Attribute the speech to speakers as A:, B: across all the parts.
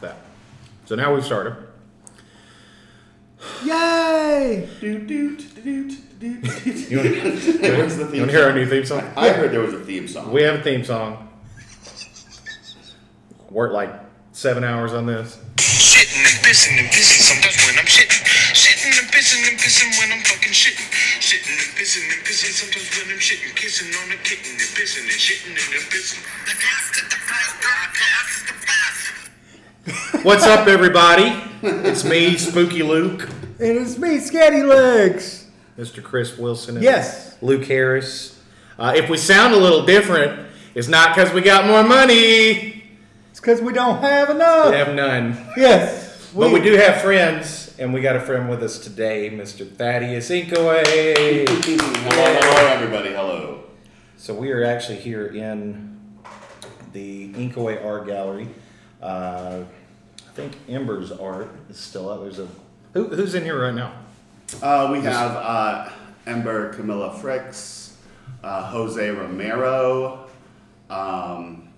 A: that. So now we've started.
B: Yay!
C: Doot doot doot doot. doot.
A: You want
C: Where's the
A: to
C: theme
A: hear our
C: song?
A: new theme song?
C: I heard there was a theme song.
A: We have a theme song. Worked like seven hours on this.
D: Shitting and pissing and pissing sometimes when I'm shitting. Shitting and pissing and pissing when I'm fucking shitting. Shitting and pissing and pissing sometimes when I'm shitting. Kissing on a kitten and pissing and shitting and then pissing. The past is the past, the past is the past.
A: What's up, everybody? It's me, Spooky Luke,
B: And it's me, Scatty Legs.
A: Mr. Chris Wilson, and
B: Yes.
A: Luke Harris. Uh, if we sound a little different, it's not because we got more money.
B: It's because we don't have enough.
A: We have none,
B: Yes.
A: but we do have friends, and we got a friend with us today, Mr. Thaddeus Inkaway.
C: hello, hello, everybody. Hello.
A: So we are actually here in the Inkaway Art Gallery. Uh, I think Ember's art is still up. There's a who, who's in here right now?
C: Uh, we have uh, Ember Camilla Fricks, uh, Jose Romero. Um,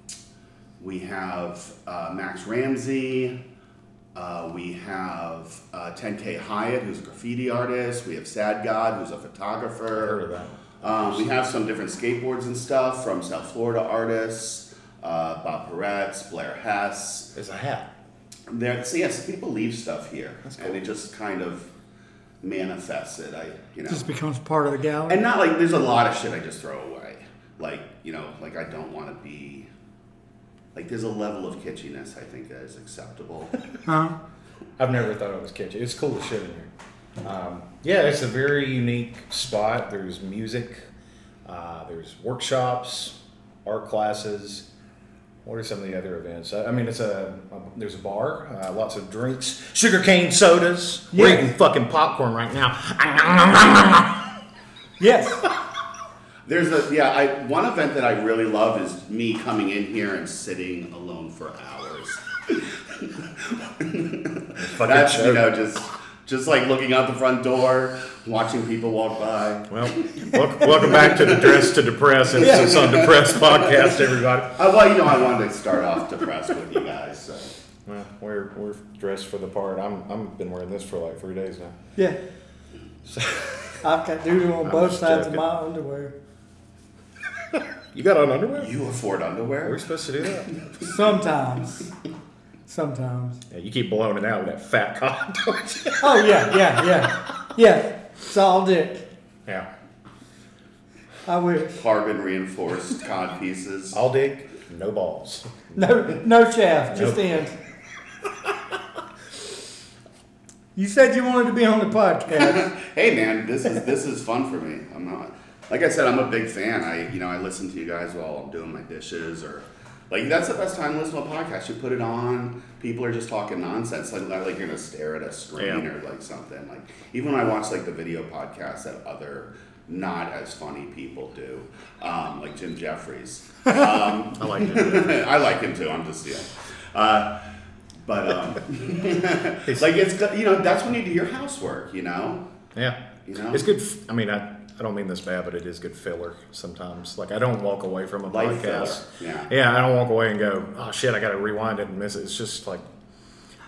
C: we have uh, Max Ramsey. Uh, we have uh, 10K Hyatt, who's a graffiti artist. We have Sad God, who's a photographer.
A: Heard of that.
C: Um, we have some different skateboards and stuff from South Florida artists, uh, Bob Peretz, Blair Hess,
A: There's a hat.
C: there, so yes, people leave stuff here,
A: cool.
C: and it just kind of manifests it. I, you know,
B: Just becomes part of the gallery.
C: and not like there's a lot of shit I just throw away. Like you know, like I don't want to be. Like there's a level of kitschiness I think that is acceptable.
B: huh?
A: I've never thought it was kitschy. It's cool as shit in here. Um, yeah, it's a very unique spot. There's music. Uh, there's workshops, art classes. What are some of the other events? I, I mean, it's a, a- there's a bar, uh, lots of drinks, sugarcane sodas. We're
B: Yeah.
A: eating fucking popcorn right now.
B: Yes.
C: There's a yeah, I one event that I really love is me coming in here and sitting alone for hours. That's you
A: show.
C: know just just like looking out the front door, watching people walk by.
A: Well, welcome, welcome back to the Dress to Depress and It's on Depressed podcast, everybody.
C: Uh, well, you know, I wanted to start off depressed with you guys. So.
A: Well, we're, we're dressed for the part. I'm I've been wearing this for like three days now.
B: Yeah. I've got dude on both
A: just
B: sides
A: joking.
B: of my underwear.
A: You got on underwear?
C: You afford
A: Are we
C: underwear?
A: supposed to do that?
B: Sometimes. Sometimes.
A: Yeah, you keep blowing it out with that fat cock, don't you?
B: Oh, yeah, yeah, yeah. Yeah. It's all dick.
A: Yeah.
B: I wish.
C: Carbon reinforced cod pieces.
A: All dick, no balls.
B: No, no shaft, just
A: Nope.
B: end. You said you wanted to be on the podcast.
C: Hey man, this is this is fun for me. I'm not like I said, I'm a big fan. I you know I listen to you guys while I'm doing my dishes or like that's the best time to listen to a podcast. You put it on, people are just talking nonsense. Like not like you're gonna stare at a screen
A: Yeah.
C: or like something. Like even when I watch like the video podcasts that other not as funny people do, um, like Jim Jeffries. Um,
A: I like it.
C: I like him too. I'm just yeah. Uh, but um, like it's good- you know that's when you do your housework. You know.
A: Yeah.
C: You know?
A: It's good. F- I mean, I, I don't mean this bad, but it is good filler sometimes. Like, I don't walk away from a
C: Life
A: podcast.
C: filler, yeah.
A: I don't walk away and go, oh shit, I got to rewind it and miss it. It's just like,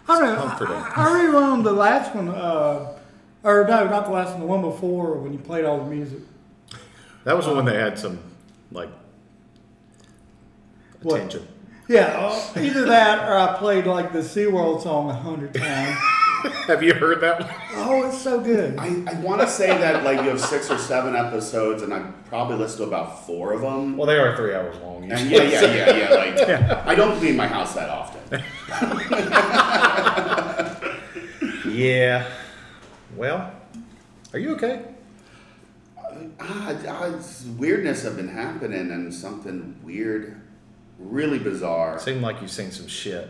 B: I don't know.
A: comforting.
B: I, I rewound the last one, uh, or no, not the last one, the one before when you played all the music.
A: that was the one that had some, like,
B: What?
A: attention.
B: Yeah, uh, either that or I played like the SeaWorld song a hundred times.
A: Have you heard that one?
B: oh, it's so good.
C: I, I want to say that like you have six or seven episodes, and I probably listened to about four of them.
A: Well, they are three hours long.
C: And yeah, yeah, yeah, yeah. Like I don't clean my house that often.
A: yeah. Well, are you okay?
C: Ah, ah, it's- weirdness have been happening, and something weird, really bizarre.
A: Seemed like you've seen some shit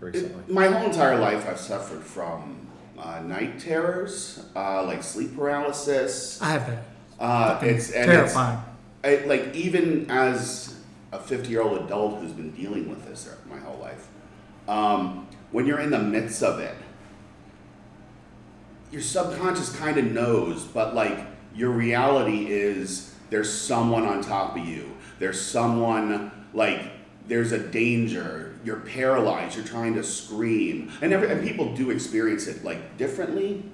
A: recently.
C: My whole entire life, I've suffered from uh, night terrors, uh, like sleep paralysis.
B: I have that.
C: Uh, it's and it's-
B: Terrifying.
C: I, like even as a 50 year old adult who's been dealing with this my whole life, um, when you're in the midst of it, your subconscious kind of knows, but like your reality is there's someone on top of you. There's someone like there's a danger. you're paralyzed. You're trying to scream, and every, and people do experience it like differently.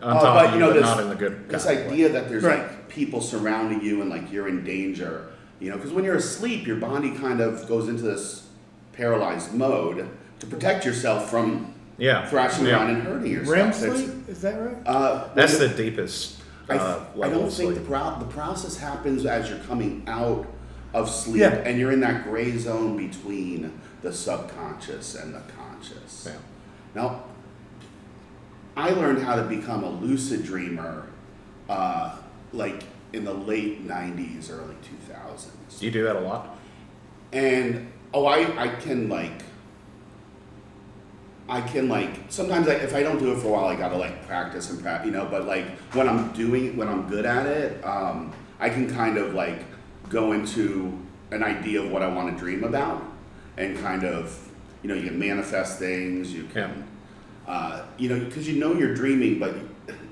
A: On
C: Uh,
A: top
C: but
A: of
C: you
A: you,
C: know,
A: but
C: this,
A: not in the good.
C: this
A: kind of way.
C: idea that there's
B: Right.
C: like people surrounding you and like you're in danger. You know, because when you're asleep, your body kind of goes into this paralyzed mode to protect yourself from
A: Yeah.
C: thrashing
A: yeah.
C: around and hurting yourself.
B: REM
C: That's-
B: sleep? Is that right?
C: Uh,
A: That's the deepest
C: I, th-
A: uh,
C: I
A: level
C: don't
A: of
C: think
A: sleep.
C: the, pro- the process happens as you're coming out of sleep,
B: Yeah.
C: and you're in that gray zone between the subconscious and the conscious.
A: Yeah.
C: Now, I learned how to become a lucid dreamer, uh, like in the late '90s, early 2000s,
A: Do you do that a lot?
C: and oh, I, I can like. I can like sometimes I, if I don't do it for a while, I gotta like practice and prep, you know. But like when I'm doing when I'm good at it, um, I can kind of like go into an idea of what I want to dream about, and kind of you know you can manifest things. You can uh, you know because you know you're dreaming, but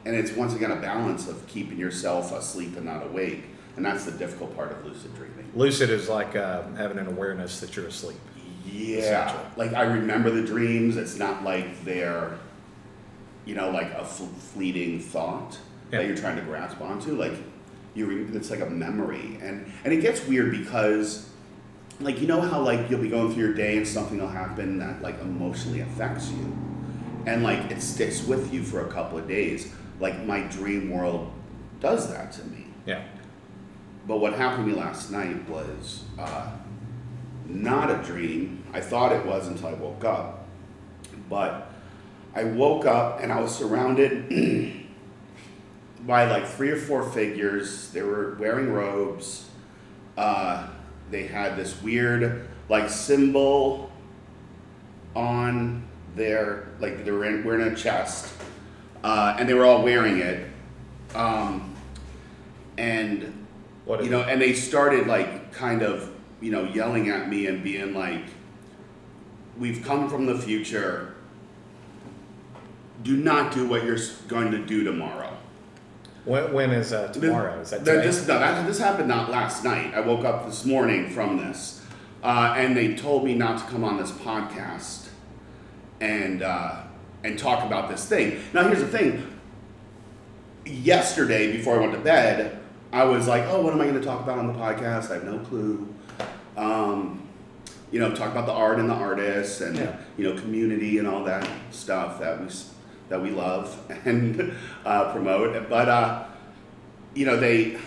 C: and it's once again a balance of keeping yourself asleep and not awake, and that's the difficult part of lucid dreaming.
A: Lucid is like uh, having an awareness that you're asleep. Essentially.
C: Yeah, like I remember the dreams. It's not like they're, you know, like a fl- fleeting thought
A: Yeah.
C: that you're trying to grasp onto. Like you, re- it's like a memory, and and it gets weird because, like you know how like you'll be going through your day and something will happen that like emotionally affects you, and like it sticks with you for a couple of days. Like my dream world does that to me.
A: Yeah.
C: But what happened to me last night was uh, not a dream. I thought it was until I woke up. But I woke up and I was surrounded by like three or four figures. They were wearing robes. Uh, they had this weird like symbol on their like they were in, wearing a chest, uh, and they were all wearing it. Um, and
A: What
C: you
A: is-
C: know, and they started like kind of you know yelling at me and being like, "We've come from the future. Do not do what you're s- going to do tomorrow."
A: When, when is uh, tomorrow? Is that
C: Then
A: today?
C: This, no, that, this happened not last night. I woke up this morning from this, uh, and they told me not to come on this podcast and uh, and talk about this thing. Now, here's the thing. Yesterday, before I went to bed, I was like, "Oh, what am I going to talk about on the podcast? I have no clue." Um, you know, talk about the art and the artists, and
A: Yeah.
C: you know, community and all that stuff that we s- that we love and uh, promote. But uh, you know, they,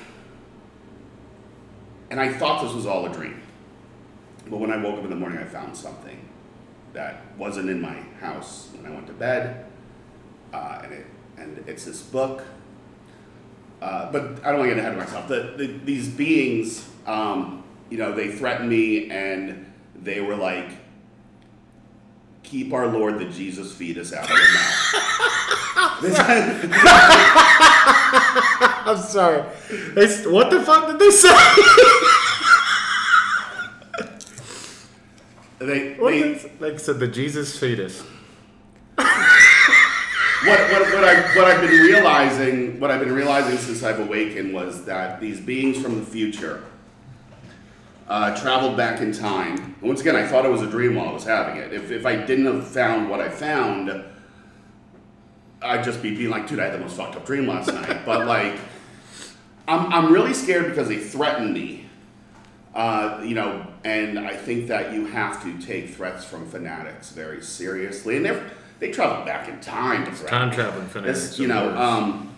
C: and I thought this was all a dream. But when I woke up in the morning, I found something that wasn't in my house when I went to bed. Uh, and, it, and it's this book. Uh, but I don't want to get ahead of myself. The, the, these beings, um, you know, they threatened me and they were like, keep our Lord the Jesus fetus out of your mouth.
A: I'm sorry. It's, what the fuck did they say?
C: They,
A: What
C: they,
A: is- like I said, the Jesus fetus.
C: what, what, what, I, what I've been realizing, what I've been realizing since I've awakened was that these beings from the future uh, traveled back in time. And once again, I thought it was a dream while I was having it. If, if I didn't have found what I found, I'd just be being like, dude, I had the most fucked up dream last night. But like, I'm, I'm really scared because they threatened me. Uh, you know, and I think that you have to take threats from fanatics very seriously. And they're, they travel back in time to threaten.
A: Time
C: me.
A: traveling fanatics.
C: This, you
A: are
C: know,
A: worse.
C: um,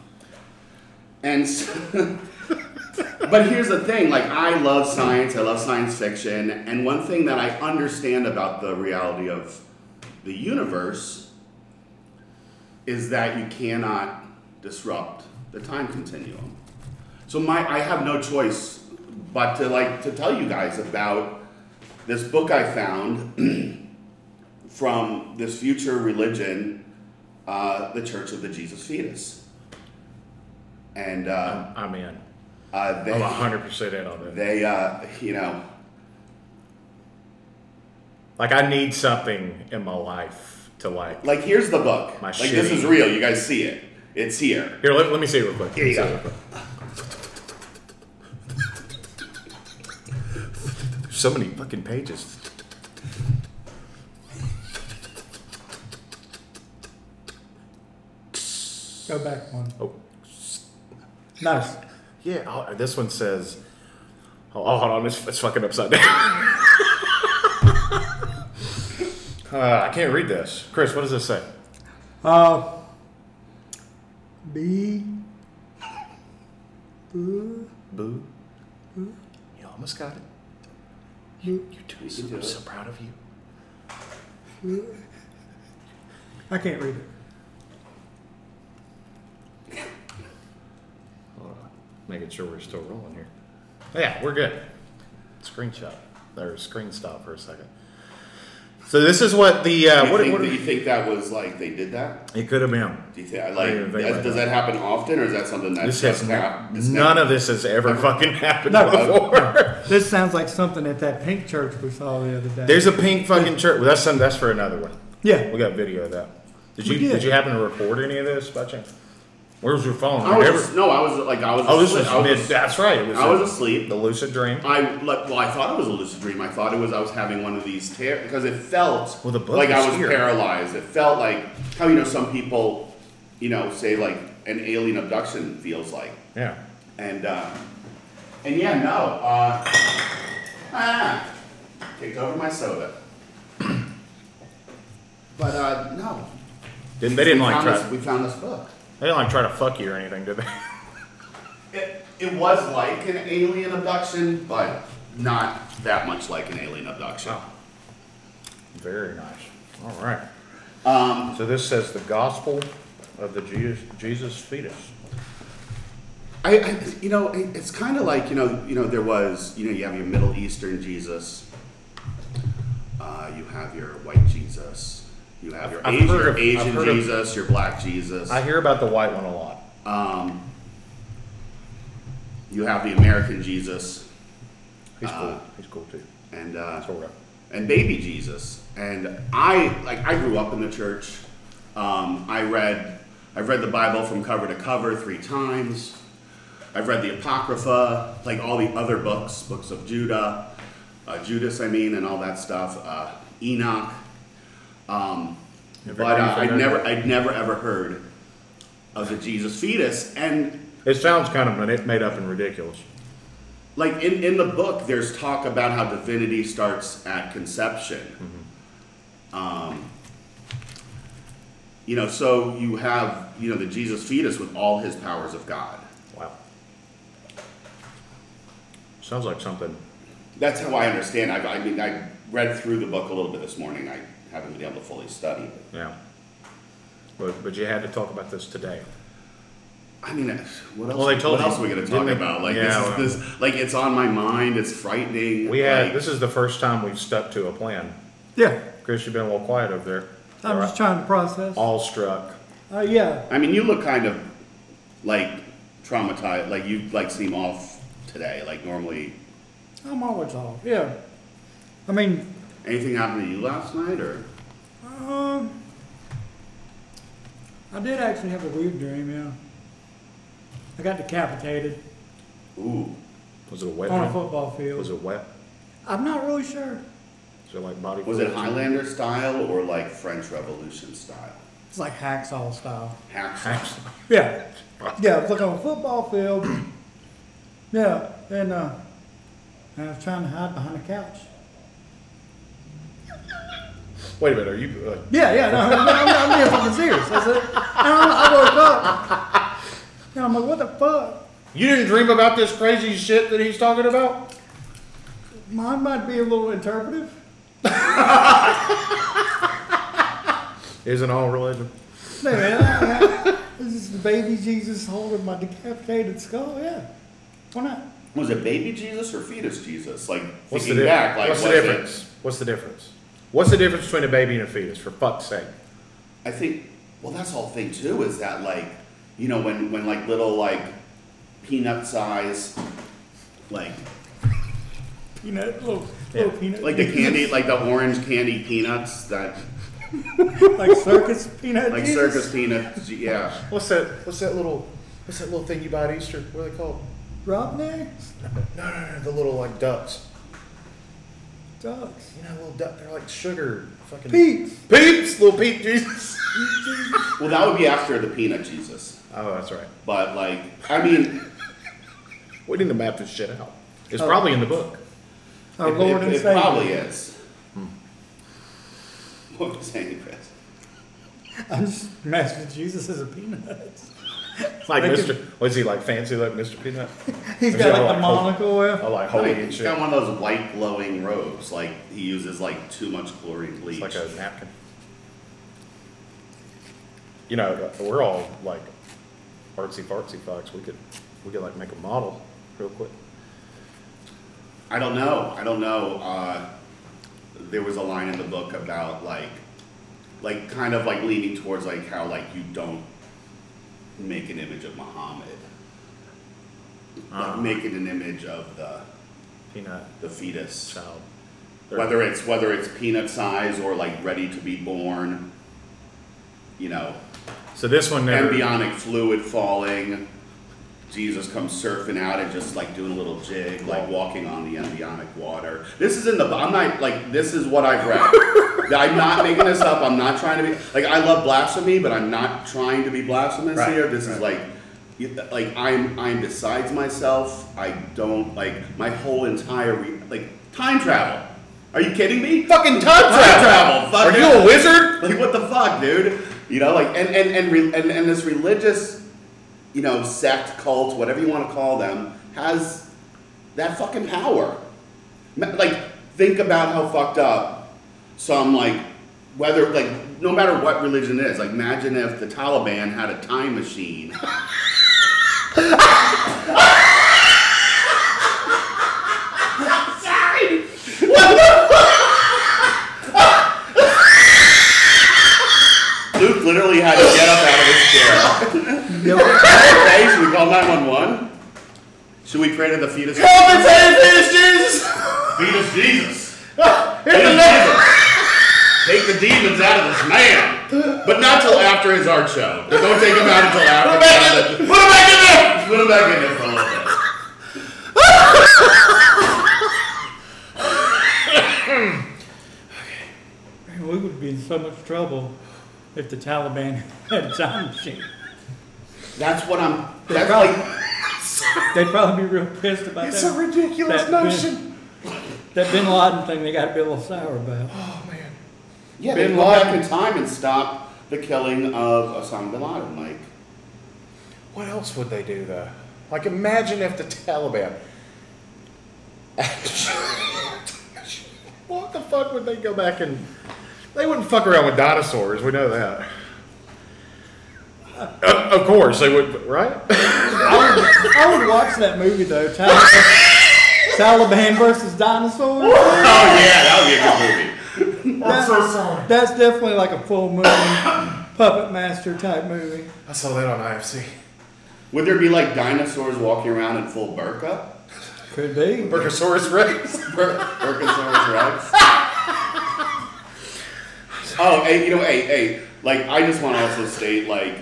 C: and so, but here's the thing: like, I love science. I love science fiction, and one thing that I understand about the reality of the universe is that you cannot disrupt the time continuum. So my, I have no choice but to like to tell you guys about this book I found from this future religion, uh, the Church of the Jesus Fetus, and uh,
A: I'm in.
C: uh,
A: I'm
C: they
A: 100% in on that.
C: they uh, you know
A: Like, I need something in my life to like.
C: like here's the book
A: My
C: like this
A: shitty-
C: is real. You guys see it. It's here.
A: Here, let, let me see it real quick. Let me see
C: Yeah.
A: it real quick. So many fucking pages.
B: Go back one.
A: Oh.
B: Nice.
A: Yeah, oh, this one says. Oh, oh, hold on, it's, it's fucking upside down. uh, I can't read this. Chris, what does this say?
B: Uh, B.
A: Boo. You almost got it. You do so,
C: do
A: I'm
C: it.
A: so proud of you.
B: I can't read it.
A: Hold on. Making sure we're still rolling here. Yeah, we're good. Screenshot or screen stop for a second. So this is what the uh,
C: you,
A: what,
C: think,
A: what
C: that you think that was like they did that?
A: it could have been.
C: Do you think like
A: Yeah, they
C: that-
A: might
C: does that happen often, or is that something that
A: This
C: just
A: has
C: hap-
A: n-
C: just
A: none
C: happened?
A: of this has ever fucking happened
B: No.
A: before.
B: This sounds like something at that pink church we saw the other day.
A: There's a pink fucking church. Well, that's some, that's for another one.
B: yeah.
A: We got video of that. Did you
B: We
A: did.
B: did.
A: you happen to record any of this by chance? Where was your phone?
C: I was
A: Whatever-
C: just, no, I was like I was.
A: oh, this
C: asleep.
A: was
C: I
A: mid.
C: was,
A: that's right. It was
C: I
A: uh,
C: was asleep.
A: the lucid dream.
C: I like, well, I thought it was a lucid dream. I thought it was I was having one of these tear because it felt
A: Well, the book
C: like
A: was
C: I was
A: here.
C: paralyzed. It felt like how you know some people, you know, say like an alien abduction feels like,
A: Yeah.
C: and uh, and yeah, no, uh, ah, kicked over my soda, but uh, no,
A: Didn't, they didn't
C: we
A: like
C: found
A: try.
C: this, we found this book.
A: They didn't like try to fuck you or anything, did they?
C: It, it was like an alien abduction, but not that much like an alien abduction.
A: Very nice. All right.
C: Um,
A: So this says the gospel of the Jesus, Jesus fetus.
C: I, I you know, it- it's kind of like you know, you know, there was you know, you have your Middle Eastern Jesus, uh, you have your white Jesus, you have your
A: I've
C: Asian,
A: heard of- I've
C: Asian
A: heard of-
C: Jesus, your black Jesus.
A: I hear about the white one a lot.
C: um, you have the American Jesus
A: He's
C: Uh,
A: cool. He's cool too.
C: and uh,
A: Sort of.
C: and baby Jesus. And I like I grew up in the church. Um, I read I've read the Bible from cover to cover three times. I've read the Apocrypha, like all the other books, books of Judah, uh, Judas, I mean, and all that stuff. Uh, Enoch. Um,
A: Never
C: but
A: heard
C: uh, I
A: of it.
C: never, I'd never ever heard of the Jesus fetus, and
A: It sounds kind of made- made up and ridiculous.
C: like in, in the book there's talk about how divinity starts at conception um, you know so you have you know the jesus fetus with all his powers of god
A: Wow. Sounds like something.
C: that's how i understand i, I mean i read through the book a little bit this morning i haven't been able to fully study it
A: Yeah. But but you had to talk about this today.
C: I mean, what else?
A: Well, they told
C: what
A: you,
C: else are we going to
A: didn't
C: talk
A: they?
C: about? Like
A: Yeah, well-
C: this, is, this, like it's on my mind. It's frightening.
A: We had
C: like,
A: this is the first time we've stuck to a plan.
B: Yeah.
A: Chris, you've been a little quiet over there.
B: I'm
A: All
B: just trying to process.
A: all struck.
B: Uh, yeah.
C: I mean, you look kind of like traumatized. Like you like seem off today. Like normally,
B: I'm always off. Yeah. I mean,
C: anything happened to you last night or?
B: um, I did actually have a weird dream, yeah. I got decapitated
C: Ooh,
A: Was it a wet?
B: on a
A: dream?
B: football field.
A: Was it wet?
B: I'm not really sure.
A: Is it like body?
C: was it
A: fluids?
C: Highlander style or like French Revolution style?
B: It's like hacksaw style.
C: Hacksaw.
A: Actually,
B: Yeah. Yeah, it's like on a football field. Yeah, and uh, I was trying to hide behind a couch.
A: Wait a minute. Are you? Uh,
B: Yeah, yeah, no, I'm, I'm, I'm being fucking serious. That's it. And I, I woke up. And I'm like, what the fuck?
A: you didn't dream about this crazy shit that he's talking about?
B: Mine might be a little interpretive.
A: Isn't all religion?
B: No, man, I- I- This is the baby Jesus holding my decapitated skull. Yeah, why not?
C: Was it baby Jesus or fetus Jesus? Like
A: What's the
C: thinking back,
A: difference?
C: like
A: What's the
C: was it-
A: difference? What's the difference? What's the difference between a baby and a fetus? For fuck's sake.
C: I think. Well, that's the whole thing too. Is that like, you know, when when like little like peanut size, like
B: Peanut, little,
A: Yeah.
B: little peanut,
C: like the candy, like the orange candy peanuts that
B: like circus peanut,
C: like
B: Jesus.
C: circus peanuts. Yeah.
A: What's that? What's that little? What's that little thing you buy at Easter? What are they called?
B: Roughnecks,
A: No, no, no. The little like ducks.
B: ducks,
A: You know, little duck. They're like sugar. Fucking
B: peeps.
A: Peeps, little peep Jesus.
C: Well, that would be after the peanut Jesus.
A: Oh, that's right.
C: But like, I mean,
A: We need to map this shit out. It's probably in the book.
B: Our
C: it,
B: Lord
C: it-
B: and
C: it
B: Savior.
C: probably is. Hmm. What was saying, Chris?
B: I'm just messing with Jesus as a peanut.
A: Like
B: Like
A: Mr. Was he like fancy like Mr. Peanut?
B: He's
A: Or is
B: got
A: he all
B: like the
A: ho-
B: monocle.
A: all
B: yeah.
A: like
C: Like,
A: holy and
C: he's
A: shit.
C: got one of those white glowing robes. Like he uses like too much chlorine bleach.
A: It's like a napkin. You know, we're all like artsy fartsy fucks. We could, we could like make a model real quick.
C: I don't know. I don't know. Uh, there was a line in the book about like, like kind of like leaning towards like how like you don't make an image of Muhammad,
A: Ah. Uh-huh.
C: like making an image of the
A: Peanut
C: the fetus,
A: child.
C: whether it's whether it's peanut size or like ready to be born, you know,
A: so this one never.
C: embryonic fluid falling. Jesus comes surfing out and just like doing a little jig, like walking on the embryonic water. This is in the. I'm not like this is what I've read. I'm not making this up. I'm not trying to be like I love blasphemy, but I'm not trying to be blasphemous
A: Right,
C: here. This is
A: right.
C: like, you- like I'm I'm besides myself. I don't like my whole entire re- like time travel. Are you kidding me?
A: fucking time
C: Time travel, fuck
A: Are you
C: yeah.
A: a wizard?
C: like what the fuck, dude? You know, like and and and, re- and and this religious, you know, sect, cult, whatever you want to call them, has that fucking power. Ma- Like, think about how fucked up some like whether like no matter what religion is. Like, imagine if the Taliban had a time machine. Luke literally had to get up out of his chair. Okay, should we call 911? Should we pray to the fetus?
A: Help and save this Jesus!
C: Fetus Jesus!
A: In the name-
C: Take the demons out of this man! But not till after his art show. But don't take him out until
A: Put him
C: after.
A: back in- put him back in there!
C: Put him back in there for a little bit.
B: Man, we would be in so much trouble if the Taliban had a time machine.
C: That's what I'm. That's
B: Bro.
C: like.
B: They'd probably be real pissed about
A: It's a
B: that.
A: ridiculous
B: that
A: notion.
B: that Bin Laden thing they got to be a little sour about.
A: Oh man.
C: Yeah, they
A: Bin
C: go back
A: Laden.
C: in time and stop the killing of Osama bin Laden, Mike.
A: What else would they do though? Like, imagine if the Taliban. what the fuck would they go back and? They wouldn't fuck around with dinosaurs. We know that. Uh, of course they would, right?
B: I would, I would watch that movie though. Taliban, Taliban versus dinosaurs.
C: Oh, yeah, that would be a good movie.
B: That's, that's definitely like a full moon puppet master type movie.
A: I saw that on IFC.
C: Would there be like dinosaurs walking around in full burqa?
B: Could be.
A: Burkosaurus Rex.
C: Bur- Burkosaurus Rex? oh, hey, you know, hey, hey, like, I just want to also state, like,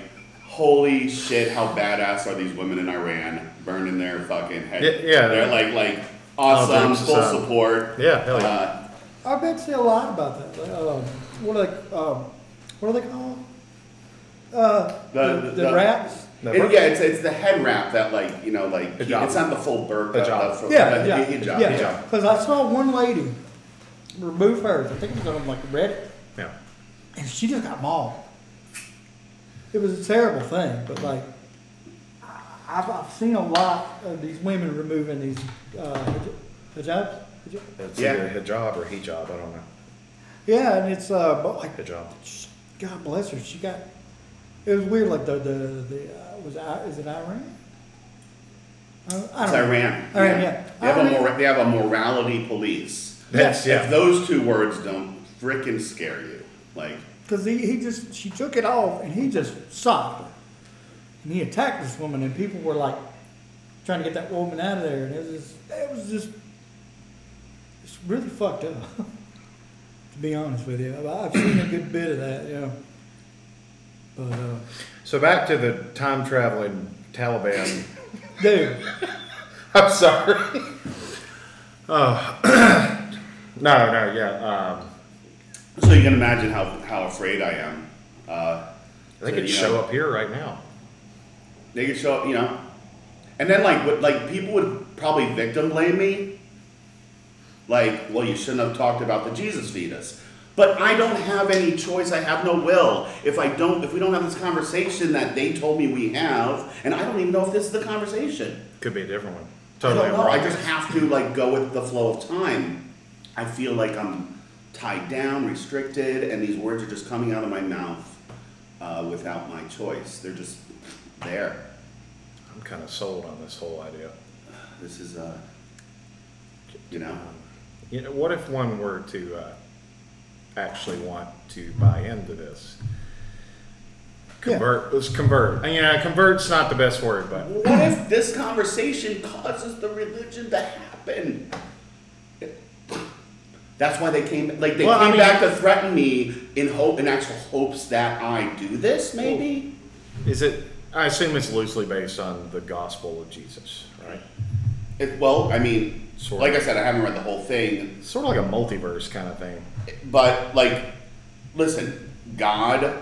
C: holy shit, how badass are these women in Iran burning their fucking head?
A: Yeah, Oh, yeah.
C: They're like, like, awesome,
A: groups
C: full
A: aside.
C: support.
A: um, Yeah, hell yeah.
C: Uh,
B: I bet you a lot about that. Um, what are they? Um, what are they called? Uh,
C: The-
B: the, the,
C: the-
B: rats.
A: No,
C: and
A: bur-
C: yeah, it's, it's the head wrap that, like, you know, like, he-
A: Hijab.
C: it's not the full burqa.
A: Hijab.
C: the full-
B: Yeah,
C: the
B: yeah,
C: hijab,
B: yeah.
C: hijab.
B: Because I saw one lady remove hers. I think it was on like Reddit,
A: Yeah.
B: and she just got mauled. It was a terrible thing, but like I- I've, I've seen a lot of these women removing these uh, hijab- hijabs. Hijab?
A: It's
C: Yeah.
A: either hijab or hijab. I don't know.
B: Yeah, and it's uh, but like
A: Hijab.
B: God bless her. She got. It was weird. Like the the the uh, was I, is it Iran? I, don't- I
C: It's
B: don't know.
C: Iran.
B: Iran, yeah.
C: They have, a
B: Iran-
C: mora- they have a morality police.
A: That's
C: If
A: yeah.
C: those two words don't frickin' scare you, like,
B: Because he, he just, she took it off and he just sobbed. And he attacked this woman and people were like trying to get that woman out of there. And it was just, it was just, it's really fucked up. to be honest with you. I- I've seen a good bit of that, yeah. But, uh,
A: So back to the time traveling Taliban.
B: dude,
A: I'm sorry. oh no, no, yeah. Um,
C: so you can imagine how, how afraid I am uh,
A: They
C: So,
A: could
C: you
A: show
C: know-
A: up here right now.
C: They could show up, you know. And then like what like people would probably victim blame me. Like, well, you shouldn't have talked about the Jesus fetus. But I don't have any choice. I have no will. If I don't if we don't have this conversation that they told me we have, and I don't even know if this is the conversation.
A: Could be a different one.
C: I
A: Totally
C: don't know. I
A: wrong.
C: just have to like go with the flow of time. I feel like I'm tied down, restricted, and these words are just coming out of my mouth uh, without my choice. They're just there.
A: I'm kind of sold on this whole idea.
C: This is uh, you know,
A: You know, what if one were to uh, actually want to buy into this? Convert. Let's convert. And, yeah, convert's not the best word, but
C: what if this conversation causes the religion to happen? That's why they came. Like they
A: Well, I
C: came
A: mean-
C: back to threaten me in hope, in actual hopes that I do this. Maybe
A: is it? I assume it's loosely based on the gospel of Jesus, right?
C: It- well, I mean,
A: Sort of.
C: like I said, I haven't read the whole thing.
A: It's sort of like a multiverse kind of thing.
C: But like, listen, God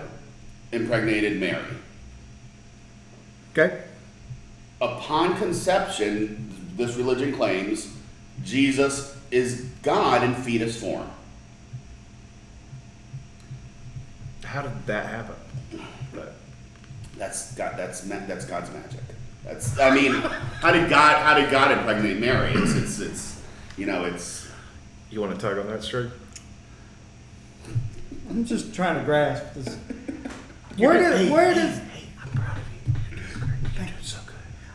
C: impregnated Mary.
A: Okay.
C: Upon conception, this religion claims Jesus is God in fetus form.
A: How did that happen?
C: But that's God. That's ma- that's God's magic. That's I mean, how did God? How did God impregnate Mary? It's it's, it's you know it's
A: You want to tug on that string?
B: I'm just trying to grasp this. Where does where does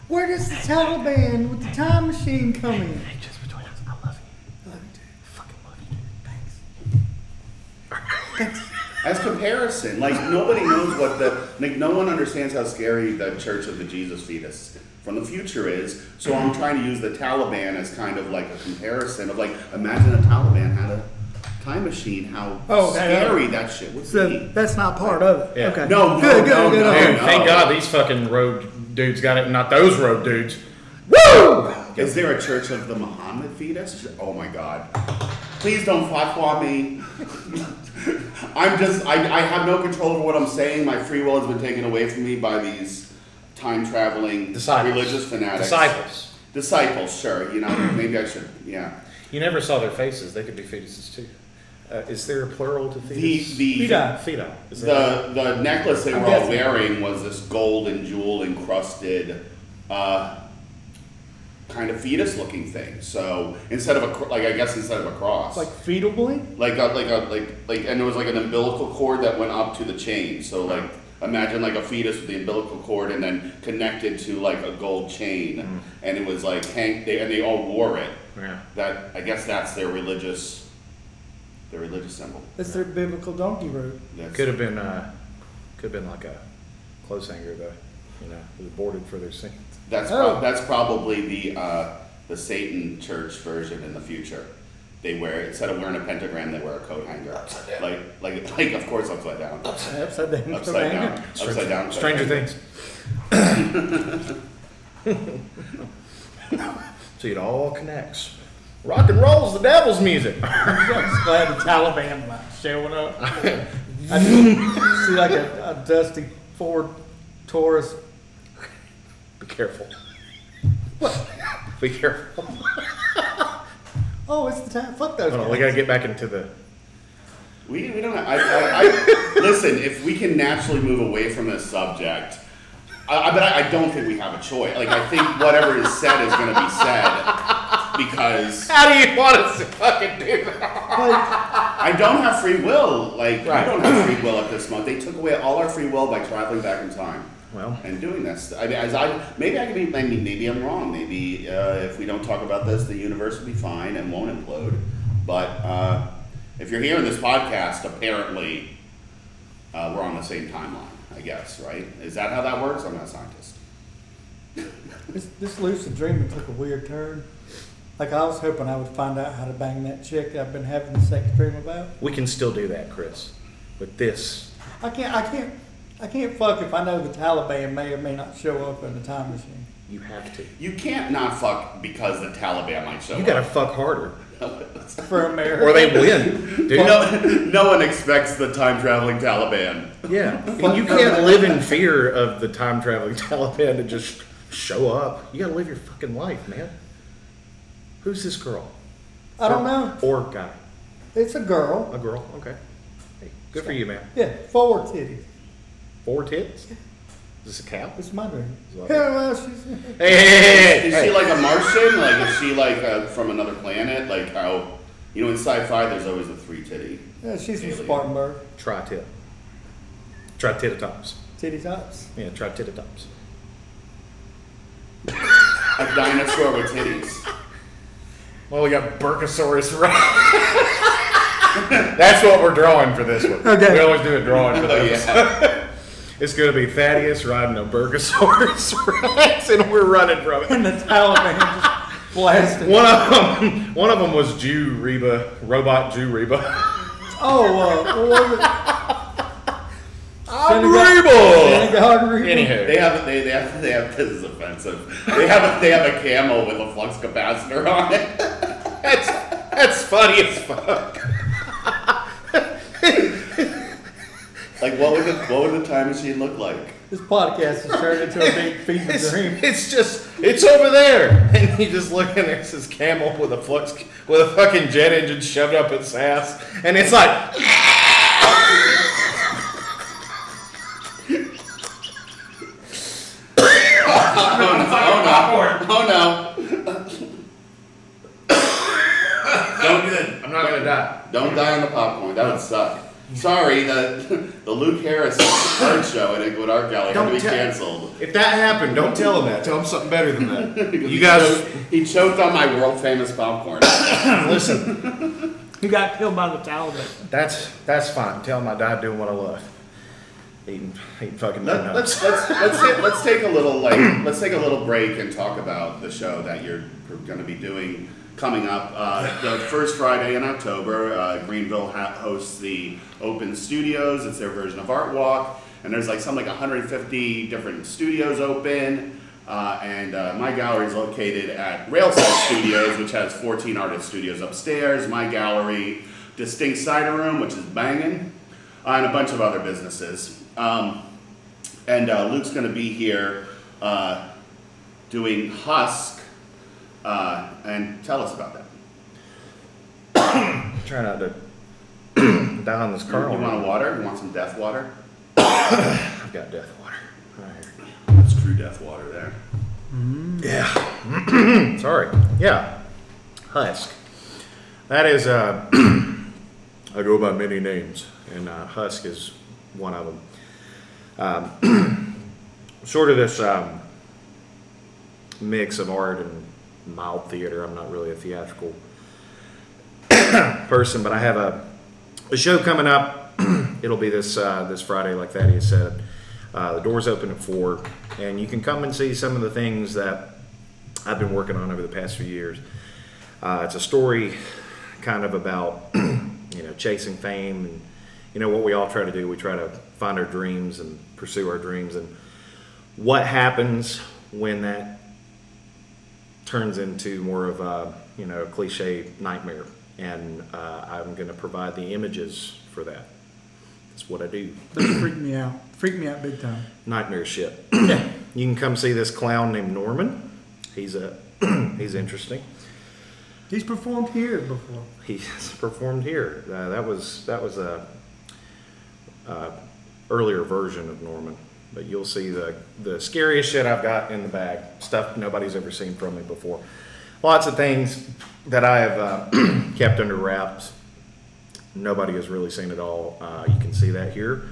B: where does the Taliban with the time machine come in?
E: Just between us, I love you.
B: Love you, dude.
E: Fucking love you, dude.
B: Thanks.
C: as comparison. Like nobody knows what the like no one understands how scary the Church of the Jesus fetus from the future is. So I'm trying to use the Taliban as kind of like a comparison of like imagine the Taliban had a time machine. How
B: Oh, that-
C: scary that shit would
B: So
C: be.
B: that's not part of it.
A: Yeah.
B: Okay.
C: No, no,
B: good, good,
C: no,
B: good.
C: no.
B: okay.
A: Dude, thank God these fucking road dudes got it, not those road dudes.
C: Is there a church of the Muhammad fetus? Oh my god. Please don't fatwa me. I'm just, I, I have no control over what I'm saying. My free will has been taken away from me by these time traveling
A: Disciples.
C: religious fanatics.
A: Disciples.
C: Disciples, sure. You know, maybe I should, yeah.
A: You never saw their faces. They could be fetuses too. Uh, is there a plural to
C: The,
A: fetus?
C: the,
B: Feta.
A: Feta. Is that
C: the, the necklace they
B: I'm
C: were all
B: guessing.
C: wearing was this gold and jewel encrusted uh, kind of fetus looking thing. So instead of a, cr- like, I guess instead of a cross.
B: Like fetal blink?
C: like a, like a like like and there was like an umbilical cord that went up to the chain so like imagine like a fetus with the umbilical cord and then connected to like a gold chain and it was like hang they and they all wore it
A: Yeah.
C: that i guess that's their religious their religious symbol
B: That's their biblical donkey road.
C: that's,
A: Could have been. Uh, could have been like a close hanger though. You know, it was boarded for their sins.
C: that's prob-
B: Oh.
C: that's probably the uh, the satan church version in the future they wear instead of wearing a pentagram they wear a coat hanger like like like of course upside down
B: Upside down.
C: upside down upside down
A: Stranger Things. so it all connects. Rock and roll's the devil's music.
B: I'm just glad the Taliban like showing up. I just see like a, a dusty Ford Taurus.
A: Be careful. Be careful.
B: Oh, it's the time. Fuck those
A: Hold on, we
B: guys.
A: gotta get back into the.
C: We, we don't. I, I, I, listen, if we can naturally move away from this subject, I, I, but I, I don't think we have a choice. Like I think whatever is said is going to be said because
A: How do you want us to fucking do that?
C: I don't have free will. Like I
A: Right.
C: don't have free will at this month. They took away all our free will by traveling back in time.
A: Well.
C: and doing this, I, as I maybe I could be maybe, maybe I'm wrong. Maybe uh, if we don't talk about this, the universe will be fine and won't implode. But uh, if you're hearing this podcast, apparently uh, we're on the same timeline. I guess right? Is that how that works? I'm not a scientist.
B: This, this lucid dreaming took a weird turn. Like I was hoping I would find out how to bang that chick that I've been having the sex dream about.
A: We can still do that, Chris. But this,
B: I can't. I can't. I can't fuck if I know the Taliban may or may not show up in the time machine.
A: you have to.
C: You can't not fuck because the Taliban might show
A: You gotta
C: up.
A: fuck harder.
B: for America.
A: Or they win. dude.
C: No, no one expects the time traveling Taliban.
A: Yeah, and you can't live in fear of the time traveling Taliban to just show up. You gotta live your fucking life, man. Who's this girl?
B: I don't know.
A: Or guy?
B: It's a girl.
A: A girl? Okay. Hey, good for you, man.
B: Yeah, four titties.
A: Four tits? Is this a cow?
B: It's my dream.
A: Love it.
B: Yeah, well, she's,
A: Hey, hey, hey, hey, hey,
C: Is
A: hey.
C: she like a Martian? Like, is she like uh, from another planet? Like how, you know, in sci-fi, there's always a three titty.
B: yeah, she's from
C: Alien.
B: Spartanburg.
A: Try tit. Try titatops.
B: Titty tops.
A: Yeah, try titatops.
C: A dinosaur with titties.
A: Well, we got Burkosaurus right. That's what we're drawing for this one.
B: Okay.
A: We always do a drawing for
C: Oh
A: those.
C: yeah.
A: It's going to be Thaddeus riding a Burgosaurus Rex, and we're running from it.
B: And the Taliban just blasted.
A: One of them, one of them was Jew Reba, robot Jew Reba.
B: Oh, uh, what was it?
A: I'm
B: Senegal
A: Reba.
B: and Reba.
C: They
A: Anyhow,
C: have they, they have they have this is offensive. They have a, they have a camel with a flux capacitor on it.
A: that's that's funny as fuck.
C: Like what would the what would the time machine look like?
B: This podcast has turned into a big fever
A: It's,
B: dream.
A: it's just it's over there, and you just look and there's this camel with a flux with a fucking jet engine shoved up its ass, and it's like
C: Oh no! Don't good.
A: I'm not gonna die.
C: Don't die on the popcorn. That would suck. Sorry, the the Luke Harris bird show at Inglewood Art Gallery had to
A: Don't
C: be
A: tell-
C: canceled.
A: If that happened, don't tell him that. Tell him something better than that.
C: Because
A: you
C: he
A: guys
C: choked- he choked on my world famous popcorn.
A: listen.
B: Who got killed by the Taliban?
A: That's that's fine. Tell him I died doing what I love. Eating, eating fucking
C: Let,
A: donuts.
C: let's let's let's take, let's take a little like let's take a little break and talk about the show that you're going to be doing coming up uh, the first Friday in October. Uh, Greenville ha- hosts the Open Studios. It's their version of Art Walk, and there's like some like 150 different studios open. Uh, and uh, my gallery is located at Railside Studios, which has 14 artist studios upstairs. My gallery, Distinct Cider Room, which is banging, uh, and a bunch of other businesses. Um, and uh, Luke's going to be here uh, doing Husk. Uh, and tell us about that.
A: Try not to die on this
C: You
A: kernel.
C: want a water? You want some death water?
A: I've got death water. Right here.
C: That's true death water there.
A: Yeah. Sorry. Yeah. Husk. That is. Uh, I go by many names, and uh, Husk is one of them. Um, sort of this um, mix of art and mild theater. I'm not really a theatrical person, but I have a, a show coming up. It'll be this uh, this Friday, like Thaddeus said. Uh, the doors open at four, and you can come and see some of the things that I've been working on over the past few years. Uh, it's a story kind of about you know chasing fame and you know what we all try to do. We try to find our dreams and pursue our dreams, and what happens when that turns into more of a you know cliche nightmare and uh, i'm going to provide the images for that that's what i do
B: This freaked me out. Freaked me out big time.
A: nightmare shit you can come see this clown named norman he's a he's interesting
B: He's performed here before.
A: he's performed here uh, that was that was a, a earlier version of norman but you'll see the the scariest shit i've got in the bag stuff nobody's ever seen from me before lots of things that i have uh, kept under wraps nobody has really seen it all. Uh, you can see that here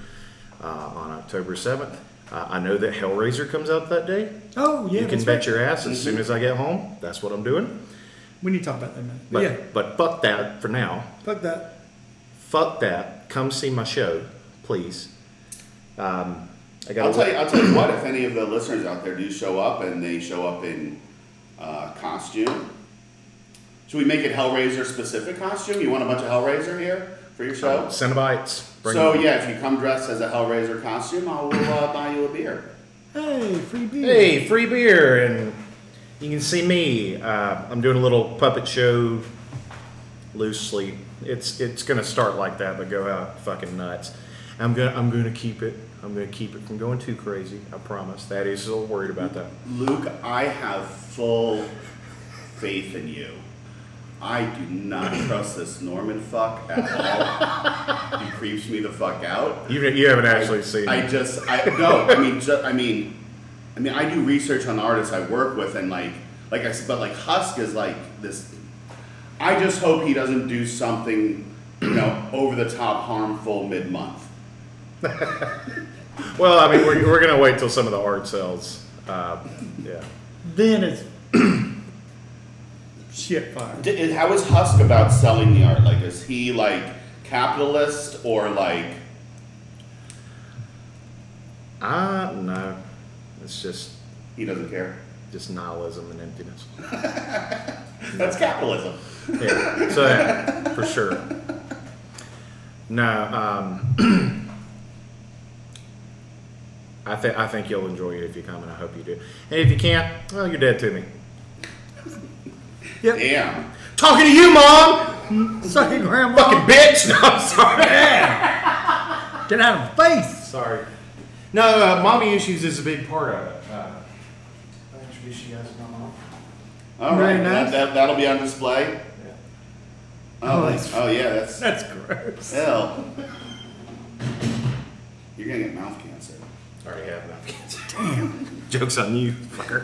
A: uh, on October 7th. Uh, I know that Hellraiser comes out that day.
B: Oh yeah,
A: you can
B: that's
A: bet
B: right. Mm-hmm.
A: your ass as soon as I get home. That's what I'm doing.
B: We need to talk about that man.
A: But,
B: yeah,
A: but fuck that for now.
B: fuck that.
A: Fuck that. Come see my show, please. Um, I got
C: I'll tell you. I'll tell you what. If any of the listeners out there do show up and they show up in uh, costume, should we make it Hellraiser specific costume? You want a bunch of Hellraiser here for your show?
A: Cenobites. bring
C: so
A: them.
C: yeah, if you come dressed as a Hellraiser costume, I will uh, buy you a beer.
B: Hey, free beer.
A: Hey, free beer, and you can see me. Uh, I'm doing a little puppet show lose sleep. It's it's gonna start like that, but go out fucking nuts. I'm gonna I'm gonna keep it. I'm gonna keep it from going too crazy. I promise. That is a little worried about that.
C: Luke, I have full faith in you. I do not trust this Norman fuck at all. he creeps me the fuck out.
A: You you haven't actually seen.
C: I
A: it.
C: just, I no, I mean, just, I mean, I mean, I do research on artists I work with, and like, like I said, but like Husk is like this. I just hope he doesn't do something, you know, over the top, harmful mid month.
A: Well, I mean, we're, we're gonna wait till some of the art sells. Uh, yeah.
B: Then it's shit fire.
C: D- is- How is Husk about selling the art? Like, is he like capitalist or like?
A: Ah, no. It's just
C: He doesn't care.
A: just nihilism and emptiness.
C: That's capitalism.
A: Yeah, so yeah, for sure. No, um, I think I think you'll enjoy it if you come, and I hope you do. And if you can't, well, you're dead to me.
C: Damn.
A: Talking to you, mom,
B: Sucking grandma.
A: fucking bitch. No, I'm sorry.
B: Get out of my face.
A: sorry. No, uh, mommy issues is a big part of it. Uh,
F: I'll introduce you guys to my mom.
C: All right,
B: Very nice.
C: that, that, will be on display.
B: Oh,
C: Oh,
B: that's-
C: oh yeah, that's
B: That's gross.
C: hell. You're gonna get mouth cancer.
A: I already have enough cancer. Damn. Jokes on you, fucker.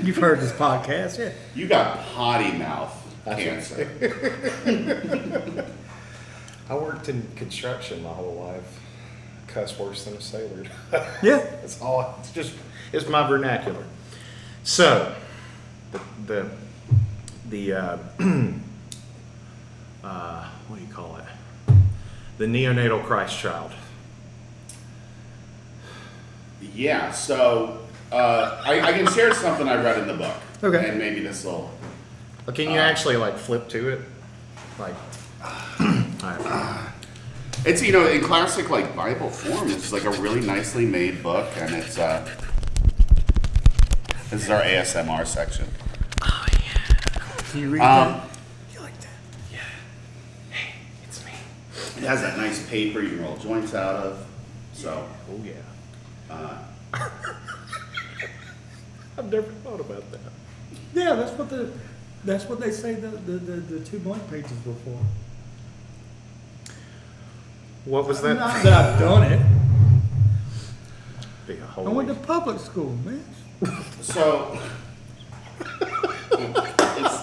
B: You've heard this podcast, yeah?
C: You got potty mouth cancer.
A: I worked in construction my whole life. Cuss worse than a sailor.
B: Yeah.
A: That's all. It's just it's my vernacular. So the the the uh, uh, what do you call it? The neonatal Christ child.
C: Yeah, so uh, I, I can share something I read in the book.
B: Okay.
C: And maybe this will.
A: Well, Can you actually like flip to it? Like, all right.
C: It's you know in classic like Bible form. It's like a really nicely made book, and it's uh, this is our ASMR section.
A: Oh,
B: Can you read
C: Um,
B: that? You like that?
A: it's me.
C: It has that nice paper you can roll joints out of. So
A: Oh yeah. Uh, I've never thought about that.
B: Yeah, that's what the that's what they say the the, the, the two blank pages were for.
A: What was that?
B: Not that I've done it.
A: Be a
B: I
A: holy-
B: went to public school, man.
C: so. It's-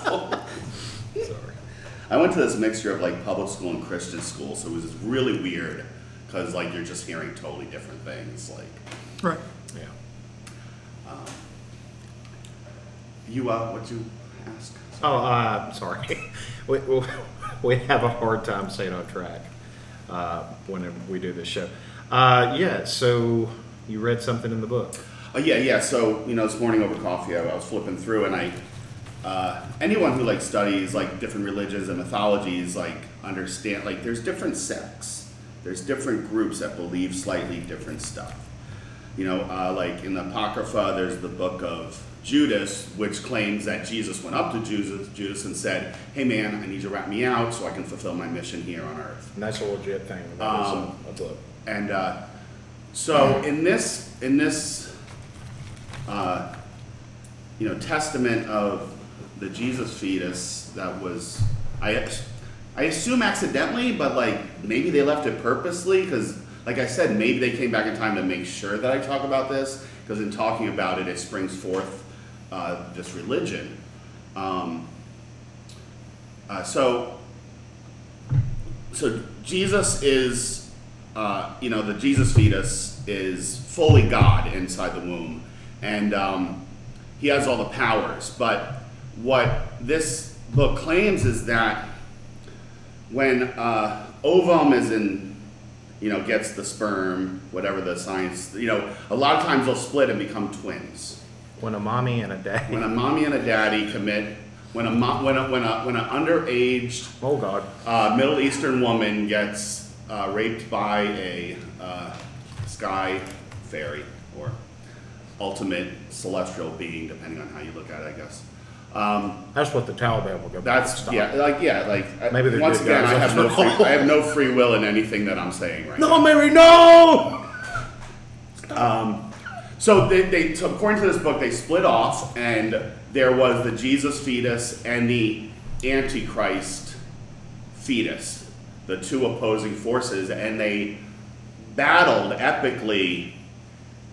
C: I went to this mixture of like public school and Christian school, so it was just really weird because like you're just hearing totally different things. Like
B: Right.
A: Yeah.
C: you, uh, what you ask?
A: Oh, uh, sorry. We, we, we have a hard time staying on track uh, whenever we do this show. Uh, yeah, so you read something in the book.
C: Oh yeah, yeah. So you know, this morning over coffee, I, I was flipping through, and I, uh, anyone who like studies like different religions and mythologies, like understand like there's different sects, there's different groups that believe slightly different stuff. You know, uh, like in the Apocrypha, there's the book of Judas, which claims that Jesus went up to Judas, Judas and said, "Hey man, I need you to wrap me out so I can fulfill my mission here on earth."
A: And that's a legit thing. That was
C: Um,
A: a, a book.
C: And uh, so in this in this uh, you know testament of the Jesus fetus that was I I assume accidentally, but like maybe they left it purposely because like I said, maybe they came back in time to make sure that I talk about this because in talking about it, it springs forth uh, this religion. Um, uh, so so Jesus is, uh, you know, the Jesus fetus is fully God inside the womb, and um, he has all the powers. But what this book claims is that when uh, ovum is in, you know, gets the sperm, whatever the science, you know, a lot of times they'll split and become twins
A: When a mommy and a daddy.
C: when a mommy and a daddy commit, when a mo- when a when a when an underage
A: oh, God.
C: uh, Middle Eastern woman gets uh, raped by a uh, sky fairy or ultimate celestial being, depending on how you look at it, I guess. Um,
A: That's what the Taliban will go. back and
C: That's
A: stop.
C: yeah, like yeah, like I-
A: Maybe they're
C: once
A: good
C: again,
A: guys.
C: I have no
A: I don't
C: free,
A: know.
C: I have no free will in anything that I'm saying right now.
A: No, Mary, no.
C: So they, they so according to this book, they split off, and there was the Jesus fetus and the Antichrist fetus, the two opposing forces, and they battled epically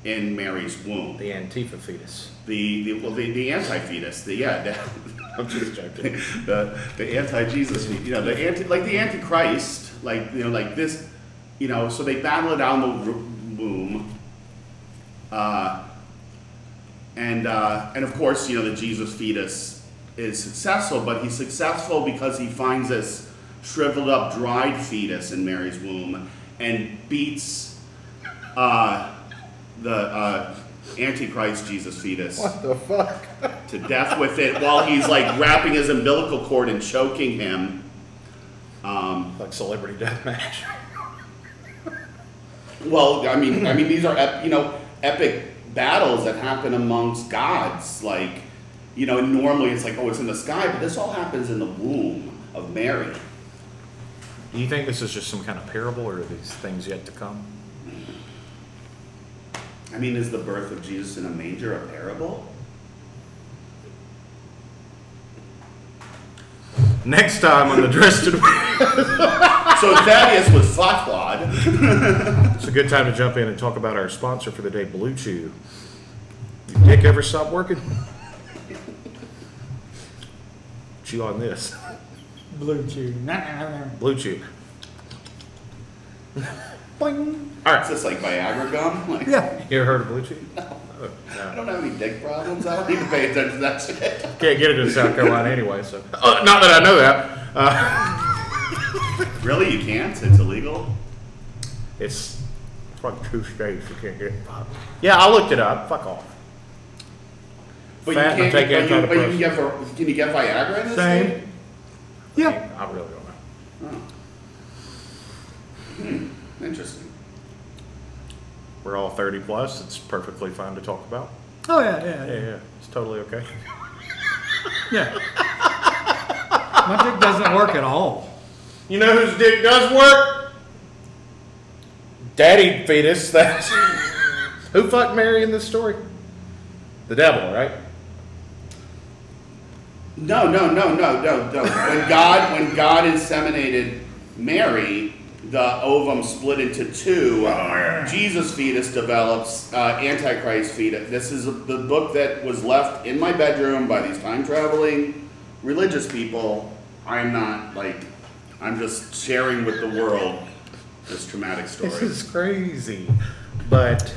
C: in Mary's womb.
A: The Antifa fetus.
C: The the well, the, the anti fetus, the yeah. The,
A: I'm just joking.
C: the the anti-Jesus, you know, the anti like the antichrist, like you know, like this, you know. So they battle it out in the ro- womb, uh, and uh, and of course, you know, the Jesus fetus is successful, but he's successful because he finds this shriveled up, dried fetus in Mary's womb and beats uh, the uh, antichrist Jesus fetus
A: What the fuck?
C: to death with it while he's like wrapping his umbilical cord and choking him. Um,
A: Like celebrity deathmatch.
C: well, I mean, I mean, these are ep- you know epic battles that happen amongst gods. Like, you know, normally it's like oh, it's in the sky, but this all happens in the womb of Mary.
A: Do you think this is just some kind of parable, or are these things yet to come?
C: I mean, is the birth of Jesus in a manger a parable?
A: Next time on the Dresden.
C: So Thaddeus was Fatwad.
A: It's a good time to jump in and talk about our sponsor for the day, Blue Chew. Your dick ever stop working? Chew on this.
B: Blue chew. Nah, nah, nah, nah.
A: Blue Chew.
B: Boing.
A: All
C: Is
A: right.
C: this like Viagra gum? Like,
B: Yeah.
A: You ever heard of Blue Chew? Oh,
C: I
A: no.
C: don't have any dick problems. I don't need to pay attention to that shit.
A: Can't get it in South Carolina anyway, so. Uh, not that I know that. Uh,
C: Really, you can't? It's illegal.
A: it's like two states. You can't get it. Yeah, I looked it up. Fuck off.
C: But
A: Fat,
C: you
A: I
C: can't.
A: take
C: Get, but, you, but you
A: antidepressants.
C: can get. Vir- Can you get Viagra in this?
A: Same.
C: thing?
B: Yeah.
A: I really don't know.
C: Hmm, Interesting.
A: We're all 30 plus. It's perfectly fine to talk about.
B: Oh yeah, yeah,
A: Yeah,
B: yeah.
A: yeah. It's totally okay.
B: yeah. My dick doesn't work at all.
A: You know whose dick does work? Daddy fetus. That's who fucked Mary in this story. The devil, right?
C: No, no, no, no, no, no. when God, when God inseminated Mary, the ovum split into
A: Oh,
C: two. Jesus fetus develops uh, Antichrist fetus. This is the book that was left in my bedroom by these time traveling religious people. I'm not like, I'm just sharing with the world this traumatic story.
A: This is crazy, but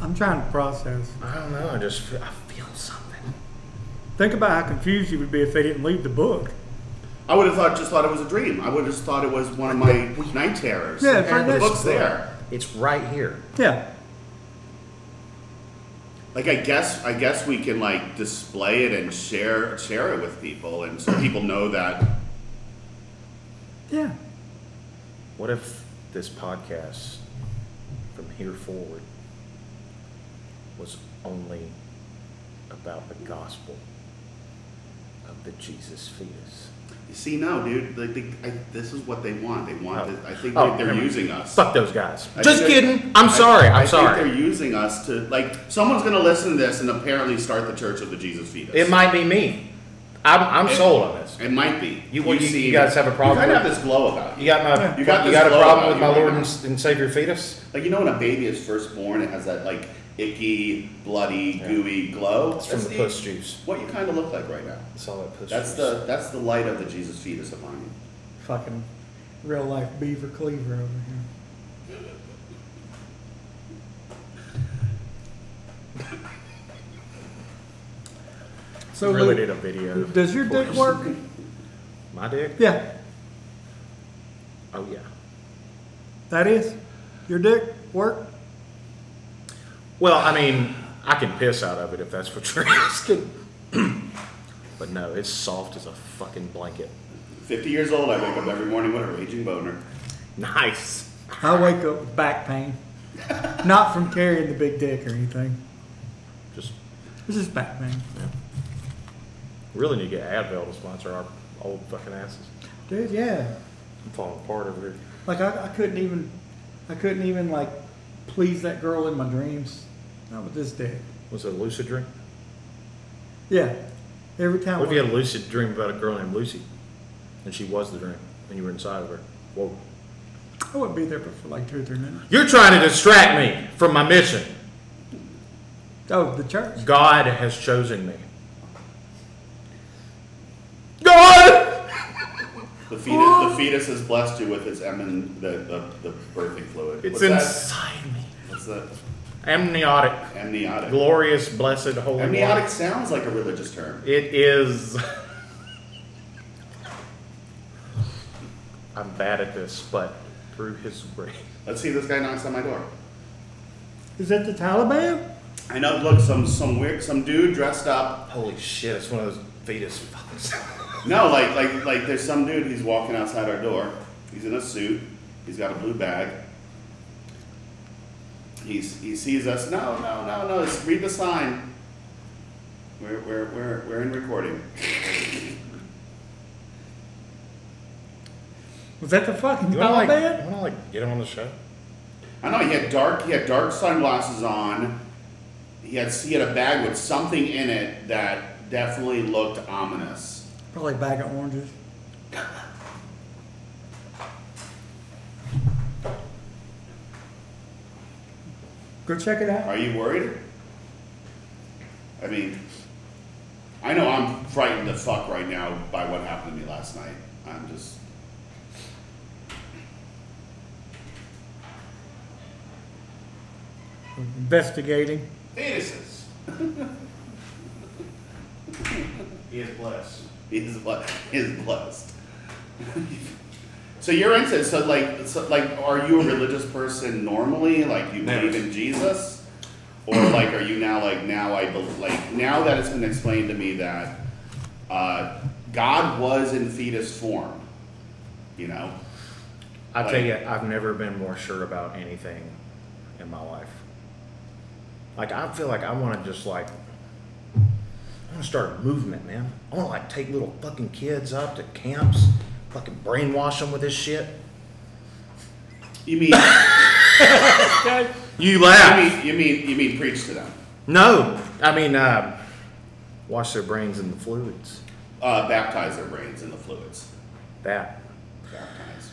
B: I'm trying to process.
A: I don't know. I just feel, I feel something.
B: Think about how confused you would be if they didn't leave the book.
C: I would have thought, just thought it was a dream. I would have just thought it was one of my night terrors.
B: Yeah,
C: and the
B: right,
C: book's
B: that's-
C: there.
A: It's right here.
B: Yeah.
C: Like I guess, I guess we can like display it and share share it with people, and so people know that.
B: Yeah.
A: What if this podcast from here forward was only about the gospel of the Jesus fetus?
C: You see, no, dude, like they, I, this is what they want. They want.
A: Oh.
C: This, I think
A: Oh,
C: like, they're
A: never mind.
C: using us.
A: Fuck those guys.
C: I
A: Just
C: think they're-
A: kidding. I'm sorry. I'm
C: I think
A: sorry.
C: they're using us to like someone's going to listen to this and apparently start the Church of the Jesus Fetus.
A: It might be me. I'm, I'm sold on this.
C: It might be.
A: You- well, you-
C: seem-
A: you guys have a problem
C: You kind of
A: with-
C: have this glow about
A: You got my.
C: You
A: You
C: got
A: got,
C: this
A: a
C: low
A: problem
C: about
A: with
C: you
A: my
C: right
A: Lord
C: now.
A: and, and Savior fetus?
C: Like you know when a baby is first born, it has that like icky, bloody, gooey glow.
A: It's from the puss juice.
C: What you kind of look like right now.
A: It's all that puss
C: That's
A: juice.
C: the that's the light of the Jesus fetus upon you.
B: Fucking real life beaver cleaver over here. So
A: We really
B: Luke,
A: did a video.
B: does your dick work?
A: My dick?
B: Yeah.
A: Oh yeah.
B: That is? Your dick work?
A: Well, I mean, I can piss out of it if that's what you're asking. but no, it's soft as a fucking blanket.
C: Fifty years old, I wake up every morning with a raging boner.
A: Nice.
B: I wake up with back pain. Not from carrying the big dick or anything.
A: Just
B: It's just back pain.
A: Really need to get Advil to sponsor our old fucking asses.
B: Dude, yeah.
A: I'm falling apart over here.
B: Like I, I couldn't even, I couldn't even like please that girl in my dreams. Not with this dick.
A: Was it a lucid dream?
B: Yeah. Every time.
A: What if you had a lucid dream about a girl named Lucy, and she was the dream, and you were inside of her? Whoa!
B: I wouldn't be there but for like two or three minutes.
A: You're trying to distract me from my mission.
B: Oh, the church.
A: God has chosen me. God!
C: The fetus, the fetus has blessed you with its emin, the, the, the birthing fluid.
A: It's
C: What's that?
A: inside me.
C: What's that?
A: Amniotic,
C: Amniotic.
A: glorious, blessed, holy.
C: Amniotic sounds like a religious term.
A: It is. I'm bad at this, but through his grace.
C: Let's see, this guy knocks on my door.
B: Is that the Taliban?
C: I know. Look, some some weird some dude dressed up.
G: Holy shit, it's one of those fetus fucks.
C: No, like like like there's some dude. He's walking outside our door. He's in a suit. He's got a blue bag. He's he sees us. No, no, no, no. Just read the sign. We're we're we're we're in recording.
B: Was that the fucking
A: You wanna like, you
B: Taliban?
A: wanna like get him on the show?
C: I know he had dark. He had dark sunglasses on. He had he had a bag with something in it that definitely looked ominous.
B: Probably a bag of oranges. Go check it out.
C: Are you worried? I mean, I know I'm frightened to fuck right now by what happened to me last night. I'm just.
B: Investigating.
C: Fetuses!
G: he is blessed.
C: He is, ble- he is blessed. so you're into so like so like are you a religious person normally like you believe in Jesus or like are you now like now I bel like now that it's been explained to me that uh, God was in fetus form you know
A: I tell
C: Like-
A: you, I've never been more sure about anything in my life. Like I feel like I want to just like I want to start a movement, man. I want to like take little fucking kids up to camps, fucking brainwash them with this shit.
C: you mean you
A: You laugh.
C: mean you mean you mean preach to them
A: no, I mean uh, wash their brains in the fluids.
C: uh, baptize their brains in the fluids
A: That
C: baptize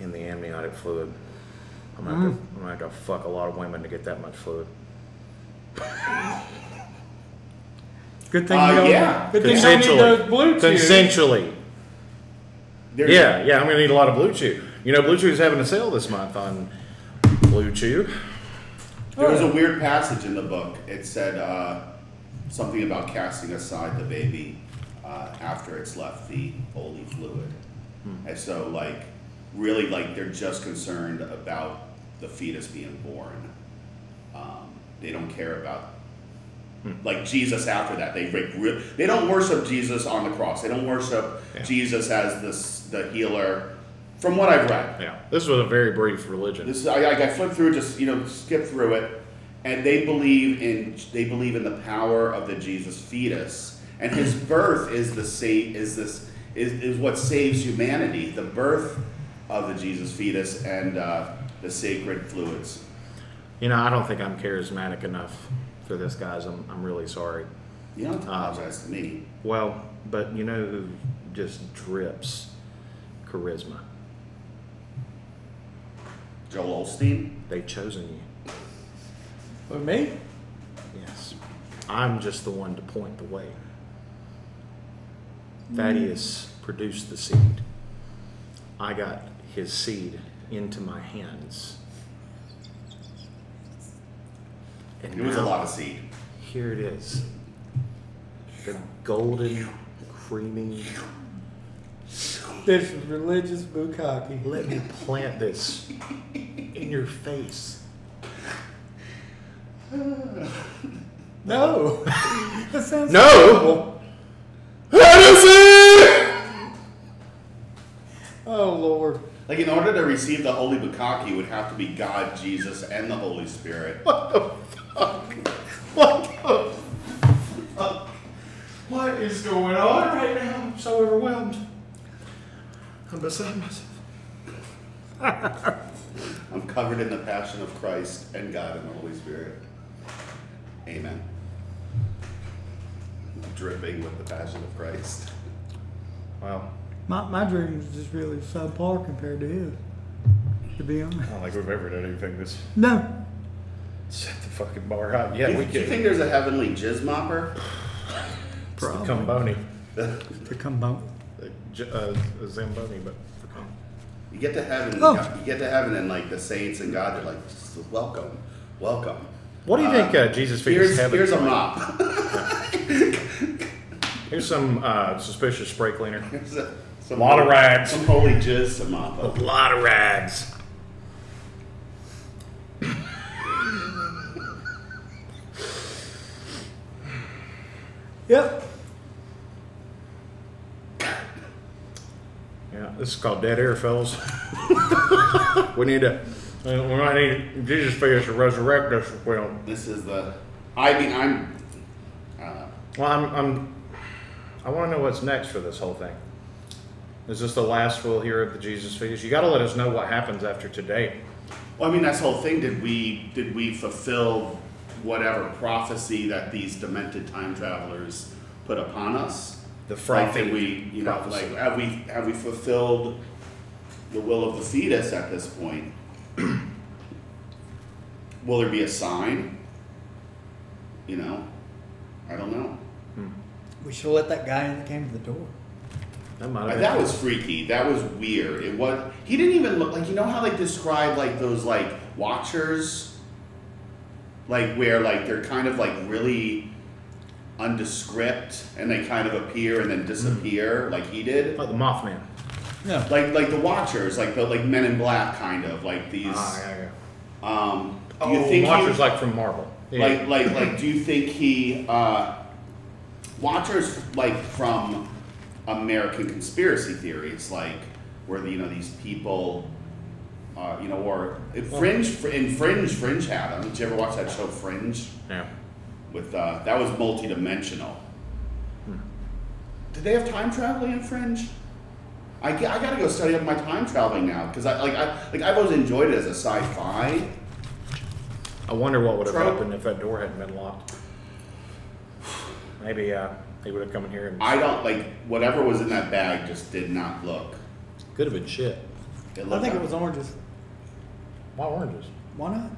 A: in the amniotic fluid. I'm gonna, have to, I'm gonna have to fuck a lot of women to get that much fluid.
B: Good thing
C: Uh,
B: you don't.
C: yeah.
B: Good thing you don't need those blue chews.
A: Consensually.
C: There's-
A: Yeah, yeah, I'm gonna need a lot of Blue Chew. You know, Blue Chew's having a sale this month on Blue Chew.
C: There was a weird passage in the book. It said uh, something about casting aside the baby uh, after it's left the holy fluid. And so, like, really, like, they're just concerned about the fetus being born. Um, they don't care about, like, Jesus after that. They re- re- they don't worship Jesus on the cross. They don't worship
A: Yeah.
C: Jesus as this, the healer, from what I've read.
A: Yeah, this was a very brief religion.
C: This I, I, I flipped through, just you know, skip through it, and they believe in they believe in the power of the Jesus fetus, and his birth is the sa- is this is, is what saves humanity. The birth of the Jesus fetus and uh, the sacred fluids.
A: You know, I don't think I'm charismatic enough for this, guys. I'm, I'm really sorry.
C: You don't have to apologize to me.
A: Well, but you know who just drips charisma?
C: Joel Olstein.
A: They've chosen you.
B: For me?
A: Yes. I'm just the one to point the way. Thaddeus produced the seed. I got his seed into my hands. And
C: It was a
A: now-
C: lot of seed.
A: Here it is. The golden, creamy.
B: This religious bukkake.
A: Let me plant this in your face.
B: No. that sounds
A: No! Hennessy!
B: Oh Lord.
C: Like in order to receive the holy bukkake, it would have to be God, Jesus, and the Holy Spirit.
A: What the
F: What is going on right now?
A: I'm so overwhelmed.
H: I'm beside myself.
C: I'm covered in the passion of Christ and God and the Holy Spirit. Amen. Dripping with the passion of Christ.
A: Wow.
B: My, my dream was just really subpar compared to his, to be honest.
A: I don't think we've ever done anything this
B: No.
A: set the fucking bar out. Yeah,
C: do,
A: we
C: do you
A: could.
C: think there's a heavenly jizz mopper?
B: Probably.
A: Comboni.
B: The combone.
A: Uh, J- uh, Zamboni, but for com-
C: You get to heaven.
B: Oh.
C: You get to heaven, and like the saints and God, they're like, "Just welcome, welcome.
A: What do you think
C: Uh,
A: uh, Jesus figures
C: Here's,
A: heaven?
C: here's a mop.
A: Here's some uh, suspicious spray cleaner.
C: Here's a some
A: Lot of
C: holy-
A: rags.
C: Some holy jizz, some mop. up.
A: lot of rags.
B: Yep.
A: Yeah, this is called dead air, fellas. we need to. We might need Jesus figures to resurrect us. if we don't.
C: This is the. I mean, I'm. Uh,
A: Well, I'm, I'm I want to know what's next for this whole thing. Is this the last we'll hear of the Jesus figures? You got to let us know what happens after today.
C: well, I mean, that's the whole thing. Did we did we fulfill whatever prophecy that these demented time travelers put upon us?
A: The
C: Like,
A: frothy
C: did we, you know,
A: prophecy.
C: like have we have we fulfilled the will of the fetus at this point? Will there be a sign? You know, I don't know.
B: We should have let that guy in that came to the door.
A: That might
C: Uh,
A: have
C: That
A: been-
C: was freaky. That was weird. It was. He didn't even look like you know how they describe like those like watchers, like where like they're kind of like really undescript and they kind of appear
A: Hmm.
C: and then disappear, like he did.
A: like the Mothman.
B: No.
C: Like like the watchers, like the like Men in Black kind of like these.
A: Ah, yeah, yeah.
C: Um, do
A: oh,
C: you think he-
A: Watchers like from Marvel. Yeah.
C: like, like, like, do you think he, uh, watchers, like, from American conspiracy theories, like, where, you know, these people, uh, you know, or Fringe, in Fringe, Fringe had them. Did you ever watch that show Fringe?
A: yeah.
C: With, uh, that was multidimensional. Did they have time traveling in Fringe? I, g- I gotta go study up my time traveling now, because I, like, I, like, I've always enjoyed it as a sci-fi.
A: I wonder what would have
C: Trope.
A: happened if that door hadn't been locked. Maybe uh, he would have come in here and
C: I don't like whatever was in that bag just did not look.
A: could have been shit.
C: It
B: I
C: looked
B: think it
C: like-
B: was oranges.
A: Why oranges?
B: Why not?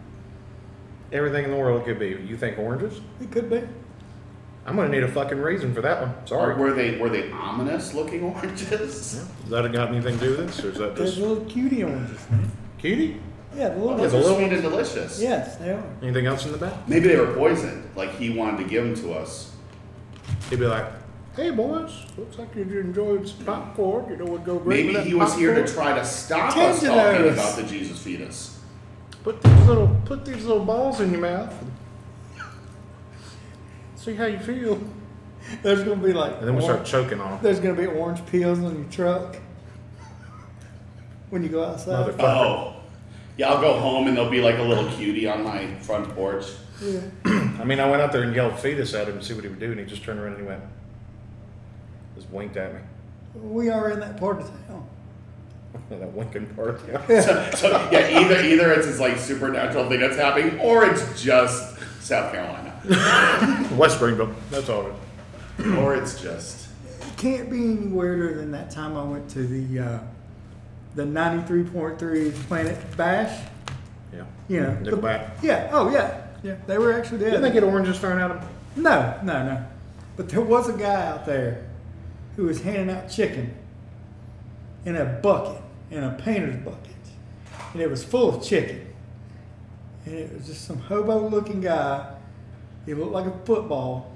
A: Everything in the world could be. You think oranges?
B: It could be.
A: I'm gonna need a fucking reason for that one. Sorry.
C: Were they were they ominous looking oranges?
A: Has that got anything to do with this, or is that
B: There's
A: just
B: little cutie oranges, man.
A: cutie?
B: Yeah, the
C: Yeah,
B: little
C: they're
B: ones.
A: the little-
C: sweet and delicious.
B: Yes, they are.
A: Anything else in the back?
C: Maybe they were poisoned. Like he wanted to give them to us.
A: He'd be like, "Hey boys, looks like you enjoyed some popcorn. You know what go great
C: Maybe
A: with that
C: he was here to
A: popcorn?
C: try to stop
B: Tend
C: us
B: to
C: talking
B: those.
C: about the Jesus fetus.
A: put these little put these little balls in your mouth. And see how you feel."
B: There's gonna be like.
A: And then we
B: orange-
A: start choking on him.
B: There's gonna be orange peels on your truck when you go outside.
A: Motherfucker.
C: Oh. Yeah, I'll go home and there'll be like a little cutie on my front porch.
B: Yeah.
A: I mean, I went out there and yelled fetus at him to see what he would do, and he just turned around and he went, just winked at me.
B: We are in that part of town.
A: that winking part of the
C: So, so yeah, either either it's this like supernatural thing that's happening, or it's just South Carolina.
A: West Springfield. That's all it.
C: or it's just
B: It can't be any weirder than that time I went to the uh, the 93.3 Planet Bash.
A: Yeah.
B: You know, the-
A: Nickelback.
B: Yeah. Oh yeah. Yeah. They were actually there.
A: Didn't they get oranges thrown at him?
B: No, no, no. But there was a guy out there who was handing out chicken in a bucket, in a painter's bucket. And it was full of chicken. And it was just some hobo looking guy. He looked like a football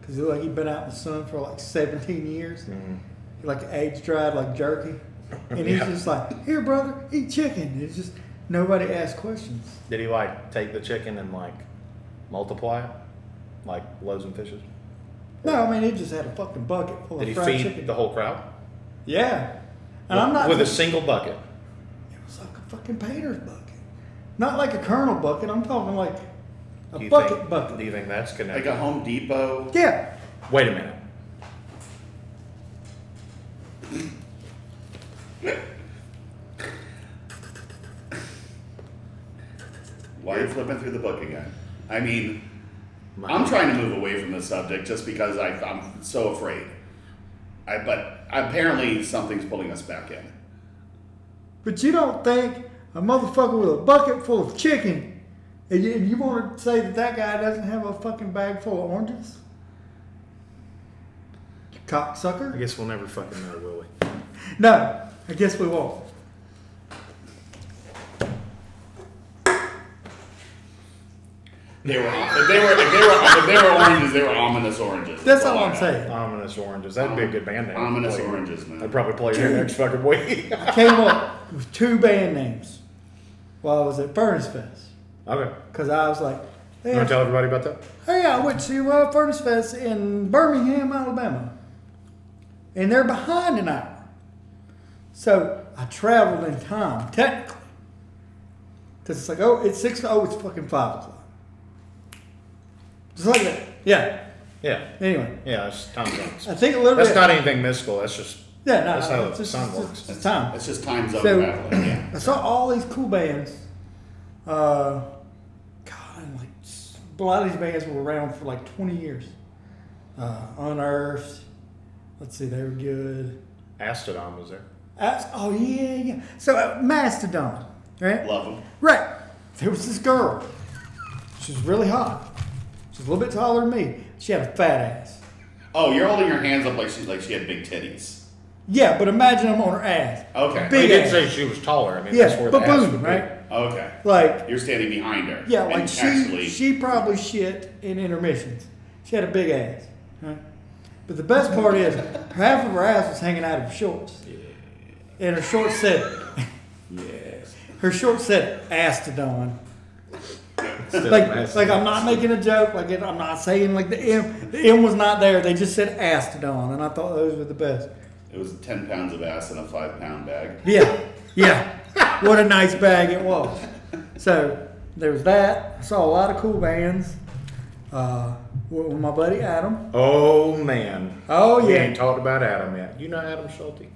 B: because he looked like he'd been out in the sun for like 17 years. He like age dried like jerky. And he's
A: Mm-hmm. Yeah.
B: just like, here, brother, eat chicken. It's just nobody asked questions.
A: Did he like take the chicken and like multiply it, like loaves and fishes?
B: No, I mean, he just had a fucking bucket full
A: Did
B: of
A: he
B: fried
A: feed
B: chicken.
A: the whole crowd
B: Yeah. And I'm not
A: with a single bucket?
B: it was like a fucking painter's bucket. Not like a kernel bucket, I'm talking like a
A: Do you
B: bucket
A: think, Do
B: bucket.
A: you think that's
C: like
A: connected?
C: a Home Depot
B: Yeah.
A: Wait a minute.
C: Why are you flipping through the book again? I mean, I'm trying to move away from the subject just because I, I'm so afraid. I, but apparently something's pulling us back in.
B: But you don't think a motherfucker with a bucket full of chicken, and you, and you want to say that that guy doesn't have a fucking bag full of oranges? You
A: I
B: cocksucker?
A: guess we'll never fucking know, will we?
B: No, I guess we won't.
C: They were if they were if they were if they were oranges, they were ominous oranges.
B: That's
C: all
B: all
C: I
B: I'm
C: know.
B: saying.
A: Ominous Oranges. That'd be a good band name.
C: Ominous
A: Play-
C: oranges, man.
A: I'd probably play it next fucking week.
B: I came up with two band names while I was at Furnace Fest.
A: okay.
B: Because I was like, hey,
A: You want to tell everybody about that?
B: Hey, I went to uh, Furnace Fest in Birmingham, Alabama, and they're behind an hour. So I traveled in time, technically. Because it's like, oh, it's six, oh, it's fucking five o'clock. Just like that. Yeah.
A: Yeah.
B: Anyway,
A: Yeah, that's time zones.
B: I think a little
A: That's
B: bit.
A: not anything mystical. That's just
B: yeah, no,
A: that's how
B: it's
A: the
B: just,
A: sun
B: it's
A: works.
B: just- it's time.
C: It's just time zone
B: So-
C: battling. Yeah.
B: I saw all these cool bands. Uh, God, and like s- a lot of these bands were around for like 20 years. Uh, Unearthed. Let's see, they were good.
A: Astodon was there.
B: As- oh yeah, yeah. So uh, Mastodon, right?
C: Love them.
B: Right. There was this girl. She was really hot. She was a little bit taller than me. She had a fat ass.
C: Oh, you're holding your hands up like she like she had big titties.
B: Yeah, but imagine I'm on her ass.
C: Okay.
B: Big
A: He did
B: ass.
A: say she was taller. I mean, that's
B: yeah,
A: where the
B: but
A: ass would
B: boom,
A: be.
B: right?
C: Okay.
B: Like
C: You're standing behind her.
B: Yeah,
C: And
B: like she
C: actually-
B: she probably shit in intermissions. She had a big ass. Right? But the best part is half of her ass was hanging out of her shorts. And her shorts said
C: Yes.
B: her shorts said Astodon.
A: Still
B: Like
A: massive.
B: like I'm not making a joke, like it, I'm not saying like the M the M was not there. They just said Astodon and I thought those were the best.
C: It was ten pounds of ass in a five pound bag.
B: Yeah, yeah. what a nice bag it was. So there was that. I saw a lot of cool bands. Uh, with with my buddy Adam.
A: Oh man.
B: Oh,
A: We
B: yeah.
A: ain't talked about Adam yet. You know Adam Schulte?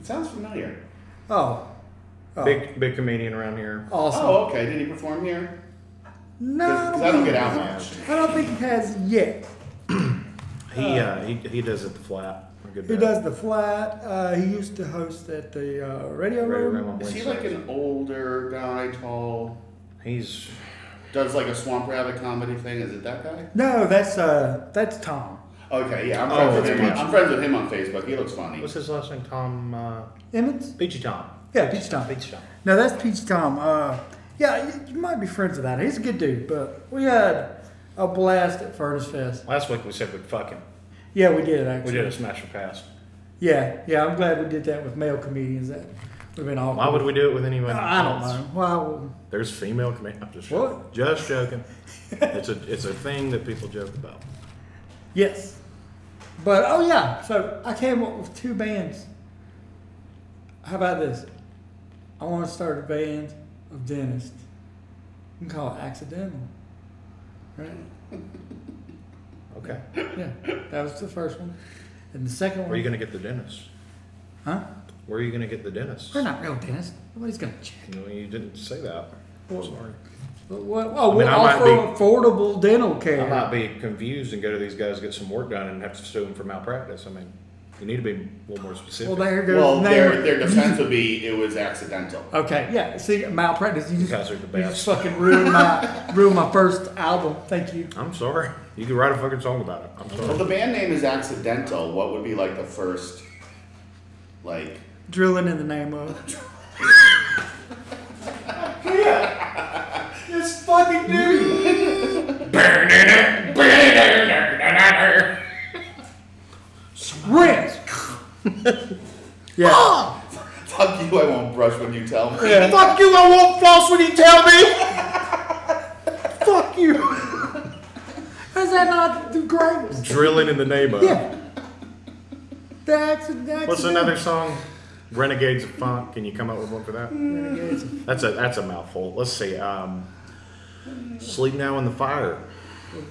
C: It sounds familiar.
B: Oh, Oh.
A: Big big comedian around here.
B: awesome.
C: Oh, okay. Did he perform here?
B: no,
C: Because
B: I don't,
C: I don't get
B: think-
C: out much.
B: I don't think he has yet.
A: He uh, he, he does it the flat. A good
B: Oh. He
A: bit.
B: does the flat. Uh, he used to host at the uh, radio
A: Right
B: room.
A: around on
C: Is he like
A: Wednesdays.
C: an older guy, tall?
A: He's
C: Does like a swamp rabbit comedy thing? Is it that guy?
B: No, that's uh, that's Tom
C: Okay, yeah, I'm friends
A: Oh,
C: with him.
A: it's
C: I'm friends with him on Facebook. He looks funny.
A: what's his last name? Tom uh,
B: Emmons.
A: Beachy Tom.
B: Yeah, Peach Tom.
A: Beachy Tom.
B: No, that's Peach Tom. Uh, yeah, you, you might be friends with that. He's a good dude, but we had a blast at Furnace Fest.
A: Last week we said we'd fuck him.
B: Yeah, we did
A: We
B: actually.
A: did a smash or pass.
B: Yeah, yeah. I'm glad we did that with male comedians. That would have been awkward.
A: Why would we do it with anyone?
B: I don't
A: else?
B: know. Why would?
A: There's female command. I'm just joking.
B: What?
A: Just joking. it's a it's a thing that people joke about.
B: Yes. But oh yeah, so I came up with two bands. How about this? I want to start a band of dentists. You can call it accidental. Right?
A: Okay.
B: Yeah. That was the first one. And the second one
A: Where are you gonna get the dentist?
B: Huh?
A: Where are you gonna get the dentist?
B: We're not real dentists. Nobody's gonna check.
A: No, you didn't say that.
B: Well-
A: Sorry.
B: But what, oh,
A: I mean,
B: we
A: I might
B: offer
A: be-
B: affordable dental
A: I
B: care.
A: might be confused and go to these guys to get some work done and have to sue them for malpractice. I mean, you need to be a little more
B: well
A: specific.
B: there goes
C: Well,
B: the
C: their
B: name.
C: their defense would be it was accidental.
B: Okay, yeah. See, malpractice. You just,
A: guys are the
B: You
A: best.
B: just fucking ruined my ruined my first album. Thank you.
A: I'm sorry. You could write a fucking song about it. I'm
C: Well,
A: sorry.
C: the band name is accidental. What would be like the first, like?
B: Drilling in the name of.
I: This fucking dude.
B: Rinse. yeah.
A: Ah,
C: Fuck you! I won't brush when you tell me.
B: yeah.
A: Fuck you! I won't floss when you tell me.
B: Fuck you. Is that not the greatest?
A: Drilling in the name of.
B: Yeah. That's that's.
A: What's another song? Renegades of Funk. Can you come up with one for that?
B: Renegades.
A: That's a that's a mouthful. Let's see. Um, Sleep now in the fire.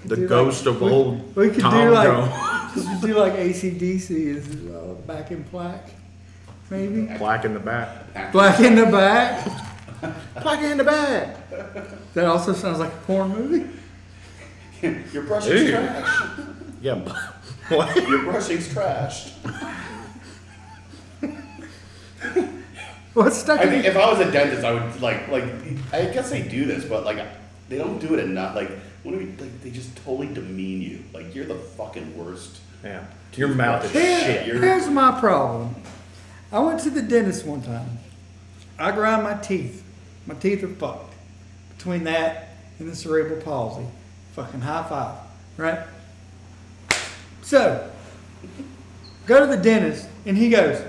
A: The
B: do
A: ghost
B: like-
A: of
B: we-
A: old
B: we could
A: Tom
B: do like-
A: Jones.
B: You do like ACDC is uh, back in black. maybe.
H: Black in the back.
B: Black in the Back. Black in the Back. That also sounds like a porn movie.
C: Your brushing's
H: Ew.
C: trash.
H: Yeah. b- What?
C: Your brushing's trash.
B: What's stuck
C: I
B: in
C: think if I was a dentist, I would like like I guess they do this, but like they don't do it enough. Like what do we like? They just totally demean you. Like you're the fucking worst.
H: Yeah. Your mouth is
B: Here-
H: shit.
C: You're-
B: Here's my problem. I went to the dentist one time. I grind my teeth. My teeth are fucked. Between that and the cerebral palsy. Fucking high five. Right? So, go to the dentist and he goes,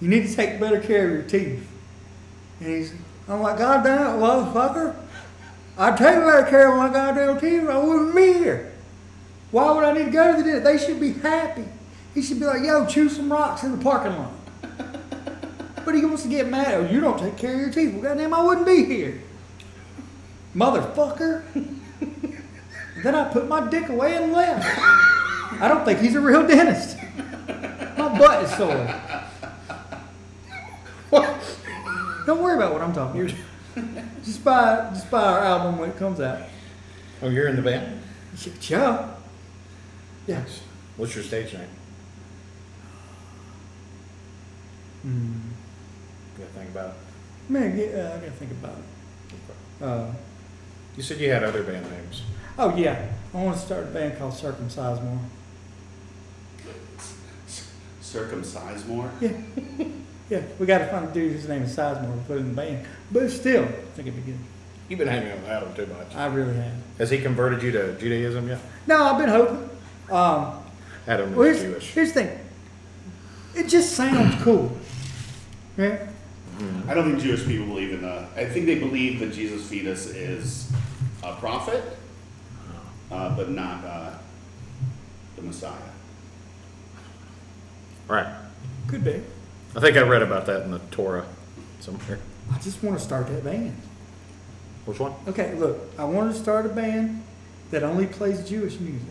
B: You need to take better care of your teeth. And he's, I'm like, God damn it, motherfucker. I take better care of my goddamn teeth. I wouldn't be here. Why would I need to go to the dentist? They should be happy. He should be like, yo, chew some rocks in the parking lot. but he wants to get mad. Oh, you don't take care of your teeth. Well, goddamn, I wouldn't be here. Motherfucker. then I put my dick away and left. I don't think he's a real dentist. My butt is sore. What? Don't worry about what I'm talking about. Just buy, just buy our album when it comes out.
H: Oh, you're in the band?
B: Yeah. Yeah.
H: What's your stage name? Hmm. Gotta think about it.
B: Man, yeah, I gotta think about it. Uh,
H: You said you had other band names.
B: oh yeah, I want to start a band called Circumcise More.
C: Circumcise more.
B: Yeah, yeah. We gotta find a dude whose name is Sizemore to put in the band. But still, I think it'd be good.
H: You've been hanging out with Adam too much.
B: I really have.
H: Has he converted you to Judaism yet?
B: No, I've been hoping. Um,
H: Adam
B: well,
H: is
B: here's,
H: Jewish.
B: here's the thing. It just sounds cool, right?
C: I don't think Jewish people believe in the. I think they believe that Jesus fetus is a prophet, uh, but not uh, the Messiah.
H: Right.
B: Could be.
H: I think I read about that in the Torah somewhere.
B: I just want to start that band.
H: Which one?
B: Okay, look, I want to start a band that only plays Jewish music,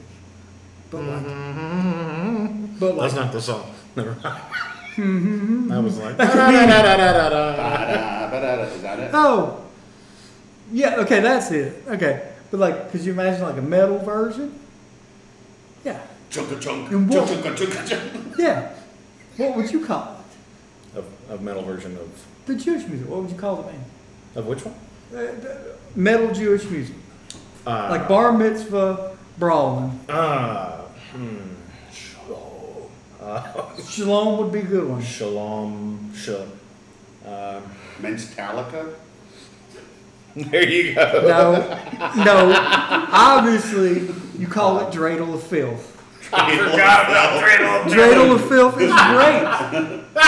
B: but like, but like
H: That's not the song. Never mind. I was like,
C: Ba-da, ba-da, is that it?
B: Oh, yeah. Okay, that's it. Okay, but like, could you imagine like a metal version? Yeah,
C: Chunka chunk.
B: And what-
C: Chunka chunka chunk.
B: yeah. What would you call it?
H: a, a metal version of
B: The Jewish music. What would you call the band?
H: of which one?
B: Metal Jewish music,
C: Uh,
B: like bar mitzvah brawling.
H: Ah,
C: hmm,
B: Shalom would be a good one.
H: shalom, shalom.
C: Mentalica.
H: There you go.
B: No, no. Obviously, you call it dreidel of filth.
C: I forgot about
B: Dreidel of filth is great.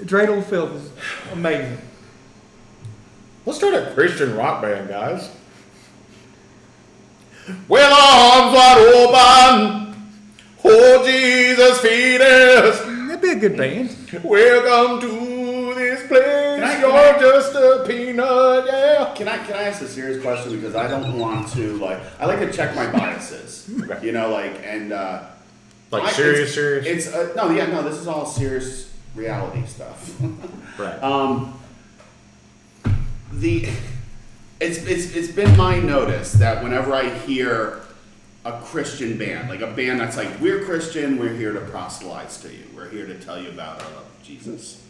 B: Dreidel of filth is amazing.
H: Let's start a Christian rock band, guys. With arms wide open, oh Jesus, fetus,
B: That'd be a good band.
H: welcome to this
C: I-
H: place. You're just a peanut, yeah.
C: Can I can I ask a serious question because I don't want to like I like to check my biases, you know, like and uh,
H: Like
C: I-
H: serious,
C: it's,
H: serious?
C: It's uh, no, yeah, no. This is all serious reality stuff.
H: Right.
A: uh,
C: um, the it's it's it's been my notice that whenever I hear a Christian band, like a band that's like we're Christian, we're here to proselytize to you, we're here to tell you about uh, Jesus.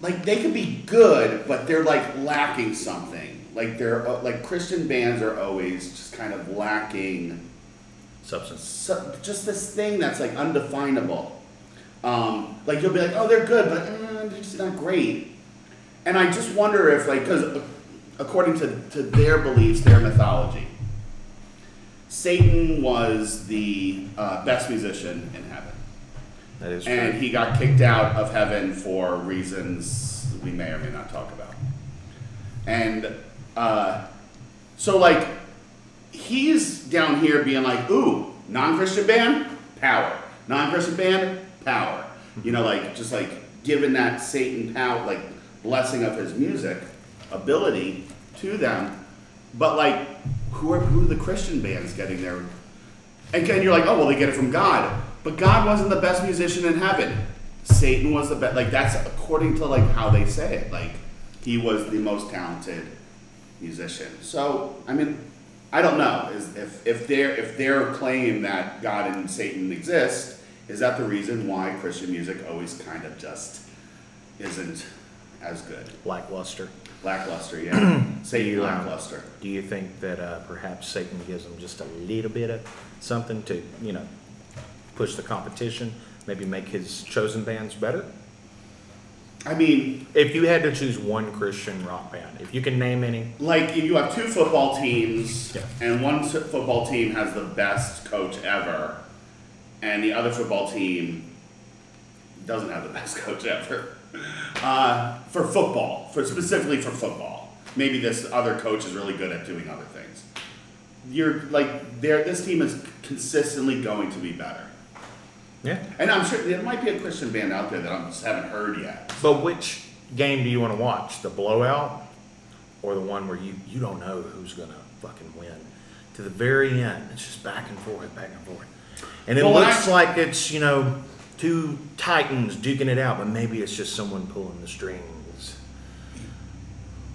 C: like they could be good, but they're like lacking something. Like they're uh, like Christian bands are always just kind of lacking
H: Substance.
C: so, just this thing that's like undefinable. Um, like you'll be like, oh, they're good, but uh, they're just not great. And I just wonder if like, because according to, to their beliefs, their mythology, Satan was the uh, best musician in heaven,
H: That is
C: and he got kicked out of heaven for reasons we may or may not talk about. And uh, so like he's down here being like, ooh, non-Christian band, power. Non-Christian band, power. You know, like just like giving that Satan power, like blessing of his music ability to them. But like, who are who are the Christian bands getting their And, and you're like, oh, well, they get it from God. But God wasn't the best musician in heaven. Satan was the best. Like, that's according to, like, how they say it. Like, he was the most talented musician. So, I mean, I don't know. Is, if, if, their, if their claim that God and Satan exist, is that the reason why Christian music always kind of just isn't as good?
A: Lackluster.
C: Lackluster, yeah. Satan
A: You, um,
C: lackluster.
A: Do you think that uh, perhaps Satan gives them just a little bit of something to, you know, push the competition, maybe make his chosen bands better?
C: I mean,
A: If you had to choose one Christian rock band, if you can name any,
C: like you have two football teams,
A: Yeah.
C: and one s- football team has the best coach ever, and the other football team doesn't have the best coach ever. Uh, for football, for specifically for football, maybe this other coach is really good at doing other things. You're like there. This team is consistently going to be better,
A: yeah.
C: and I'm sure there might be a Christian band out there that I just haven't heard yet.
A: But which game do you want to watch? The blowout or the one where you, you don't know who's going to fucking win? To the very end, it's just back and forth, back and forth. And it
C: Well, when
A: looks
C: I-
A: like it's, you know, two Titans duking it out, but maybe it's just someone pulling the strings.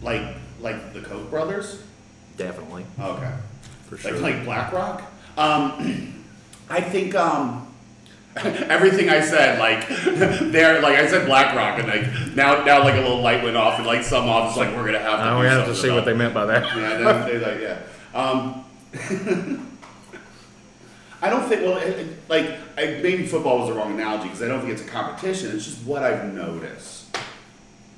C: Like like the Koch brothers.
A: Definitely.
C: Okay.
A: For
C: like
A: sure.
C: like BlackRock. Um, I think um, everything I said, like there, like I said BlackRock, and like now, now like a little light went off, and like some office like we're gonna have to.
A: Now
C: do
A: we have to
C: something
A: see what
C: about
A: they meant by that.
C: yeah, no, they like yeah. Um, I don't think. Well, it, it- like I, maybe football was the wrong analogy because I don't think it's a competition. It's just what I've noticed.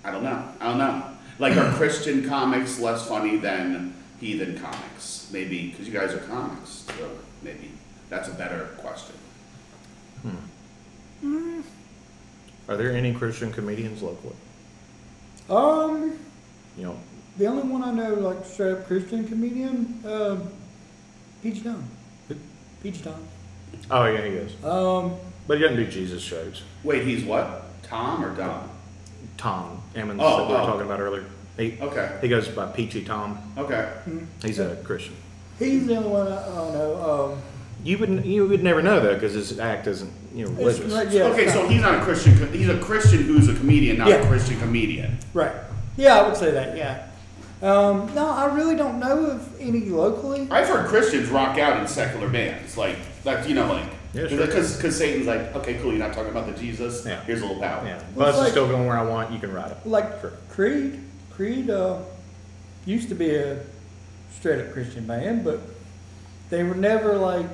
C: I don't know. I don't know. Like are Christian comics less funny than heathen comics? Maybe because you guys are comics, so maybe that's a better question.
A: Are there any Christian comedians locally?
B: Um,
A: You know,
B: the only one I know, like straight up Christian comedian, um, Peach Town. Peach Town.
A: oh yeah, he is.
B: Um,
A: But he doesn't do Jesus shows.
C: Wait, he's what? Tom or Dom?
A: Tom Emmons
C: Oh,
A: that we were
C: oh.
A: talking about earlier. He,
C: Okay.
A: He goes by Peachy Tom.
C: Okay.
A: He's a Christian.
B: he's the only one I, I don't know. Um,
A: You would you would never know though because his act isn't you know
B: it's
A: religious.
B: not- yeah,
C: okay,
B: it's
C: so
B: not-
C: he's not a Christian. co- He's a Christian who's a comedian, not a
B: Yeah.
C: Christian comedian.
B: right. Yeah, I would say that. Yeah. Um, no, I really don't know of any locally.
C: I've heard Christians rock out in secular bands, like that's you know, like
A: Yeah,
C: because
A: sure.
C: because Satan's like, okay, cool, you're not talking about the Jesus.
A: Yeah.
C: Here's a little power.
A: yeah,
B: Well,
A: bus
B: it's
A: is
B: like-
A: still going where I want. You can ride it.
B: Like
A: Sure.
B: Creed, Creed uh, used to be a straight up Christian band, but they were never like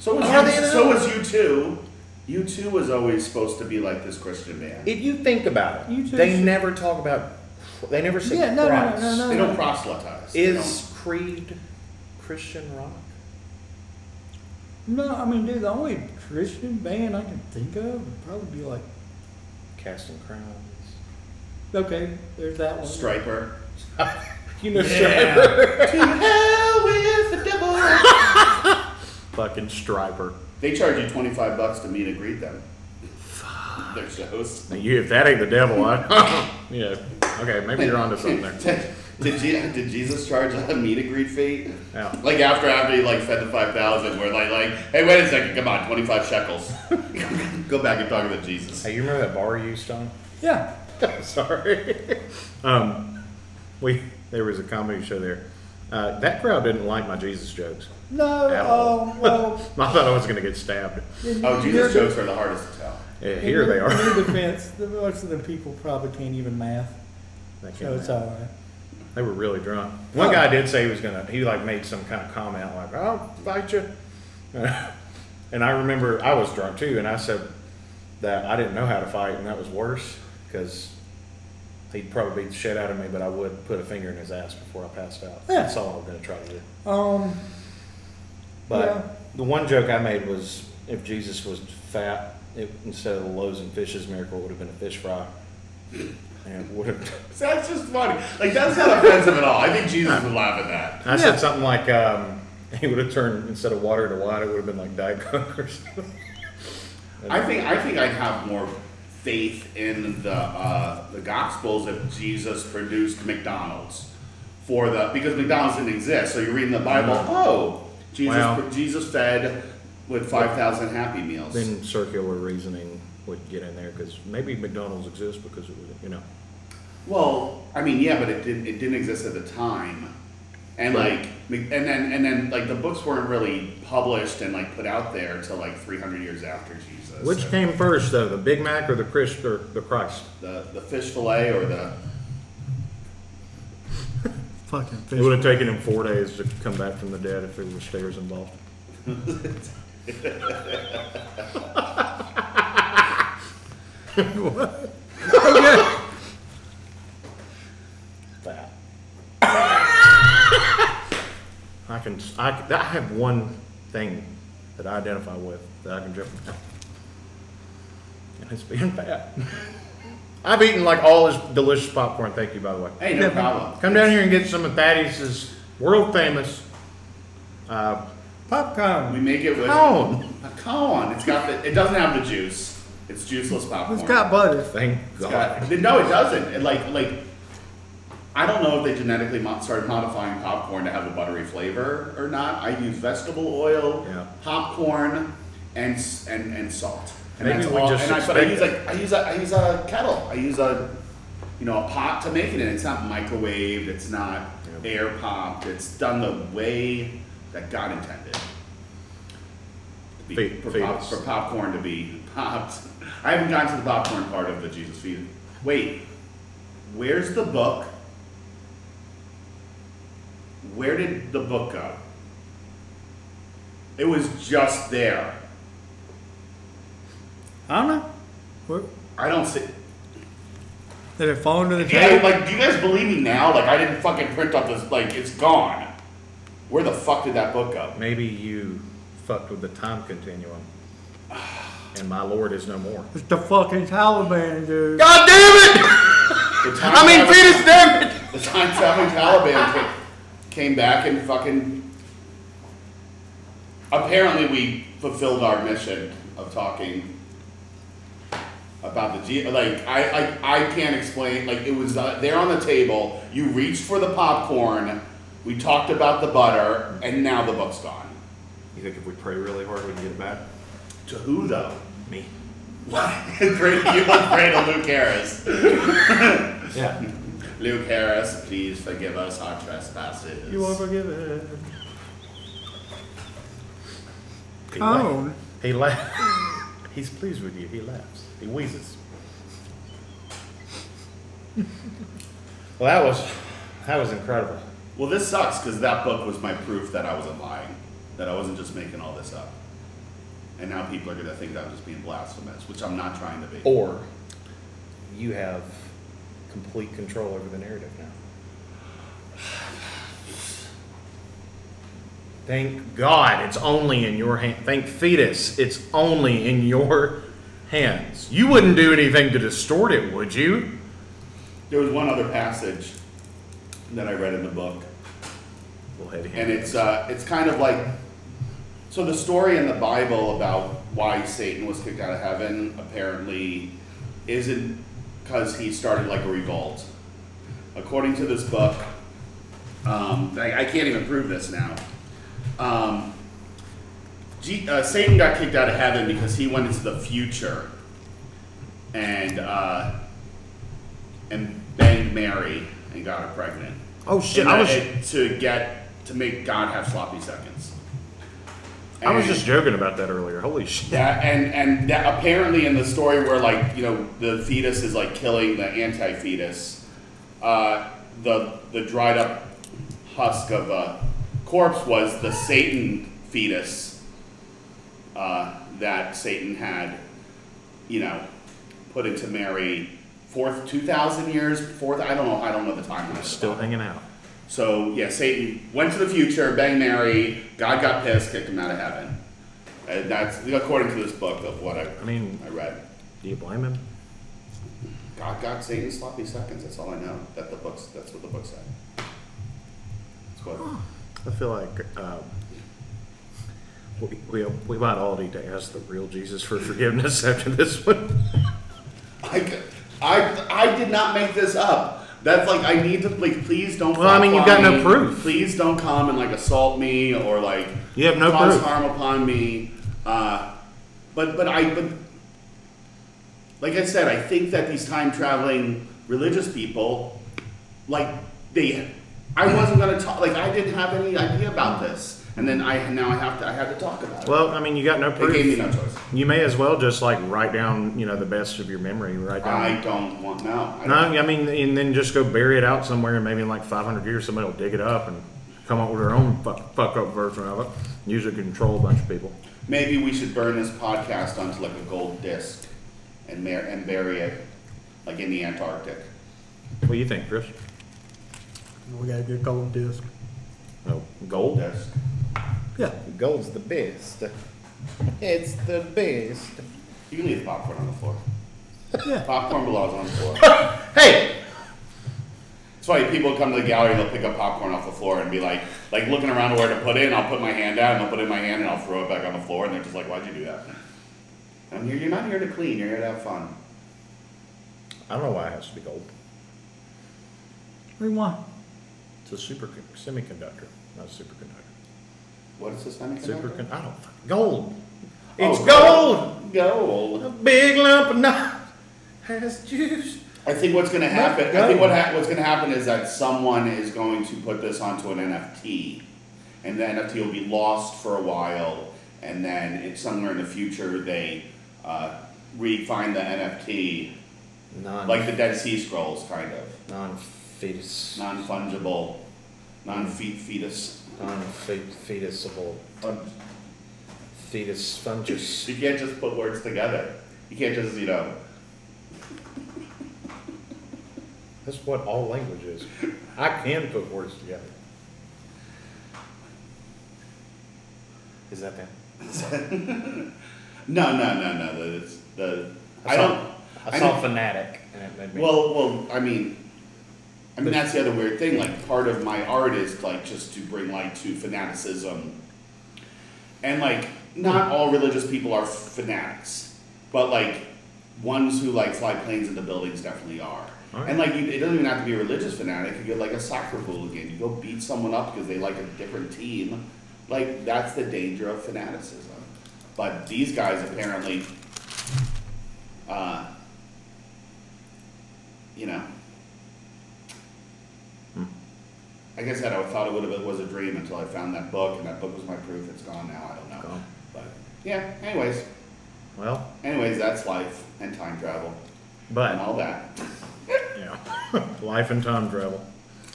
C: So was
A: Are
C: you,
A: they, though?
C: so was you two. You two was always supposed to be like this Christian band.
A: If you think about it,
B: You two
A: they
B: should-
A: never talk about. They never say
B: Yeah, no, no, no,
A: Christ.
B: no, no.
C: They don't proselytize. They
A: Uh, Is Creed Christian rock?
B: no. I mean, dude, the only Christian band I can think of would probably be like
A: Casting crowns.
B: okay, there's that one.
C: don't. Striper.
A: You know, fucking striper.
C: They charge you twenty five bucks to meet and greet them. Their shows.
A: Now you, if that ain't the devil, I. yeah. Okay, maybe you're onto something there.
C: did, did, Je- did Jesus charge a meet and greet fee?
A: Yeah.
C: Like after after he like fed the five thousand, we're like like, hey, wait a second, come on, twenty five shekels. Go back and talk about Jesus.
A: Hey, you remember that bar you used on?
B: Yeah.
A: Sorry. um, we there was a comedy show there. Uh, that crowd didn't like my Jesus jokes.
B: No.
A: At all.
B: Um, well,
A: I thought I was going to get stabbed.
B: in
C: Oh,
B: your
C: Jesus
B: de-
C: jokes are the hardest to tell.
A: Yeah,
B: in
A: here they
B: your-
A: are.
B: In your defense, the most of the people probably can't even math,
A: They can't
B: so it's
A: laugh.
B: all right.
A: They were really drunk. One guy did say he was gonna. He like made some kind of comment like, "I'll fight you," and I remember I was drunk too, and I said that I didn't know how to fight, and that was worse because he'd probably beat the shit out of me, but I would put a finger in his ass before I passed out.
B: Yeah.
A: That's all I was gonna try to do.
B: Um,
A: But
B: Yeah.
A: the one joke I made was if Jesus was fat, it, instead of the loaves and fishes miracle, it would have been a fish fry. And it would have.
C: So that's just funny. Like that's not offensive at all. I think Jesus would laugh at that.
A: I said something like, um, he would have turned instead of water to wine, it would have been like Diet Coke or something.
C: I think I think I'd have more faith in the uh, the Gospels if Jesus produced McDonald's for the because McDonald's didn't exist. So you're reading the Bible. Oh, Jesus,
A: Wow.
C: Jesus fed with five thousand Happy Meals.
A: Then circular reasoning would get in there because maybe McDonald's exists because it was, you know.
C: Well, I mean, yeah, but it didn't. It didn't exist at the time, and like, and then and then like the books weren't really published and like put out there until like three hundred years after Jesus.
A: Which
C: So
A: came first though, the Big Mac or the Christ or the Christ?
C: the the fish fillet or the
B: Fucking
A: It
B: fish.
A: would have taken him four days to come back from the dead if there were stairs involved. That. I can, I, can- I have one thing that I identify with that I can jump from. And it's being fat. I've eaten like all his delicious popcorn, thank you, by the way.
C: hey, no problem.
A: Come down here and get some of Thaddeus's world famous uh,
C: We
B: popcorn.
C: make it with
A: cone.
C: a cone. It's got the. It doesn't have the juice. It's juiceless popcorn.
B: It's got butter.
A: Thank
C: It's
A: God.
C: got- no, it doesn't. It like like. I don't know if they genetically mo- started modifying popcorn to have the buttery flavor or not. I use vegetable oil,
A: Yeah.
C: popcorn, and s- and and salt. And
A: Maybe
C: that's
A: we
C: all.
A: just
C: and I, but I
A: expect
C: use like I use a I use a kettle. I use a you know a pot to make it in. It's not microwaved. It's not
A: Yeah.
C: air popped. It's done the way that God intended. Be-
A: Fe-
C: for, pop,
A: fetus.
C: for popcorn to be popped. I haven't gotten to the popcorn part of the Jesus feed. Wait, where's the book? Where did the book go? It was just there.
B: I don't know. Where,
C: I don't see.
B: did it fall into the
C: Yeah,
B: table?
C: like, do you guys believe me now? Like, I didn't fucking print up this. Like, it's gone. Where the fuck did that book go?
A: Maybe you fucked with the time continuum. And my lord is no more.
B: It's the fucking Taliban, dude.
A: God damn it!
C: The time
A: I mean,
C: travel-
A: fetus, damn it!
C: The time traveling Taliban ca- came back and fucking. Apparently, we fulfilled our mission of talking about the G. Like I, I, I can't explain. Like it was uh, there on the table. You reached for the popcorn. We talked about the butter, and now the book's gone.
A: You think if we pray really hard, we can get it back?
C: To who though?
A: Me.
C: Great, you look great to Luke Harris.
A: Yeah.
C: Luke Harris, please forgive us our trespasses.
B: You won't forgive it.
A: He laughed.
B: Cone.
A: He laughed. He's pleased with you. He laughs. He wheezes. well, that was that was incredible.
C: Well, this sucks because that book was my proof that I wasn't lying, that I wasn't just making all this up. And now people are going to think that I'm just being blasphemous, which I'm not trying to be.
A: Or you have complete control over the narrative now. Thank God it's only in your hand. Thank fetus, it's only in your hands. You wouldn't do anything to distort it, would you?
C: There was one other passage that I read in the book,
A: Well, heavy
C: and it's uh, it's kind of like so the story in the Bible about why Satan was kicked out of heaven apparently isn't because he started like a revolt. According to this book, um, I, I can't even prove this now. Um, G, uh, Satan got kicked out of heaven because he went into the future and uh, and banged Mary and got her pregnant.
A: Oh, shit,
C: In
A: I
C: the-
A: was-
C: to get to make God have sloppy seconds.
A: I was
C: And-
A: just joking about that earlier. Holy shit.
C: yeah, and and that apparently in the story where like you know the fetus is like killing the anti-fetus, uh, the the dried up husk of a corpse was the Satan fetus uh, that Satan had, you know, put into Mary fourth two thousand years fourth I don't know I don't know the timeline.
A: Still hanging out.
C: So yeah, Satan went to the future, banged Mary. God got pissed, kicked him out of heaven. And that's according to this book of what I,
A: I mean,
C: I read.
A: do you blame him?
C: God got Satan sloppy seconds. That's all I know. That the books. That's what the book said. That's what.
A: I feel like um, we, we, we might all need to ask the real Jesus for forgiveness after this one.
C: I, I, I did not make this up. That's like I need to like please don't.
A: Well, I mean, you've got
C: fly
A: no
C: me.
A: proof.
C: Please don't come and like assault me or like
A: You have no
C: cause
A: proof.
C: harm upon me. Uh, but but I but like I said, I think that these time traveling religious people, like they, I wasn't gonna talk. Like I didn't have any idea about this, and then I now I have to I had to talk about it.
A: Well, I mean, you got no
C: they
A: proof.
C: gave me no choice.
A: You may as well just like write down, you know, the best of your memory. Write down.
C: I don't want no. I
A: no,
C: don't-
A: I mean, and then just go bury it out somewhere, and maybe in like 500 years, somebody will dig it up and come up with their own fuck, fuck up version of it. Usually control a bunch of people.
C: Maybe we should burn this podcast onto like a gold disc and mar- and bury it like in the Antarctic.
A: What do you think, Chris?
B: We got a good gold disc.
A: No, Oh, gold.
C: Disc.
B: Yeah.
J: Gold's the best. It's the best.
C: You can leave popcorn on the floor.
B: Yeah.
C: Popcorn belongs on the floor.
J: Hey,
C: That's why people come to the gallery, they'll pick up popcorn off the floor and be like, like looking around where to put it, and I'll put my hand out, and I'll put it in my hand, and I'll throw it back on the floor, and they're just like, why'd you do that? I'm here, you're not here to clean, you're here to have fun.
A: I don't know why it has to be gold.
B: Rewind.
A: It's a super semiconductor, not a superconductor.
C: What is this semiconductor?
A: Supercon. I don't. fuck- Gold.
C: Oh,
A: It's gold.
C: Gold.
A: A big lump of not has juice.
C: I think what's going to happen. I
A: going.
C: think what ha- what's going to happen is that someone is going to put this onto an NFT, and the NFT will be lost for a while, and then it's somewhere in the future they uh, re-find the NFT,
J: non
C: like the Dead Sea Scrolls, kind of
J: non fetus
C: non-fungible, non-feet fetus.
J: non fetusable fetus fungus.
C: You can't just put words together. You can't just you know.
A: That's what all language is. I can put words together. Is that them?
C: No, no, no, no. The, it's- the I,
J: saw-
C: don't.
J: I saw fanatic, and it made me.
C: Well, well, I mean, I mean that's the other weird thing. Like part of my art is like just to bring light to fanaticism, and like not all religious people are fanatics, but like ones who like fly planes into buildings definitely are.
A: Alright.
C: And like you, it doesn't even have to be a religious fanatic. You get like a soccer hooligan. You go beat someone up because they like a different team. Like that's the danger of fanaticism. But these guys apparently. Uh, you know. Like I said, I thought it would have was a dream until I found that book, and that book was my proof. It's gone now. I don't know.
A: Gone.
C: But yeah. Anyways,
A: Well,
C: anyways, that's life and time travel and
A: but
C: all that.
A: yeah, life and time travel.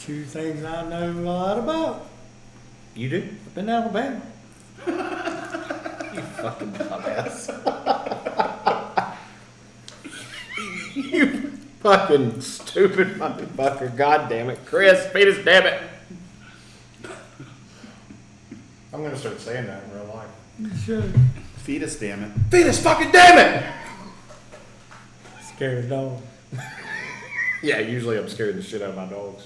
B: Two things I know a lot about.
A: You do?
B: I've been to Alabama.
J: fucking stupid motherfucker! God damn it, Chris, fetus, damn it!
A: I'm gonna start saying that in real life.
B: Sure.
C: Fetus, damn it.
J: Fetus, fucking damn it!
B: Scared dog.
A: Yeah, usually I'm scaring the shit out of my dogs.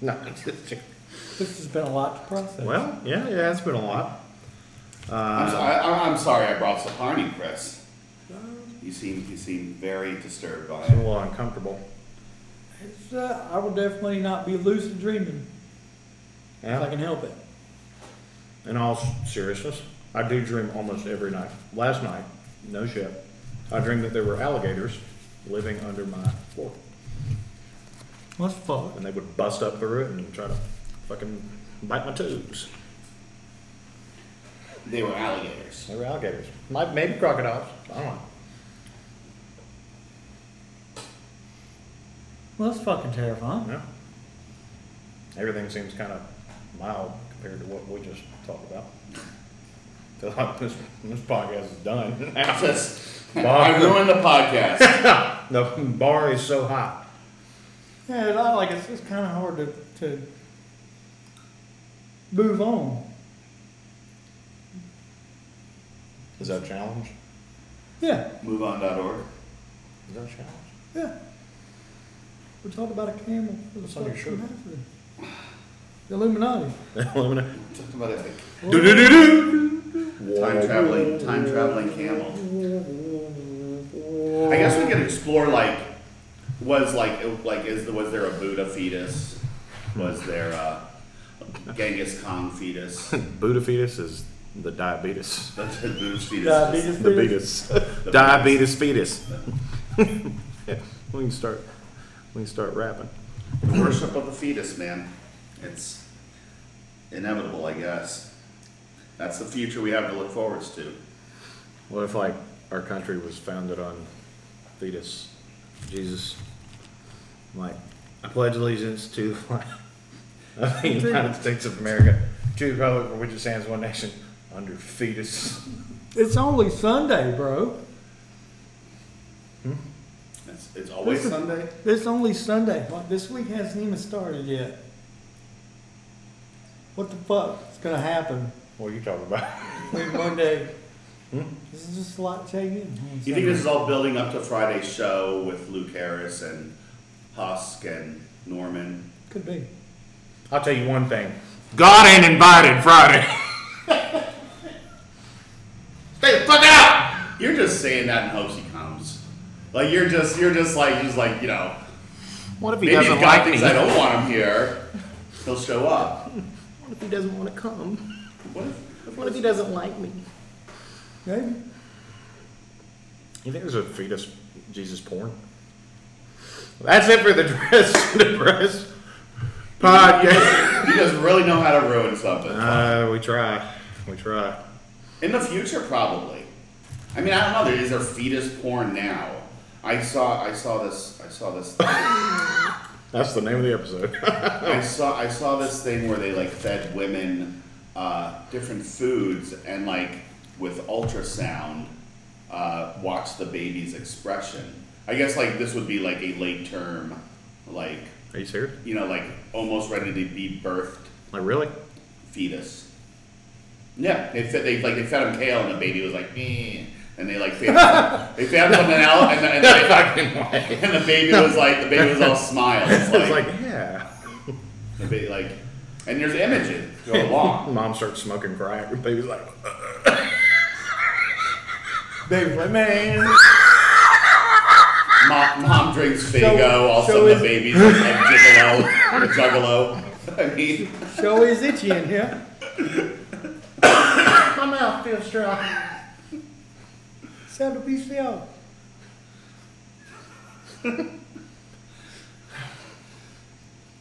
J: No, I'm just joking.
B: This has been a lot to process.
A: Well, yeah, yeah, it's been a lot.
C: I'm, so, I, I'm sorry I brought Sapani, Chris. You seem you seem very disturbed by
A: It's been a
C: it.
A: little uncomfortable.
B: It's, uh, I will definitely not be lucid dreaming if I
A: Yeah.
B: can help it.
A: In all seriousness, I do dream almost every night. Last night, no shit, I dreamed that there were alligators living under my floor,
B: Let's fuck.
A: and they would bust up through it and try to fucking bite my toes.
C: They were alligators.
A: They were alligators. Might- Maybe crocodiles. I don't know.
B: Well, that's fucking terrifying.
A: Yeah. Everything seems kind of mild compared to what we just talked about. So like, this, this podcast is done.
C: Just, I
A: Bar-
C: ruined the podcast.
A: the bar is so high.
B: Yeah, it's, I like it's, it's kind of hard to, to move on.
A: Is that a challenge?
B: Yeah,
C: MoveOn.org.
A: Is that a challenge?
B: yeah. We talked about a camel. for the
A: It's on your
B: fucking
A: shirt.
B: master. The Illuminati.
A: Eliminate-
C: Talked about it.
A: Do-do-do-do.
C: Time traveling, time traveling camel. I guess we gonna explore like was like it- like is the, was there a Buddha fetus? Was there a Genghis Khan fetus? the
H: Buddha fetus is the diabetes.
C: Buddha's fetus.
B: Diabetes
H: The
B: fetus?
H: fetus. diabetes fetus. we can start. We can start rapping.
C: The worship of the fetus, man. It's inevitable, I guess. That's the future we have to look forwards to.
H: What if like our country was founded on fetus, Jesus? Like, I pledge allegiance to like,
A: of the United States of America to the republic for which it stands, one nation under fetus.
B: It's only Sunday, bro.
C: It's, it's always
B: Listen.
C: Sunday.
B: It's only Sunday. Like, this week hasn't even started yet. What the fuck is gonna happen
A: What are you talking about?
B: when Monday? This is just a lot changing.
C: Hmm? You think this is all building up to Friday's show with Luke Harris and Husk and Norman?
B: Could be.
A: I'll tell you one thing.
H: God ain't invited Friday.
C: Stay the fuck out! You're just saying that in hopes he comes. Like you're just you're just like just like you know
H: What if he
C: maybe if
H: doesn't
C: God
H: like
C: thinks
H: me?
C: I don't want him here, he'll show up.
H: What if he doesn't want to come?
C: What if,
H: What if he doesn't like me?
B: Maybe.
H: You think there's a fetus Jesus porn? That's it for the dress. the dress podcast.
C: you guys really know how to ruin something.
H: Uh, we try. We try.
C: In the future, probably. I mean, I don't know. There is there fetus porn now. I saw I saw this I saw this
H: That's the name of the episode.
C: I saw I saw this thing where they like fed women uh, different foods and like with ultrasound uh, watch the baby's expression. I guess like this would be like a late term, like
H: Are you serious?
C: you know like almost ready to be birthed
H: Like really?
C: fetus. Yeah, they fed they like they fed him kale and the baby was like meh. And they like fed him, they fed him something else, and, the- and, they, and the baby was like the baby was all smiles,
H: It's like yeah.
C: the ba- like, and there's imaging to go along.
H: Mom starts smoking crack. and Baby's like, "Ugh."
B: Baby, like, man.
C: Mom, mom drinks
B: So-
C: Fago, all of a sudden
B: so is-
C: the baby's like a gigolo, a juggalo. I mean,
B: Show is itchy in here.
H: my mouth feels dry.
B: Sound a piece out.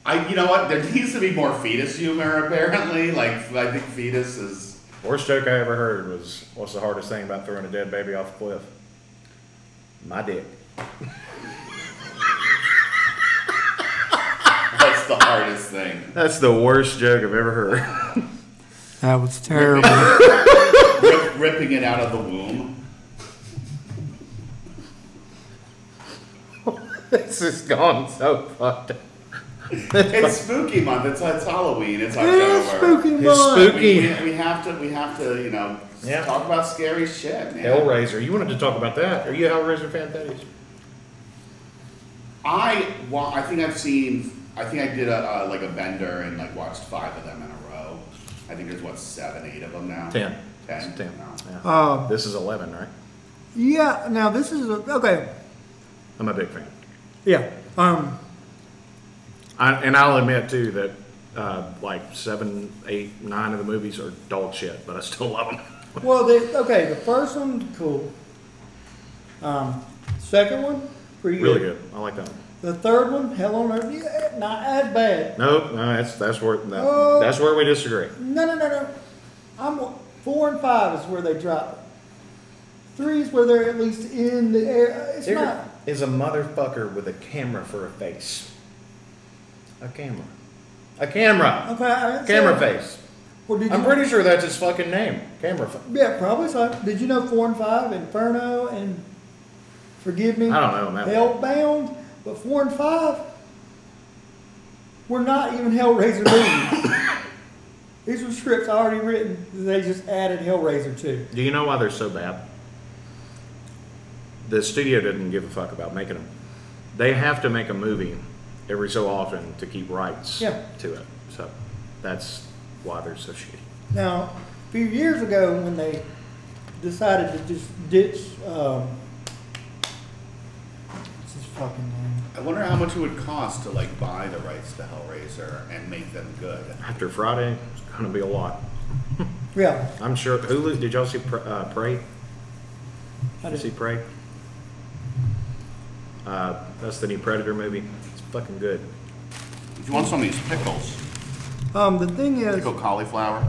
C: I you know what? There needs to be more fetus humor. Apparently, like I think fetus is
A: Worst joke I ever heard was, "What's the hardest thing about throwing a dead baby off a cliff?" My dick.
C: that's the hardest thing.
A: That's the worst joke I've ever heard.
B: That was terrible.
C: Rip, ripping it out of the womb.
H: This has gone so fucked. up.
C: It's spooky month. It's it's Halloween. It's
B: it is
C: October.
B: spooky
H: It's
B: month.
C: We,
H: spooky.
C: we, we have to we have to you know
A: Yeah.
C: talk about scary shit, man.
A: Hellraiser. You wanted to talk about that? Are you a Hellraiser fan? That is.
C: I wa- I think I've seen. I think I did a uh, like a bender and like watched five of them in a row. I think there's what seven, eight of them now.
H: Ten.
C: Ten.
H: Ten.
C: No.
H: Yeah.
B: Um,
H: This is eleven, right?
B: yeah, now this is, a, okay,
H: I'm a big fan.
B: yeah. Um,
H: I, and I'll admit too that uh, like seven, eight, nine of the movies are dog shit, but I still love them.
B: well, the, okay, the first one, cool. Um, second one, pretty
H: Really good. I like that one.
B: The third one, Hell on Earth, yeah, not as bad.
H: Nope, no, that's that's where that,
B: Oh.
H: that's where we disagree.
B: No, no, no, no. I'm four and five is where they drop it. Three is where they're at least in the air. It's
A: There
B: not.
A: is a motherfucker with a camera for a face. A camera. A camera.
B: Okay, I didn't say
A: Camera
B: it.
A: face.
B: Well, did
A: I'm
B: you-
A: pretty sure that's his fucking name. Camera face.
B: Yeah, probably so. Did you know four and five, Inferno and Forgive Me?
H: I don't know, man.
B: Hellbound, but four and five were not even Hellraiser movies. These were scripts already written. that They just added Hellraiser to.
H: Do you know why they're so bad? The studio didn't give a fuck about making them. They have to make a movie every so often to keep rights
B: Yeah.
H: to it. So that's why they're so shitty.
B: Now, a few years ago, when they decided to just ditch um, fucking name.
C: I wonder how much it would cost to like buy the rights to Hellraiser and make them good.
A: After Friday, it's gonna be a lot.
B: Yeah,
A: I'm sure Hulu. Did y'all see Pr- uh, Prey?
B: I
A: Did
B: just,
A: you see Prey? Uh, that's the new Predator movie. It's fucking good.
C: If you want some of these pickles,
B: um, the thing is,
C: pickle cauliflower,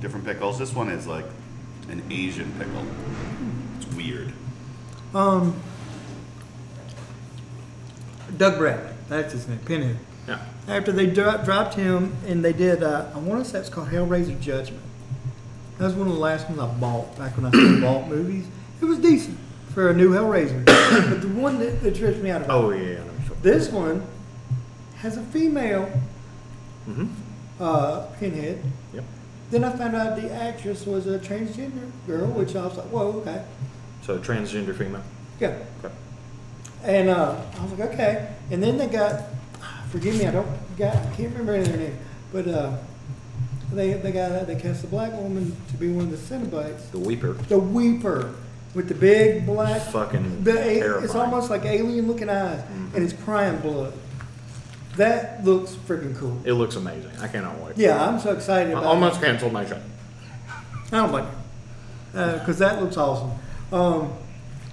C: different pickles. This one is like an Asian pickle. It's weird.
B: um, Doug Bradley, that's his name, Pinhead.
A: Yeah.
B: After they dro- dropped him and they did, uh, I want to say it's called Hellraiser Judgment. That was one of the last ones I bought back when I still bought movies. It was decent for a new Hellraiser, but the one that, that tripped me out about
A: Oh yeah. I know what you're talking-
B: This one has a female uh, pinhead.
A: Yep.
B: Then I found out the actress was a transgender girl, which I was like, whoa, okay.
A: So transgender female.
B: Yeah.
A: Okay.
B: And uh, I was like, okay. And then they got, forgive me, I don't got, I can't remember their name, but uh, they they got they cast a black woman to be one of the Cenobites,
A: The Weeper.
B: the Weeper, with the big black,
A: Fucking
B: the, a-
A: terrifying. Mm-hmm.
B: it's almost like alien looking eyes, and it's crying blood. That looks freaking cool.
A: It looks amazing. I cannot wait.
B: Yeah, I'm so excited
A: I
B: about.
A: almost canceled Oh my show.
B: it. I don't like it because that looks awesome. Um,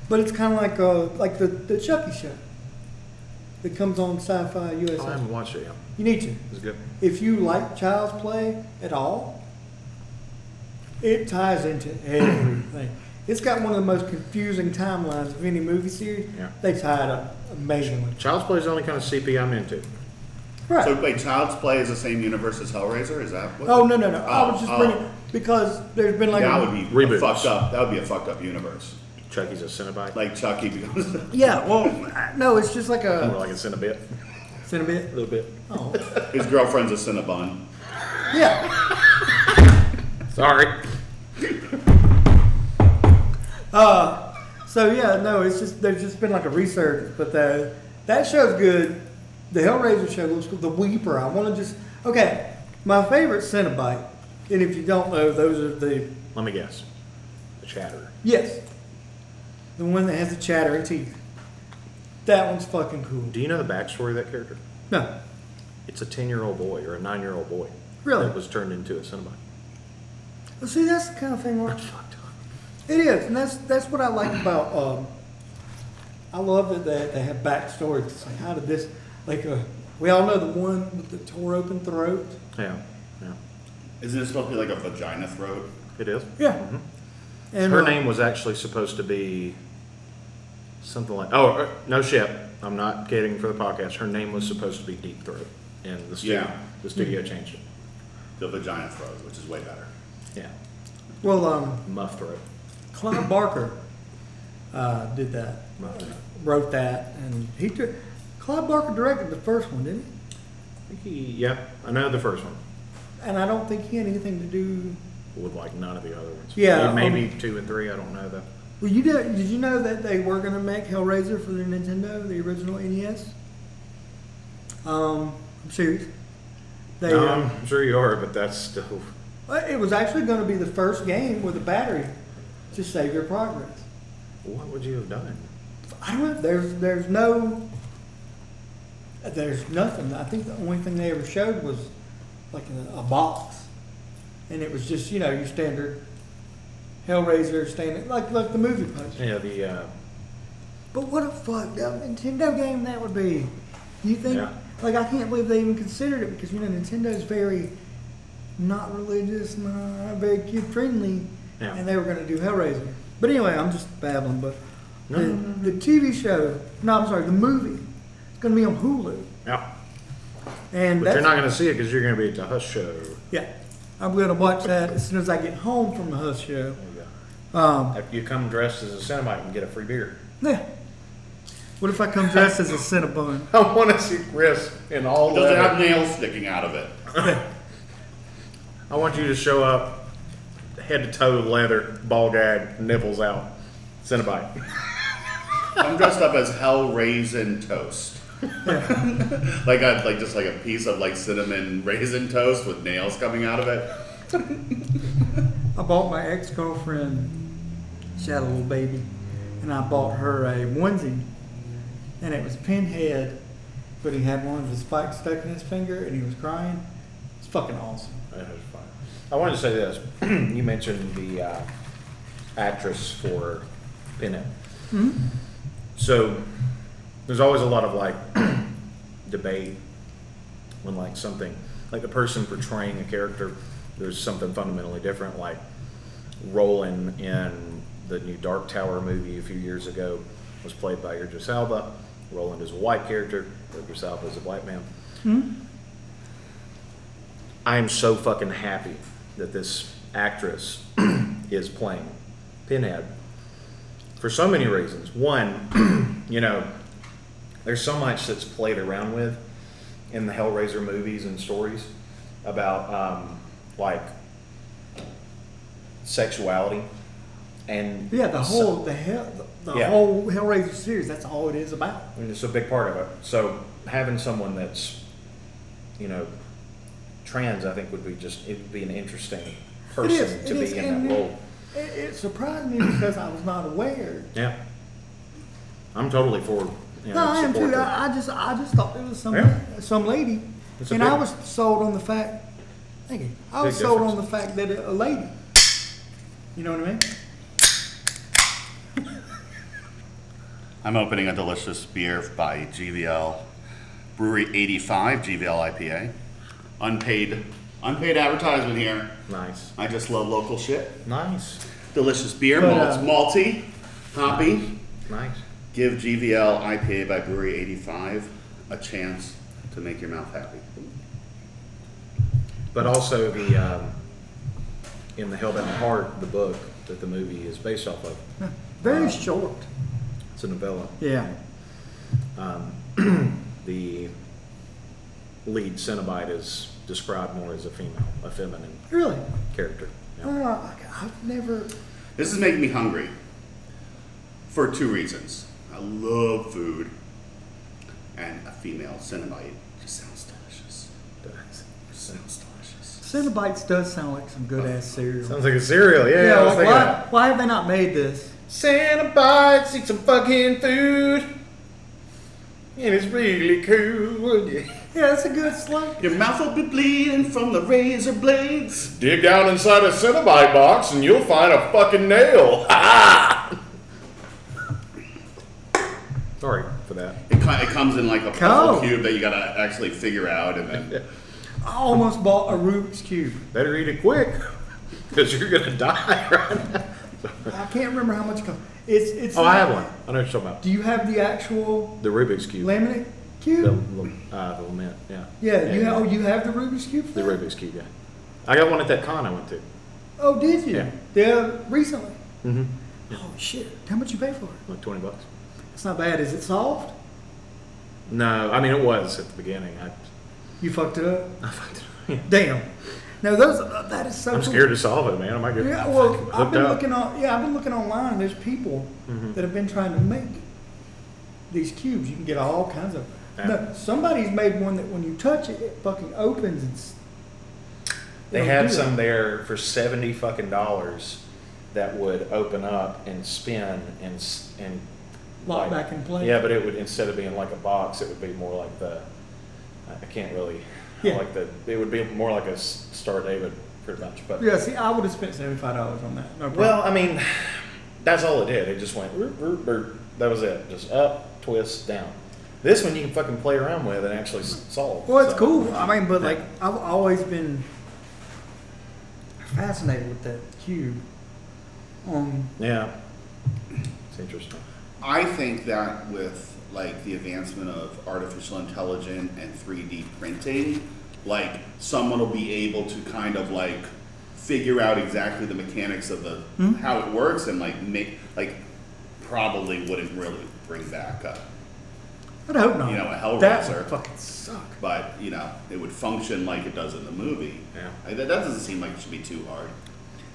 B: but it's kind of like uh, like the the Chucky show that comes on Sci-Fi
A: Oh, I
B: USA.
A: haven't watched it yet.
B: You need to
A: It's good.
B: if you like Child's Play at all. It ties into everything. It's got one of the most confusing timelines of any movie series.
A: Yeah.
B: They tie it up amazingly.
A: Child's Play is the only kind of CP I'm into.
B: Right.
C: So wait, Child's Play is the same universe as Hellraiser? Is that? What
B: oh no no no! I
C: Oh,
B: was just
C: oh.
B: bringing because there's been like
C: that would be
A: Reboots.
C: fucked up. That would be a fucked up universe.
A: Chucky's a Cinnabite.
C: Like Chucky becomes.
B: yeah. Well, I- no, it's just like
A: More
B: a
A: like a Cinnabit.
B: Cinnabon.
A: A little bit.
B: Oh.
C: His girlfriend's a Cinnabon.
B: Yeah.
A: Sorry.
B: Uh, so yeah, no, it's just there's just been like a resurgence, but the that show's good. The Hellraiser show looks good. The Weeper. I want to just okay. My favorite Cenobite, and if you don't know, those are the
A: Let me guess. The Chatterer.
B: yes, the one that has the chattering teeth. That one's fucking cool.
A: Do you know the backstory of that character?
B: No,
A: It's a 10 year old boy or a 9 year old boy.
B: Really?
A: That was turned into a Cinnabite.
B: Well, see, that's the kind of thing where
A: It's fucked up.
B: It is, and that's that's what I like about. Um, I love that they, they have backstories. It's like, how did this? Like, uh, we all know the one with the tore open throat.
A: Yeah. Yeah.
C: Isn't it supposed to be like a vagina throat?
A: It is.
B: Yeah. And
A: Mm-hmm. Her
B: uh,
A: name was actually supposed to be something like, oh, uh, no shit. I'm not kidding for the podcast. Her name was supposed to be Deep Throat. And the studio,
C: Yeah.
A: the studio changed it.
C: The vagina throat, which is way better.
A: Yeah.
B: Well, um,
A: Muff Throat.
B: Clive Barker uh, did that,
A: Muff Throat.
B: wrote that, and he took. Clive Barker directed the first one, didn't he?
A: I think he, yep. I know the first one.
B: And I don't think he had anything to do.
A: With like none of the other ones.
B: Yeah, um,
A: Maybe two and three. I don't know though.
B: Well, you did. Did you know that they were going to make Hellraiser for the Nintendo, the original NES? Um, I'm serious. They, uh,
A: Um, I'm sure you are, but that's still.
B: well, it was actually going to be the first game with a battery to save your progress.
A: What would you have done?
B: I don't know. There's there's no there's nothing. I think the only thing they ever showed was like a, a box, and it was just you know your standard Hellraiser standard like like the movie poster.
A: Yeah, the uh,
B: But what a fucked up Nintendo game that would be. You think?
A: Yeah.
B: Like I can't believe they even considered it because you know Nintendo's very not religious, not very kid friendly,
A: Yeah.
B: and they were going to do Hellraiser. But anyway, I'm just babbling. But
A: No,
B: the,
A: no, no,
B: the TV show, no, I'm sorry, the movie, it's going to be on Hulu,
A: yeah.
B: and
A: But
B: that's,
A: oh, you're not going to see it because you're going to be at the Hush show.
B: yeah, I'm going to watch that as soon as I get home from the Hush show.
A: There you go.
B: Um,
A: If you come dressed as a Cinnabite and get a free beer.
B: yeah. What if I come dressed as a Cinnabon?
A: I want to see Chris in all
C: It doesn't have
A: leather.
C: nails sticking out of it.
A: I want you to show up head to toe leather, ball gag, nipples out, Cinnabite.
C: I'm dressed up as hell raisin toast. like a, like just like a piece of like cinnamon raisin toast with nails coming out of it.
B: I bought my ex girlfriend, she had a little baby, and I bought her a onesie and it was Pinhead, but he had one of his spikes stuck in his finger, and he was crying. It's fucking awesome.
A: That was fun. I wanted to say this. you mentioned the uh, actress for Pinhead. So there's always a lot of like debate when like something like the person portraying a character, there's something fundamentally different. Like Roland in the new Dark Tower movie a few years ago was played by Idris Alba. Roland is a white character. Idris Alba is a black man. I am so fucking happy that this actress is playing Pinhead for so many reasons. One, you know, there's so much that's played around with in the Hellraiser movies and stories about um, like sexuality and
B: Yeah, the
A: so-
B: whole the hell the, the
A: Yeah.
B: whole Hellraiser series. That's all it is about.
A: I mean, it's a big part of it. So having someone that's, you know, trans, I think would be just it would be an interesting person
B: it is.
A: to
B: it
A: be
B: is,
A: in
B: and
A: that role.
B: It, it surprised me because I was not aware.
A: Yeah, I'm totally for. You know,
B: No, I am
A: support
B: too.
A: that.
B: I, I just I just thought it was some
A: Yeah.
B: some lady,
A: It's a
B: and I
A: big-
B: was sold on the fact. Thank you. I was
A: Big
B: sold on
A: difference.
B: the fact that a lady. You know what I mean?
C: I'm opening a delicious beer by GVL Brewery 85 GVL IPA. Unpaid, unpaid advertisement here.
A: Nice,
C: I just love local shit.
A: nice,
C: Delicious beer,
B: But,
C: malts,
B: uh,
C: malty, hoppy.
A: nice.
C: Give GVL IPA by Brewery 85 a chance to make your mouth happy.
A: But also the um, in the Hellbound Heart, the book that the movie is based off of.
B: Very
A: Uh,
B: short.
A: It's a novella.
B: Yeah.
A: The lead Cenobite is described more as a female, a feminine
B: Really.
A: character. Yeah.
B: Uh, I- I've never.
C: This is making me hungry for two reasons. I love food, and a female Cinnabite just sounds delicious. Just sounds delicious.
B: Cinnabites does sound like some good ass cereal.
A: Sounds like a cereal. Yeah, I was
B: like,
A: thinking
B: why, why have they not made this?
A: Santa bites, eat some fucking food. And it's really cool.
B: Yeah, it's a good slug.
C: Your mouth will be bleeding from the razor blades.
A: Dig down inside a Cinnabite box and you'll find a fucking nail. Sorry for that.
C: It, ki- it comes in like a puzzle
B: Cow.
C: cube that you gotta actually figure out, and then
B: I almost bought a Rubik's cube.
A: Better eat it quick, because you're gonna die. Right now.
B: I can't remember how much it cost. It's it's.
A: Oh, I have one. I know what you're talking about.
B: Do you have the actual
A: The Rubik's cube.
B: laminate
A: The,
B: cube?
A: the, uh, the lament. Yeah.
B: Yeah, you have, oh, you have the Rubik's cube. for
A: the
B: that?
A: Rubik's cube. Yeah. I got one at that con I went to.
B: Oh, did you?
A: Yeah.
B: recently. Mm-hmm. Oh shit! How much you pay for it?
A: Like twenty bucks.
B: It's not bad. Is it solved?
A: No, I mean it was at the beginning. I,
B: You fucked it up.
A: I fucked it. up.
B: Damn. Now those uh, that is so.
A: I'm
B: cool.
A: scared to solve it, man. I might get
B: Yeah, well,
A: fucking
B: I've
A: hooked
B: been
A: up. Mm-hmm.
B: looking on. Yeah, I've been looking online. There's people that have been trying to make these cubes. You can get all kinds of.
A: Yeah.
B: No, somebody's made one that when you touch it, it fucking opens. And s-
A: They
B: it'll do
A: had
B: it.
A: some there for seventy fucking dollars that would open up and spin and s- and
B: Lock
A: like-
B: back in place.
A: Yeah, but it would instead of being like a box, it would be more like the I I can't really I
B: Yeah.
A: like the it would be more like a s- Star David pretty much. But
B: Yeah, see, I would have spent seventy five dollars on that. No problem.
A: well, I mean, that's all it did. It just went "Roop, roop, roop." that was it. Just up, twist, down. This one you can fucking play around with and actually s- solve.
B: Well, it's
A: so.
B: cool. I mean, but like I've always been fascinated with that cube. Um,
A: Yeah, it's interesting.
C: I think that with like the advancement of artificial intelligence and 3D printing, like someone will be able to kind of like figure out exactly the mechanics of the
B: Hmm?
C: how it works and like make like probably wouldn't really bring back up.
B: I'd hope not.
C: You know, a
B: That
C: Hellraiser.
B: would fucking suck.
C: But you know, it would function like it does in the movie.
A: Yeah.
C: I, that, that doesn't seem like it should be too hard.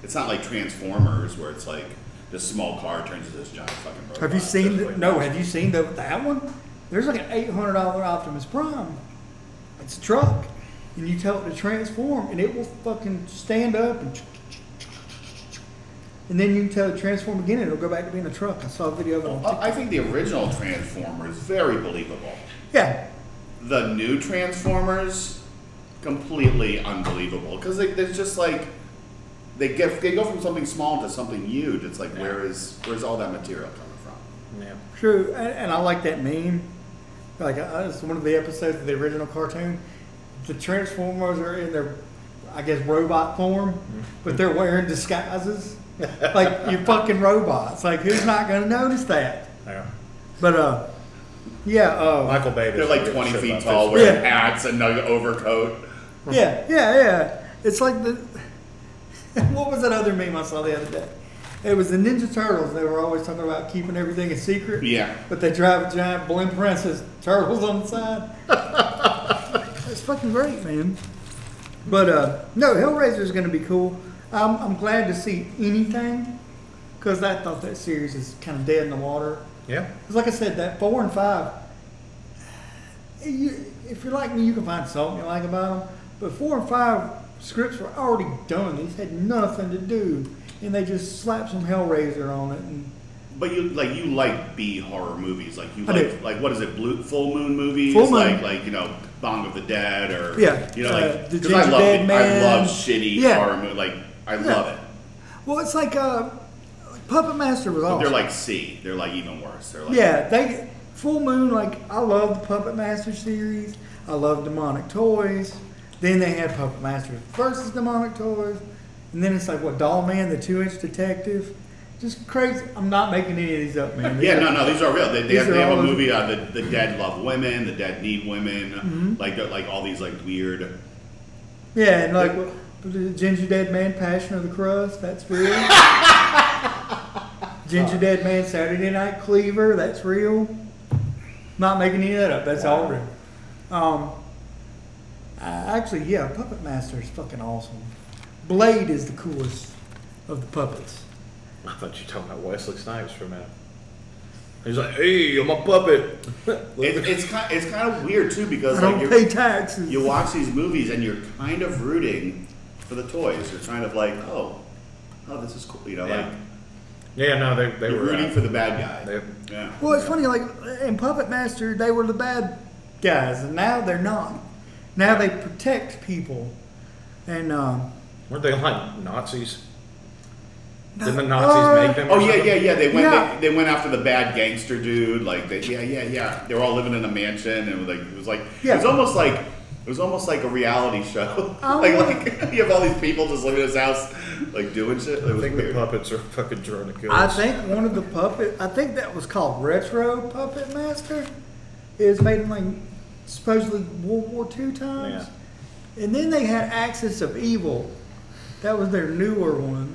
C: It's not like Transformers where it's like this small car turns into this giant fucking robot.
B: Have you seen?
C: There's,
B: The,
C: like,
B: no, have you seen the, that one? There's like an eight hundred dollar Optimus Prime. It's a truck, and you tell it to transform, and it will fucking stand up and and then you can tell it to transform again, and it'll go back to being a truck. I saw a video of it. on TikTok.
C: I I think the original Transformers very believable.
B: yeah,
C: The new Transformers completely unbelievable because they, they're just like they get they go from something small to something huge. It's like where is where's all that material coming from?
A: Yeah.
B: true. And, and I like that meme. Like I, it's one of the episodes of the original cartoon. The Transformers are in their, I guess, robot form, but they're wearing disguises. like you fucking robots. Like who's not gonna notice that?
A: Yeah.
B: But uh, yeah. Uh,
A: Michael Bay.
C: They're
A: doesn't
C: like
A: give a
C: twenty
A: shit
C: feet
A: about
C: tall,
A: this.
C: wearing
B: Yeah.
C: hats and no overcoat.
B: Yeah, yeah, yeah. It's like the what was that other meme I saw the other day? It was the Ninja Turtles. They were always talking about keeping everything a secret.
C: Yeah.
B: But they drive a giant blimp around that says turtles on the side. It's fucking great, man. But uh, no, Hellraiser is going to be cool. I'm, I'm glad to see anything because I thought that series is kind of dead in the water.
A: Yeah.
B: Because, like I said, that four and five, you, if you're like me, you can find something you like about them. But four and five scripts were already done. These had nothing to do, and they just slapped some Hellraiser on it. And
C: But you like you like B horror movies, like you
B: I
C: like
B: do.
C: like what is it, blue full moon movies,
B: Full Moon.
C: like like you know Bong of the Dead or
B: Yeah,
C: you know
B: uh,
C: like
B: The
C: 'cause I
B: Ginger
C: love
B: Dead
C: it.
B: Man.
C: I love shitty
B: Yeah.
C: horror movies, like I love it.
B: well, it's like uh, Puppet Master was
C: But
B: awesome.
C: they're like C, they're like even worse. They're like
B: Oh. yeah, they Full Moon. Like I love the Puppet Master series. I love Demonic Toys. Then they had Puppet Master versus Demonic Toys, and then it's like what Doll Man, the Two Inch Detective, just crazy. I'm not making any of these up, man.
C: Yeah, no, no, these are real. They, they,
B: These
C: have,
B: are
C: they have
B: all-
C: a movie on the, the dead love women, the dead need women,
B: Mm-hmm.
C: like they're- like all these like weird.
B: Yeah, and like what- the Ginger Dead Man, Passion of the Crust, that's real. Ginger Dead Man, Saturday Night Cleaver, that's real. Not making any of that up. That's all real. Um, I- actually, yeah, Puppet Master is fucking awesome. Blade is the coolest of the puppets.
A: I thought you were talking about Wesley Snipes for a minute. He's like, hey, I'm a puppet.
C: It, it's kind it's kind of weird too because
B: I
C: like
B: don't
C: you're,
B: pay taxes.
C: you watch these movies and you're kind of rooting for the toys. You're kind of like oh oh this is cool, you know
A: Yeah.
C: like.
A: yeah, no, they, they
C: You're
A: were
C: rooting
A: uh,
C: for the bad guy.
A: they-
C: Yeah.
B: Well, it's funny, like in Puppet Master, they were the bad guys, and now they're not. Now they protect people. And, um,
A: weren't they like Nazis? Didn't the
B: No. Uh,
A: Nazis make them? or
C: Oh yeah,
A: something?
C: yeah, yeah. They went.
B: Yeah.
C: They, they went after the bad gangster dude. Like, they, yeah, yeah, yeah. They were all living in a mansion, and like it was like it was
B: Yeah.
C: almost like it was almost like a reality show.
B: Oh,
C: like,
B: yeah.
C: like you have all these people just living in his house, like doing shit. It
A: I
C: was
A: think
C: weird.
A: the puppets are fucking trying to kill
B: I
A: us.
B: think one of the puppet, I think that was called Retro Puppet Master. It was made in like supposedly World War II times. And then they had Axis of Evil. That was their newer one.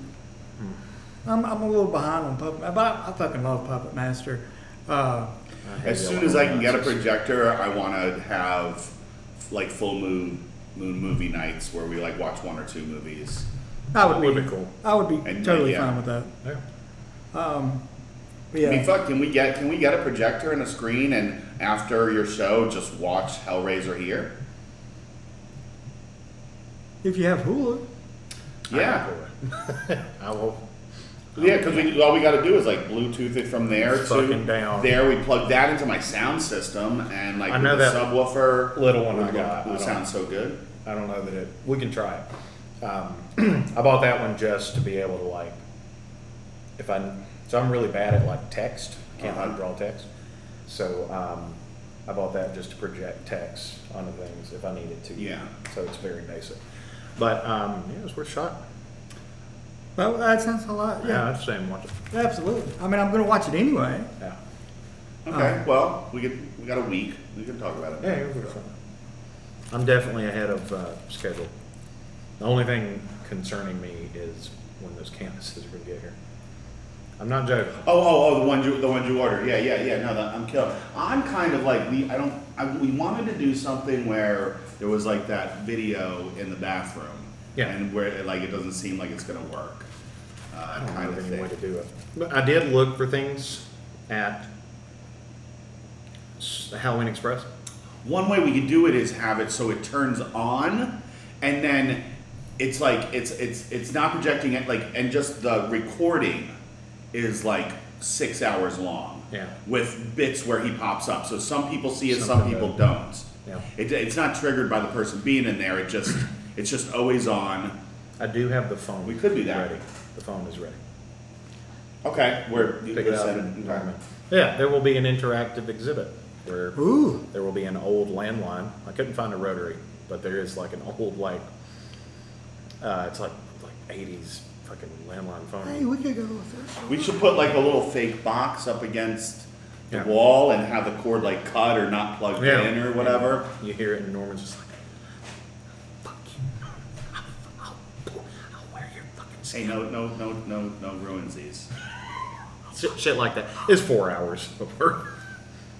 C: Hmm.
B: I'm, I'm a little behind on Puppet Master, but I, I fucking love Puppet Master. Uh,
C: As soon as I can get a projector, I want to have like full moon moon movie nights where we like watch one or two movies.
B: I would
A: Would
B: be,
A: be cool.
B: I would be
C: And,
B: totally
C: yeah.
B: fine with that.
A: Yeah.
B: But
C: I mean,
B: yeah,
C: fuck, can we get can we get a projector and a screen and after your show just watch Hellraiser here?
B: if you have Hulu,
C: Yeah,
A: I will.
C: yeah, because we all we got to do is like Bluetooth it from there to
A: Fucking down.
C: there. We plug that into my sound system and like
A: I know
C: with the
A: that
C: subwoofer.
A: little one I
C: would-
A: got, I
C: would
A: don't-
C: sound so good.
A: I don't know that it. We can try it. Um, I bought that one just to be able to like, if I so I'm really bad at like text. I can't
C: Uh-huh.
A: like draw text. So um, I bought that just to project text onto things if I needed to.
C: Yeah.
A: So it's very basic, but um, yeah, it's worth a shot.
B: that, that sounds a lot.
A: Yeah,
B: Yeah,
A: I'd say watch it.
B: absolutely. I mean, I'm going to watch it anyway.
A: Yeah. Oh.
C: Okay, well we could we got a week. We can talk about it.
A: Yeah, you're fine. I'm definitely ahead of uh, schedule. The only thing concerning me is when those canvases are gonna get here. I'm not joking.
C: Oh, oh, oh, the ones you, the ones you ordered. Yeah, yeah, yeah. No, that, I'm killed. I'm kind of like we. I don't. I, we wanted to do something where there was like that video in the bathroom.
A: Yeah.
C: And where it, like it doesn't seem like it's gonna work. Uh,
A: I don't
C: kind
A: have
C: of
A: any way to
C: thing.
A: do it. But I did look for things at s- Halloween Express.
C: One way we could do it is have it so it turns on, and then it's like it's it's it's not projecting it like and just the recording is like six hours long
A: Yeah.
C: with bits where he pops up so some people see it some
A: Something
C: people don't
A: Yeah.
C: it, it's not triggered by the person being in there it just it's just always on
A: I do have the phone.
C: We could do that.
A: Ready. The phone is ready.
C: okay where you
A: Pick it up.
C: said
A: and-
C: okay.
A: Yeah, there will be an interactive exhibit where
B: Ooh.
A: there will be an old landline. I couldn't find a rotary, but there is like an old like uh, it's like like eighties fucking landline phone.
B: Hey, we could go with
C: we should put like a little fake box up against the
A: Yeah.
C: wall and have the cord like cut or not plugged
A: Yeah.
C: in or whatever
A: You hear it and Norman's just like
K: Fuck you. I'll, I'll, I'll wear your fucking
C: hey no no no no no ruins these
A: shit, shit like that. It's four hours of work.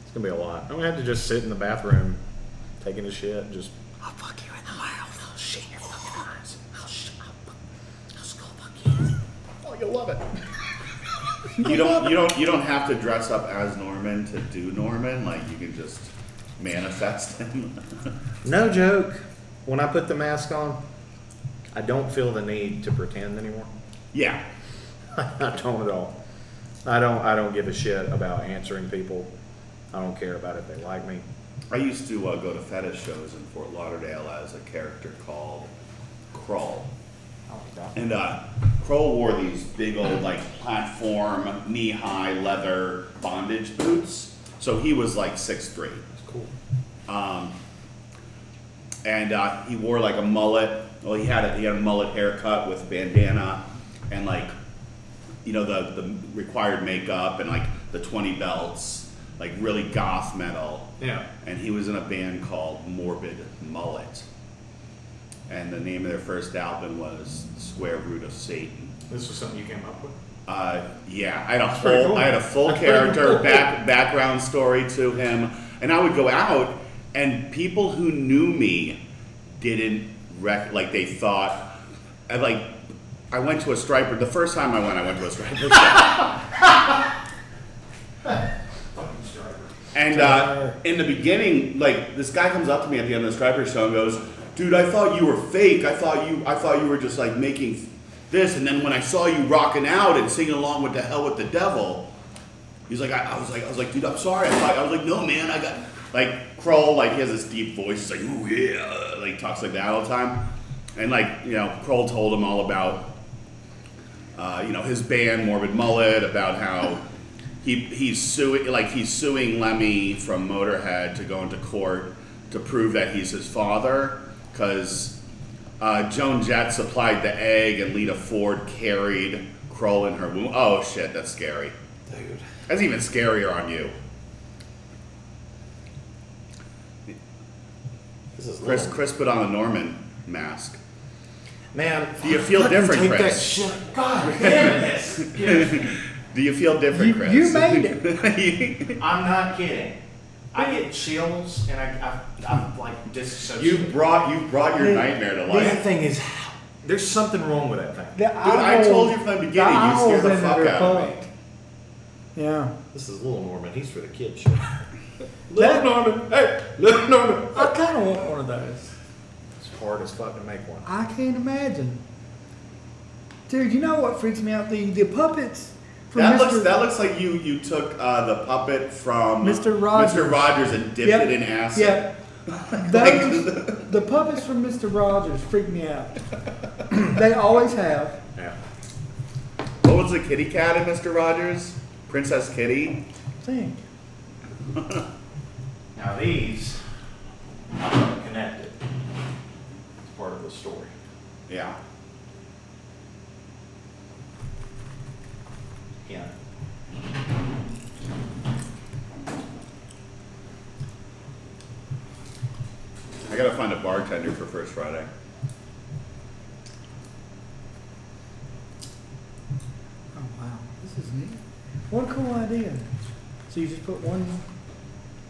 A: It's gonna be a lot. I'm gonna have to just sit in the bathroom taking a shit, just
K: I'll fuck you in the mouth. I'll shit your fucking eyes. I'll sh- I'll, fuck, I'll skull fuck you.
A: Oh, you'll love it.
C: You don't you don't you don't have to dress up as Norman to do Norman, like you can just manifest him.
A: No joke. When I put the mask on, I don't feel the need to pretend anymore.
C: yeah.
A: I don't at all. I don't. I don't give a shit about answering people. I don't care about if they like me.
C: I used to uh, go to fetish shows in Fort Lauderdale as a character called Kroll. And uh, Kroll wore these big old like platform knee-high leather bondage boots. So he was like six three. That's cool. Um, and uh, he wore like a mullet. Well, he had a, he had a mullet haircut with a bandana and like you know the the required makeup and like the twenty belts, like really goth metal.
A: Yeah.
C: And he was in a band called Morbid Mullet. And the name of their first album was Square Root of Satan.
A: This was something you came up with.
C: Uh, yeah, I had a
A: pretty
C: full,
A: cool.
C: I had a full
A: That's pretty
C: character
A: cool.
C: back, background story to him, and I would go out, and people who knew me didn't rec- like they thought, I like, I went to a striper. The first time I went, I went to a striper. And uh, in the beginning, like this guy comes up to me at the end of the striper show and goes, "Dude, I thought you were fake. I thought you, I thought you were just like making this." And then when I saw you rocking out and singing along with the hell with the devil, he's like, I, "I was like, I was like, dude, I'm sorry. I thought, I was like, no, man, I got like Kroll. Like he has this deep voice. He's like, ooh yeah, like talks like that all the time. And like you know, Kroll told him all about uh, you know his band Morbid Mullet about how he he's suing like he's suing Lemmy from Motorhead to go into court to prove that he's his father because uh, Joan Jett supplied the egg and Lita Ford carried Kroll in her womb. Oh shit, that's scary.
B: Dude.
C: That's even scarier on you.
A: This is
C: Chris Chris put on a Norman mask.
A: Man,
C: Do you feel different,
A: take that
C: Chris?
A: shit.
L: God damn this!
C: Do you feel different,
B: You-
C: Chris?
B: you made
C: it.
A: I'm not kidding. I get chills and I, I, I'm like
C: you
A: disassociated.
C: brought you brought your nightmare to life.
A: That thing is. There's something wrong with that thing.
B: The
C: I
B: owls-
C: told you from the beginning, you
B: owls
C: scared the
B: in it
C: fuck
B: are
C: out of me.
B: fucked. Yeah.
A: This is little Norman. He's for the kid shit.
B: That-
A: Norman, hey, little Norman.
B: I kind of want one of those.
A: It's hard as fuck to make one.
B: I can't imagine. Dude, you know what freaks me out? The the puppets from
C: That
B: Mr.
C: looks that looks like you you took uh, the puppet from
B: Mr. Rogers.
C: Mr. Rogers and dipped
B: Yep.
C: it in acid.
B: Yeah. Those, the puppets from Mr. Rogers freak me out. they always have.
A: Yeah.
C: What was the kitty cat in Mr. Rogers? Princess Kitty.
B: Think.
A: Now these are connected. It's part of the story.
C: Yeah.
A: Yeah.
C: I gotta find a bartender for First Friday.
B: Oh wow, this is neat. What a cool idea. So you just put one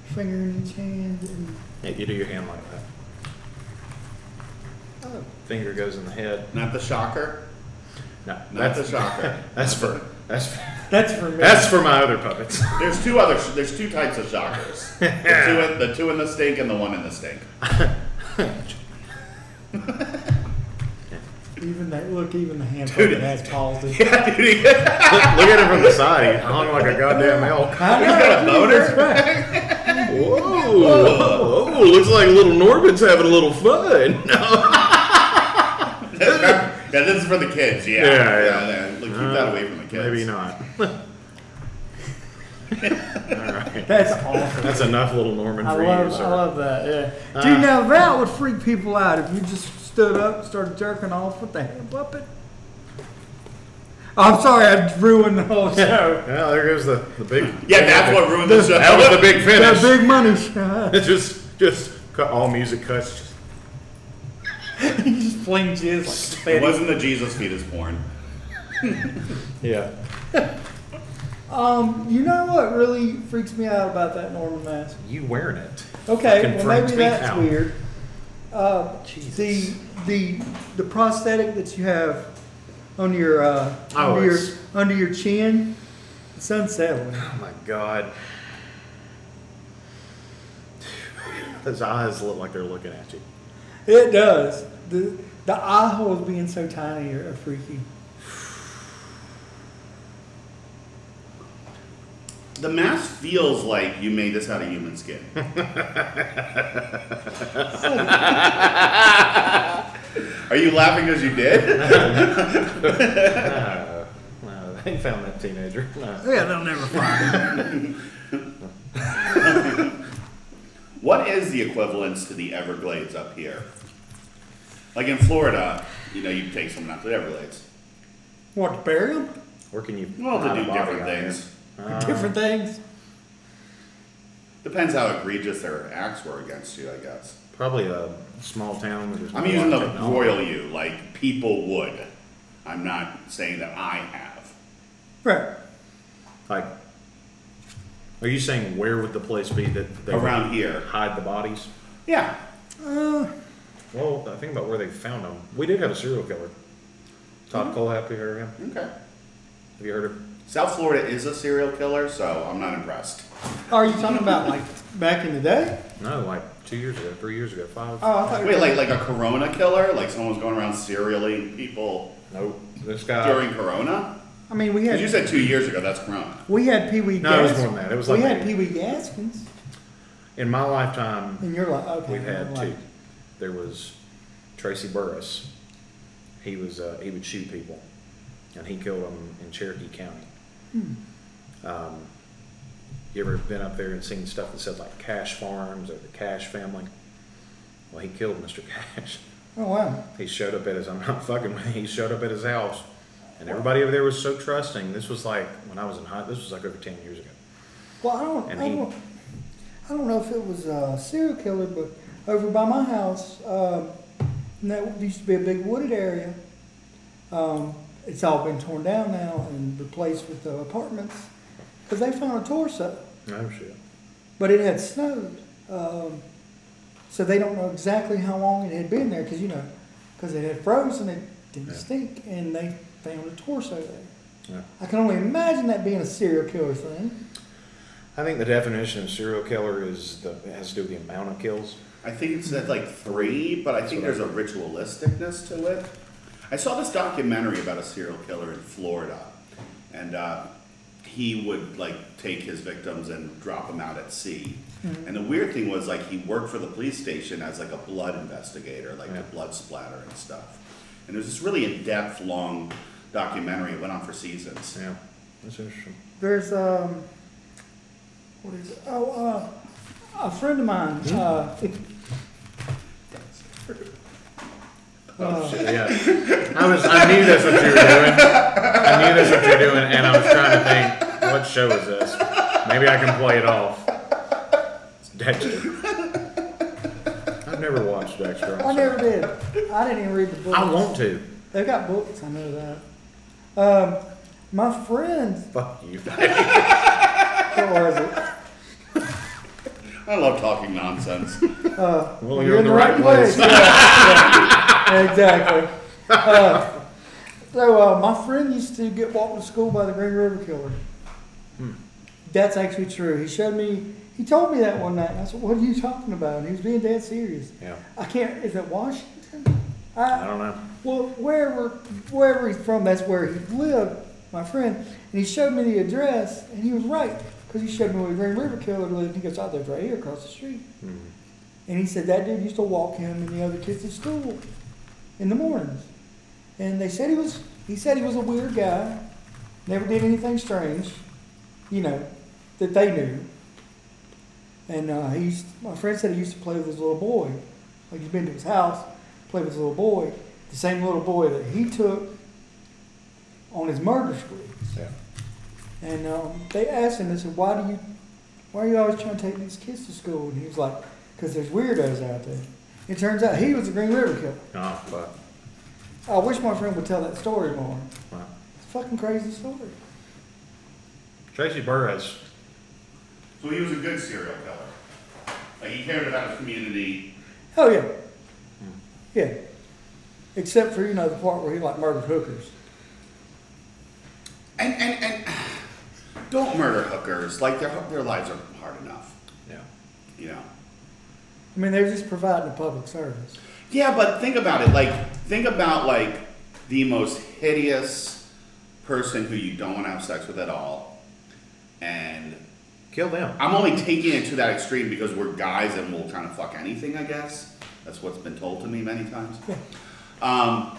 B: finger in each hand and
A: yeah. You do your hand like that.
B: oh.
A: Finger goes in the head.
C: Not the shocker.
A: No,
C: Not the shocker.
A: That's for that's for,
B: That's for me.
A: that's for my other puppets.
C: There's two other. sh- There's two types of shockers. the, two in, the two in the stink and the one in the stink.
B: Even that look, even the hand
C: Dude.
B: puppet has caused it.
C: Yeah, dude, he- he's
A: Look at it from the side. He hung like a goddamn elk.
C: got a boner.
A: Whoa. Oh, looks like little Norbit's having a little fun.
C: yeah, this is for the kids. Yeah,
A: Yeah, yeah.
C: Like, keep that away from the kids.
A: Maybe not.
B: That's awful.
A: That's enough, little Norman,
B: I
A: for
B: love,
A: you,
B: I
A: sir.
B: love that. Yeah. Dude, now that would freak people out if you just stood up, and started jerking off with the hand puppet. I'm sorry, I ruined the whole show.
A: Yeah, there goes the, the big.
C: Yeah, that's what ruined the show.
A: That was the big
B: That
A: finish.
B: big money shot.
A: just just cut all music cuts. Just,
B: you just fling jizz like
C: It
B: spaghetti.
C: wasn't the Jesus fetus porn.
A: yeah.
B: Um, you know what really freaks me out about that Norman mask?
A: You wearing it?
B: Okay,
A: Fucking
B: well maybe
A: freaks me
B: that's
A: out.
B: weird. Uh, the the the prosthetic that you have under your uh,
A: Oh,
B: under your
A: it's-
B: under your chin, it's unsettling.
A: Oh my god. His eyes look like they're looking at you.
B: It does. The the eye holes being so tiny are, are freaky.
C: The mask feels like you made this out of human skin. Are you laughing because you did?
A: No, Uh, no, they found that teenager. No.
B: Yeah, they'll never find it.
C: What is the equivalence to the Everglades up here? Like in Florida, you know, you take someone out to the Everglades.
B: What to bury 'em?
A: Where can you?
C: Well,
A: hide
C: they
A: a
C: do
A: body
C: different
A: out here?
C: things.
A: Uh.
B: Different things.
C: Depends how egregious their acts were against you, I guess.
A: Probably a small town. Where there's
C: I'm
A: not a
C: using
A: lot
C: the
A: of technology.
C: royal you, like people would. I'm not saying that I have.
B: Right.
A: Like, are you saying where would the place be that they would
C: Around here.
A: hide the bodies?
C: Yeah.
A: Well, I think about where they found them. We did have a serial killer. Todd Cole, have you heard of him?
C: Okay.
A: Have you heard of him?
C: South Florida is a serial killer, so I'm not impressed.
B: Oh, Are you talking about like back in the day?
A: No, like two years ago, three years ago, five.
B: Oh, I thought you were
C: Wait, like like a corona killer? Like someone's going around serialing people
A: Nope. This guy.
C: during corona?
B: I mean we had
C: Because you said two years ago, that's corona.
B: we had Pee Wee.
A: No, it was
B: Gaskins.
A: more than that. It was
B: we
A: like
B: had
A: a-
B: Pee Wee Gaskins.
A: in my lifetime,
B: And you're like, okay.
A: we've had
B: I'm
A: two.
B: like,
A: There was Tracy Burris. He was uh, he would shoot people, and he killed them in Cherokee County. Um, you ever been up there and seen stuff that said like Cash Farms or the Cash family? Well, he killed Mr. Cash.
B: Oh wow.
A: He showed up at his. I'm not fucking. with you, He showed up at his house, and everybody over there was so trusting. This was like when I was in high. This was like over ten years ago.
B: Well, I don't,
A: And
B: I
A: he-
B: don't, I don't know if it was a serial killer, but over by my house, um, and that used to be a big wooded area. Um, it's all been torn down now and replaced with the apartments because they found a torso,
A: Oh shit.
B: but it had snowed, um, so they don't know exactly how long it had been there because you know, because it had frozen, it didn't
A: Yeah.
B: stink, and they found a torso there.
A: Yeah.
B: I can only imagine that being a serial killer thing.
A: I think the definition of serial killer is the it has to do with the amount of kills.
C: I think it's at like three, but I think there's a ritualisticness to it. I saw this documentary about a serial killer in Florida, and uh, he would like take his victims and drop them out at sea. And the weird thing was like he worked for the police station as like a blood investigator, like
A: Yeah.
C: the blood splatter and stuff. And there's this really in-depth, long documentary. It went on for seasons.
A: Yeah, that's interesting.
B: There's um, what is it? Oh, uh, a friend of mine.
A: Hmm?
B: Uh,
A: Oh, shit, yeah. I was. I knew that's what you were doing. I knew that's what you were doing, and I was trying to think, what show is this? Maybe I can play it off. It's Dexter. I've never watched Dexter. I'm
B: I never
A: sorry.
B: did. I didn't even read the book.
A: I want to.
B: They've got books. I know that. Um, my friend.
A: Fuck you.
B: Where is it?
C: I love talking nonsense.
A: Well, you're, in the right place.
B: Yeah, yeah, exactly. Uh, so uh, my friend used to get walked to school by the Green River Killer.
A: Hmm.
B: That's actually true. He showed me. He told me that one night. And I said, "What are you talking about?" And he was being dead serious.
A: Yeah.
B: I can't. Is it Washington?
H: I don't know.
B: Well, wherever wherever he's from, that's where he lived, my friend. And he showed me the address, and he was right because he showed me where the Green River Killer lived. And he goes, "I lived right here across the street." And he said that dude used to walk him and the other kids to school in the mornings. And they said he was he said he was a weird guy, never did anything strange, you know, that they knew. And uh, he used, my friend said he used to play with his little boy. Like he'd been to his house, played with his little boy, the same little boy that he took on his murder sprees.
A: Yeah.
B: And um, they asked him, they said, why do you, why are you always trying to take these kids to school? And he was like, because there's weirdos out there. It turns out he was the Green River Killer.
H: Oh, fuck.
B: I wish my friend would tell that story more.
H: Wow.
B: It's a fucking crazy story.
A: Tracy Burr has
C: So he was a good serial killer. Like he cared about his community.
B: Oh yeah, yeah. Except for you know the part where he like murdered hookers.
C: And and and don't murder hookers. Like their their lives are hard enough.
A: yeah.
C: You know.
B: I mean, they're just providing a public service.
C: Yeah, but think about it. Like, think about like the most hideous person who you don't want to have sex with at all. And
H: Kill them.
C: I'm only taking it to that extreme because we're guys and we'll kind of fuck anything, I guess. That's what's been told to me many times. Um,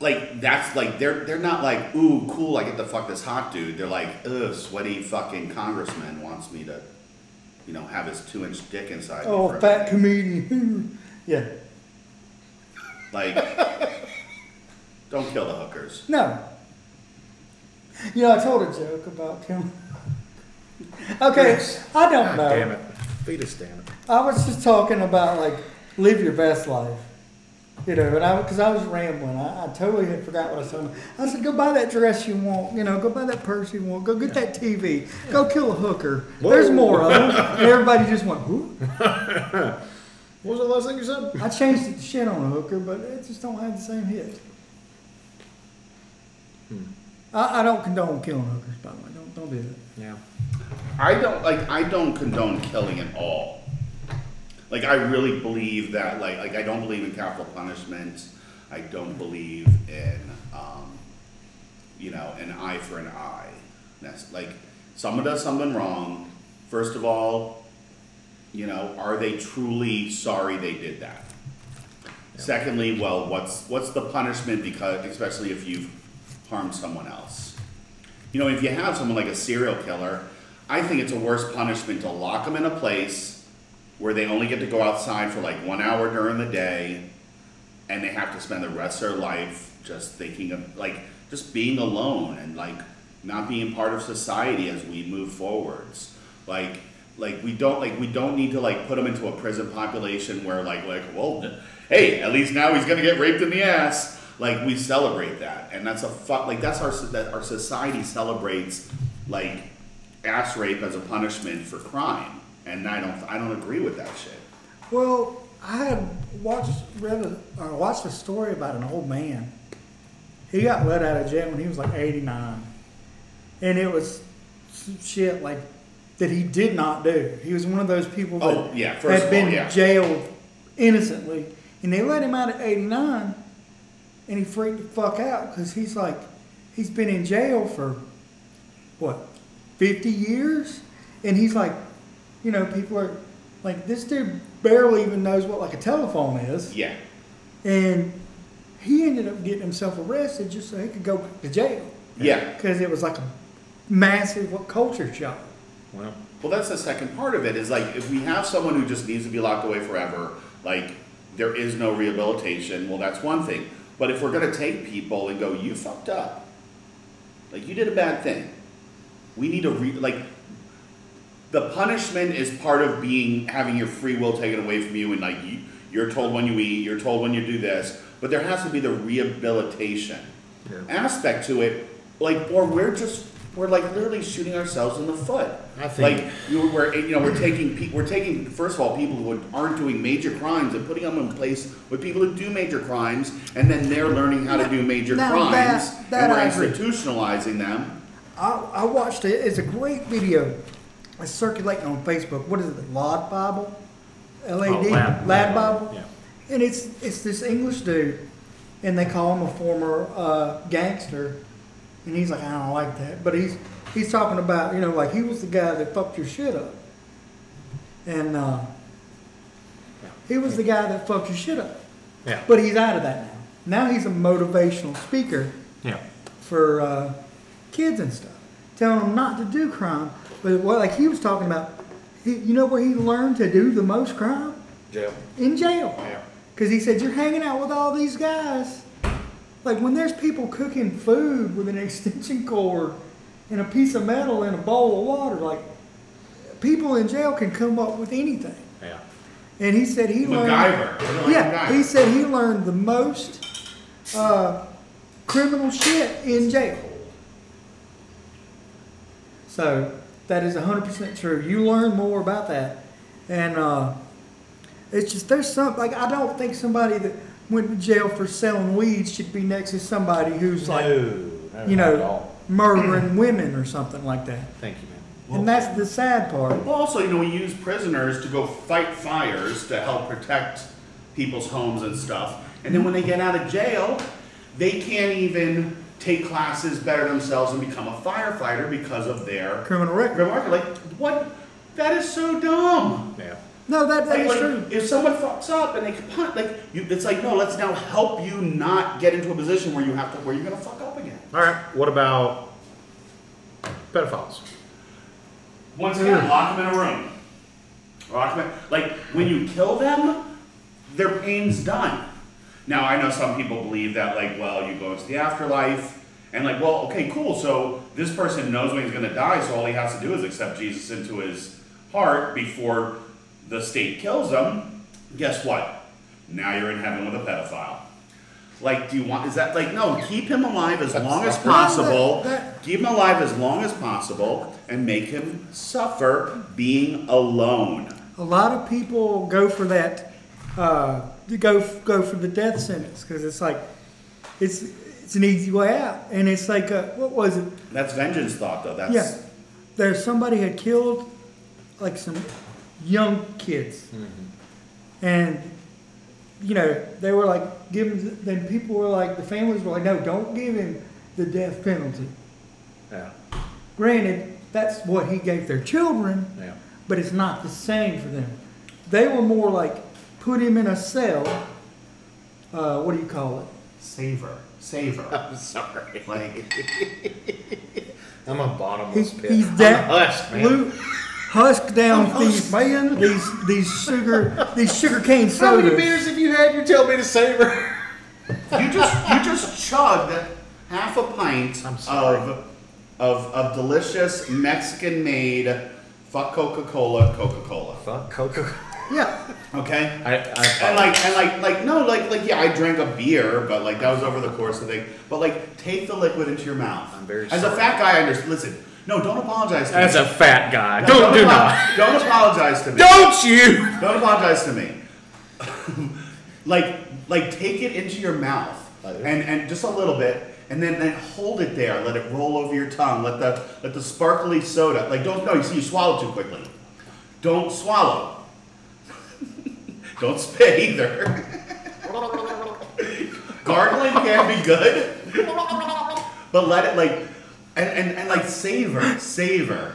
C: like that's like they're they're not like ooh cool I get to fuck this hot dude. They're like ugh sweaty fucking congressman wants me to, you know, have his two inch dick inside. me
B: Oh,
C: for a
B: fat
C: minute."
B: comedian. yeah.
C: Like, don't kill the hookers.
B: No. You know, I told a joke about him. okay, I don't know.
H: Ah, Damn it. Fetus, damn it.
B: I was just talking about like live your best life, you know. And I because I was rambling, I, I totally had forgot what I was talking. about. I said, go buy that dress you want, you know, go buy that purse you want, go get that TV, go kill a hooker. There's more of them. And everybody just went, who?
H: What was the last thing you said?
B: I changed it to shit on a hooker, but it just don't have the same hit.
C: Hmm.
B: I, I don't condone killing hookers, by the way. Don't don't do that.
H: Yeah.
C: I don't like. I don't condone killing at all. Like I really believe that. Like like I don't believe in capital punishment. I don't believe in um, you know an eye for an eye. That's like someone does something wrong. First of all, you know, are they truly sorry they did that? Secondly, well, what's what's the punishment? Because especially if you've harmed someone else. You know, if you have someone like a serial killer, I think it's a worse punishment to lock them in a place where they only get to go outside for like one hour during the day and they have to spend the rest of their life just thinking of like just being alone and like not being part of society as we move forwards like like we don't like we don't need to like put them into a prison population where like like well hey at least now he's gonna get raped in the ass like we celebrate that and that's a fuck like that's our that our society celebrates like ass rape as a punishment for crime and i don't i don't agree with that shit
B: Well, I had watched read a, or watched a story about an old man. He got let out of jail when he was like 89, and it was some shit like that he did not do. He was one of those people that
C: Oh, yeah, first
B: had
C: of all,
B: been
C: yeah.
B: jailed innocently, and they let him out at 89, and he freaked the fuck out because he's like he's been in jail for what 50 years and he's like you know people are like this dude barely even knows what like a telephone is
C: yeah
B: and he ended up getting himself arrested just so he could go back to jail
C: yeah
B: because it was like a massive what culture shock
H: Well,
C: Well, that's the second part of it is like if we have someone who just needs to be locked away forever, like there is no rehabilitation, well, that's one thing. But if we're going to take people and go, you fucked up, like you did a bad thing, we need to, re- like, the punishment is part of being having your free will taken away from you and like you, you're told when you eat you're told when you do this but there has to be the rehabilitation aspect to it like or we're just we're like literally shooting ourselves in the foot
H: I think-
C: like you we're you know we're taking pe- we're taking first of all people who aren't doing major crimes and putting them in place with people who do major crimes and then they're learning how to do major
B: Now that-
C: crimes
B: that
C: and we're
B: I agree.
C: institutionalizing them
B: I, I watched it. It's a great video. It's circulating on Facebook. What is it? Lad Bible? L A D?
H: Oh, Lad-
B: Lad Bible?
H: yeah.
B: and it's it's this English dude, and they call him a former uh, gangster, and he's like, I don't like that, but he's he's talking about you know like he was the guy that fucked your shit up, and uh, he was the guy that fucked your shit up,
H: Yeah.
B: but he's out of that now. Now he's a motivational speaker
H: Yeah.
B: for uh, kids and stuff, telling them not to do crime. But what, like he was talking about, he, you know where he learned to do the most crime
A: Jail.
B: in jail.
A: Yeah.
B: Because he said, You're hanging out with all these guys. Like when there's people cooking food with an extension cord and a piece of metal and a bowl of water, like people in jail can come up with anything.
A: Yeah.
B: And he said he learned.
F: MacGyver. We're like
B: Yeah,
F: MacGyver.
B: he said he learned the most uh, criminal shit in jail. So that is 100% true. You learn more about that. And uh, it's just, there's some, like, I don't think somebody that went to jail for selling weed should be next to somebody who's like,
A: no,
B: you
A: not at
B: know,
A: all.
B: murdering women or something like that.
A: Thank you, man.
B: And that's the sad part.
C: Well, also, you know, we use prisoners to go fight fires to help protect people's homes and stuff. And then when they get out of jail, they can't even take classes, better themselves, and become a firefighter because of their
B: Criminal record.
C: remark. Like, what? That is so dumb.
A: Yeah.
B: No, that, that
C: Like,
B: is
C: like,
B: true.
C: if someone fucks up and they can punt, like, you, it's like, no, let's now help you not get into a position where you have to, where you're gonna fuck up again.
H: All right. What about pedophiles?
C: Once again, lock them in a room. Lock them in, like when you kill them, their pain's done. Now I know some people believe that like, well, you go into the afterlife, and like, well, okay, cool. So this person knows when he's gonna die, so all he has to do is accept Jesus into his heart before the state kills him. Guess what? Now you're in heaven with a pedophile. Like, do you want? Is that like no? Keep him alive as long as possible.
B: that-
C: Keep him alive as long as possible, and make him suffer being alone.
B: A lot of people go for that. Uh, you go go for the death sentence because it's like it's it's an easy way out, and it's like uh what was it?
C: That's vengeance thought, though. That's
B: Yeah, there's somebody had killed like some young kids, and you know they were like giving. Then people were like, the families were like, no, don't give him the death penalty.
A: Yeah.
B: Granted, that's what he gave their children,
A: Yeah.
B: but it's not the same for them. They were more like put him in a cell. Uh, what do you call it?
C: savor, savor.
A: I'm sorry.
C: like
A: I'm a bottomless
B: He's,
A: pit.
B: he's
A: I'm
B: that
A: husk, man.
B: Lou- husk down these
A: man.
B: these these sugar these sugar cane
A: How many
B: sodas.
A: beers have you had? You tell me to savor.
C: you just you just chugged half a pint
A: I'm
C: of,
A: sorry.
C: of of delicious Mexican made fuck Coca Cola Coca Cola.
A: Fuck Coca.
B: Yeah,
C: Okay.
A: I, I
C: And like, and like, like, no, like, like, yeah, I drank a beer, but like that was over the course of the thing. But like, take the liquid into your mouth.
A: I'm very
C: As a
A: sorry.
C: fat guy, I understand. Listen, no, don't apologize. To
H: That's
C: me.
H: a fat guy.
C: No,
H: Don't do
C: apo-
H: not.
C: Don't apologize to me.
H: Don't you?
C: Don't apologize to me. like, like, take it into your mouth, and and just a little bit, and then then hold it there. Let it roll over your tongue. Let the let the sparkly soda. Like, don't no, you see, you swallow too quickly. Don't swallow. don't spit either. Gargling can be good, but let it like, and and, and like savor, savor.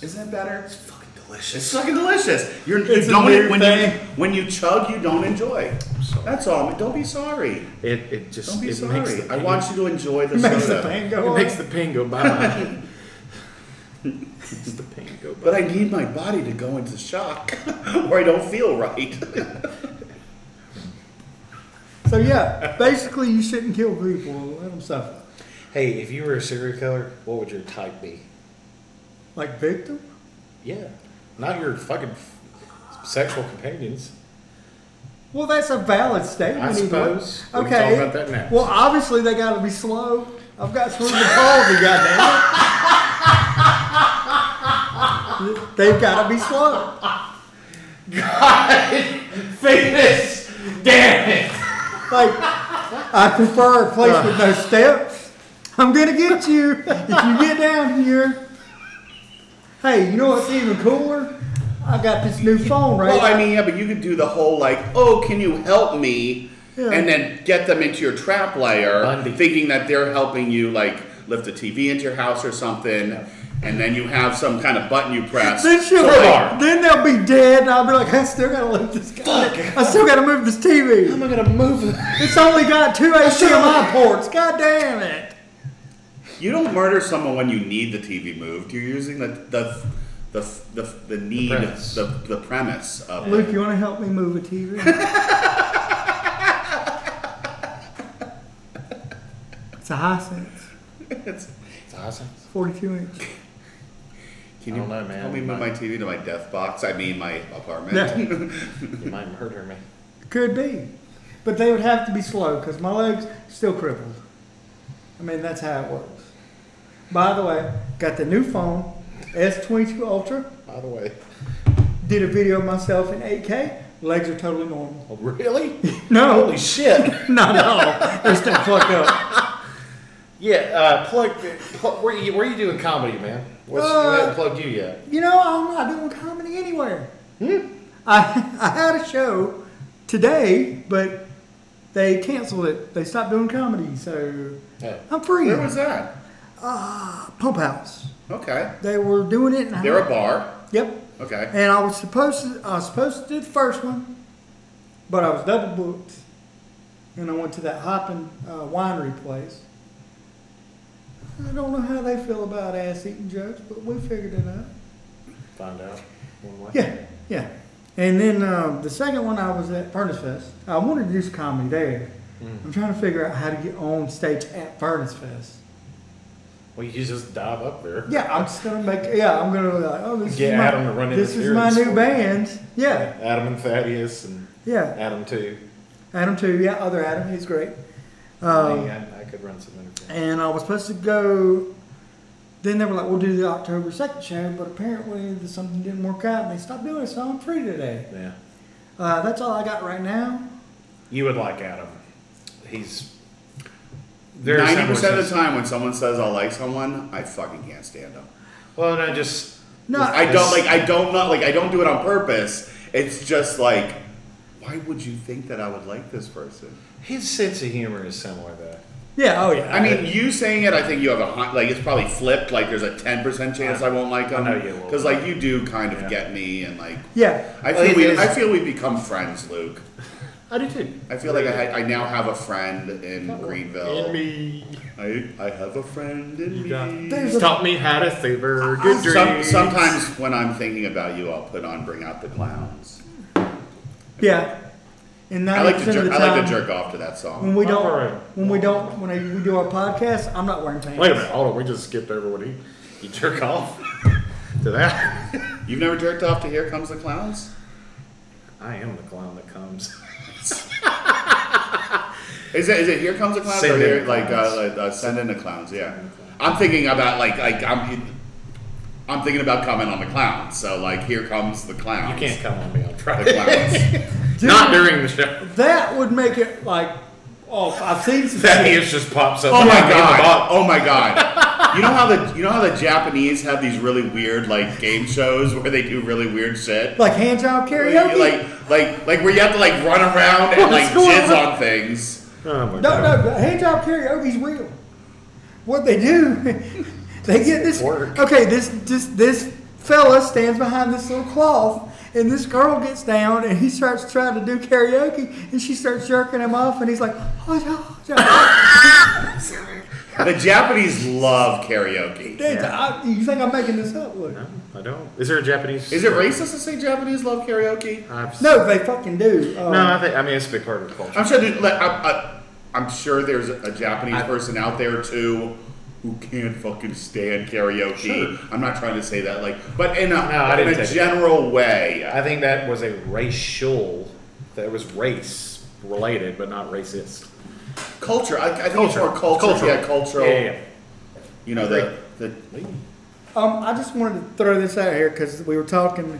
C: Isn't that better?
A: It's fucking delicious.
C: It's fucking delicious. You're, you
B: It's a
C: don't
B: weird
C: when you
B: thing.
C: when you chug, you don't enjoy.
A: sorry.
C: That's all. Don't be sorry.
H: It, it just
C: Don't be
H: it
C: sorry.
H: makes the
C: I want you to enjoy the
B: makes the
C: soda.
B: pain go
H: it
B: on.
H: makes the pain go bye bye. it's the pain go bye.
C: But I need my body to go into shock, or I don't feel right.
B: so yeah, basically you shouldn't kill people. Let them suffer.
A: Hey, if you were a serial killer, what would your type be?
B: Like victim.
A: Yeah. Not your fucking f- sexual companions.
B: Well, that's a valid statement.
A: I
B: either way.
A: suppose.
H: We can talk
B: Okay.
H: about that next.
B: Well, obviously they got to be slow. I've got smooth and palsy, goddamn it. They've got to be slow.
F: Famous! Damn it!
B: Like I prefer a place with no steps. I'm gonna get you if you get down here. Hey, you know what's even cooler? I got this new phone, right?
C: Well, I mean, yeah, but you could do the whole like, oh, can you help me?
B: Yeah.
C: And then get them into your trap layer,
M: Bundy.
C: thinking that they're helping you like lift a TV into your house or something. And then you have some kind of button you press.
B: Then she'll
C: to,
B: like, then they'll be dead, and I'll be like, I still gotta leave this guy. I still gotta move this TV.
A: am I gonna move it?
B: It's only got two HDMI ports. God damn it!
C: You don't murder someone when you need the TV moved. You're using the the the the, the need the
A: premise.
C: premise, the, the premise of
B: Luke,
C: it.
B: you wanna help me move a TV? it's a Hisense,
C: It's-
A: It's awesome.
B: 42 inch.
C: Can
A: I
C: you
A: don't know, man.
C: help me move my TV to my death box? I mean, my apartment.
B: Yeah.
A: You might murder me.
B: Could be, but they would have to be slow because my legs still crippled. I mean, that's how it works. By the way, got the new phone, S22 Ultra.
A: By the way.
B: Did a video of myself in 8K. Legs are totally normal.
A: Oh, really?
B: No,
A: Holy shit.
B: no, no. They're still fucked up.
A: Yeah, uh, plug, plug where, you, where you doing comedy, man? What's,
B: Uh,
A: we haven't plugged you yet.
B: You know, I'm not doing comedy anywhere. Hmm? I, I had a show today, but they canceled it. They stopped doing comedy, so
A: Oh.
B: I'm free.
C: Where was that?
B: Pump House.
C: Okay.
B: They were doing it. In
C: They're a bar.
B: Yep.
C: Okay.
B: And I was supposed to, I was supposed to do the first one, but I was double booked, and I went to that hopping uh, winery place. I don't know how they feel about ass eating jokes, but we figured it out.
A: Find out. One way.
B: Yeah, yeah. And then uh, the second one, I was at Furnace Fest. I wanted to do some comedy there.
A: Mm.
B: I'm trying to figure out how to get on stage at Furnace Fest.
A: Well, you just dive up there.
B: Yeah, I'm just gonna make. Yeah, I'm gonna be like, oh, this
A: Get
B: is my,
A: Adam to run
B: this is my
A: interference for
B: new
A: you.
B: band. Yeah,
A: Adam and Thaddeus and
B: yeah.
A: Adam too.
B: Adam too, yeah, other Adam, he's great. Um,
A: Hey, I, I could run some interference.
B: And I was supposed to go. Then they were like, "We'll do the October second show," but apparently the- something didn't work out, and they stopped doing it. So I'm free today.
A: Yeah.
B: Uh, that's all I got right now.
A: You would like Adam. He's very
C: Ninety percent
A: similar
C: of
A: to-
C: the time, when someone says I like someone, I fucking can't stand them.
A: Well, no, just
B: No,
C: I don't like. I don't not like. I don't do it on purpose. It's just like, why would you think that I would like this person?
A: his sense of humor is similar though.
B: yeah, oh yeah,
C: I mean, you saying it, I think you have a hot, like it's probably flipped. Like there's a ten percent chance I won't like them.
A: know you will.
C: because like you do kind of
A: Yeah.
C: get me, and like
B: yeah.
C: I
A: Well,
C: feel
A: it
C: we,
A: is-
C: I feel we've become friends, Luke.
A: I do too.
C: I feel like I, had, I now have a friend in Greenville.
A: me.
C: I, I have a friend in me.
B: There's a,
A: Taught me how to savor good dreams.
C: Some, sometimes when I'm thinking about you, I'll put on "Bring Out the Clowns."
B: yeah. And
C: I
B: ninety
C: like to
B: percent of
C: jerk.
B: the
C: I
B: time,
C: like to jerk off to that
B: when
C: song.
B: we don't,
A: Alright.
B: when we don't, when I, we do our podcast, I'm not wearing pants.
A: Wait a minute, hold on. We just skipped over what he you jerk off to that.
C: You've never jerked off to "Here Comes the Clowns"?
A: I am the clown that comes.
C: Is it is it "Here Comes the Clowns"
A: Send
C: or
A: in
C: here,
A: the
C: like,
A: clowns.
C: uh, like uh, "Send in the Clowns"? Yeah, I'm thinking about like like I'm I'm thinking about coming on the clowns. So like, here comes the
A: You
C: clowns.
A: can't come on me on
C: The
A: Friday.
C: clowns.
B: Dude,
A: Not during the show.
B: That would make it like, oh, I've seen some.
A: Thaddeus just pops up.
C: Oh my
A: in the
C: god!
A: box.
C: Oh my god! You know how the you know how the Japanese have these really weird like game shows where they do really weird shit.
B: like hand job
C: Where you,
B: karaoke.
C: like like like where you have to like run around and like
B: What's going
C: jizz
B: on?
C: on things.
A: Oh my
B: No,
A: god.
B: no, but hand job karaoke's real. What they do, they get this.
A: Work.
B: Okay, this this this fella stands behind this little cloth, and this girl gets down, and he starts trying to do karaoke, and she starts jerking him off, and he's like, oh, yeah, yeah."
C: The Japanese love karaoke.
B: Dude, I- you think I'm making this up? Look,
A: No, I don't. Is there a Japanese?
C: Is it racist to say Japanese love karaoke?
A: I've s-
B: no, they fucking do. Uh,
A: No, I think. I mean, it's a big part of the culture.
C: I'm sure. There's, like, I, I, I'm sure there's a Japanese person out there too who can't fucking stand karaoke. I'm not trying to say that like, but in a,
A: I
C: in
A: didn't
C: a
A: take it.
C: general way.
A: I think that was a racial. That was race related, but not racist.
C: culture. I, I think it's more culture.
A: Cultural.
C: Yeah, cultural.
A: Yeah, yeah,
C: You know the the.
B: Um, I just wanted to throw this out here because we were talking.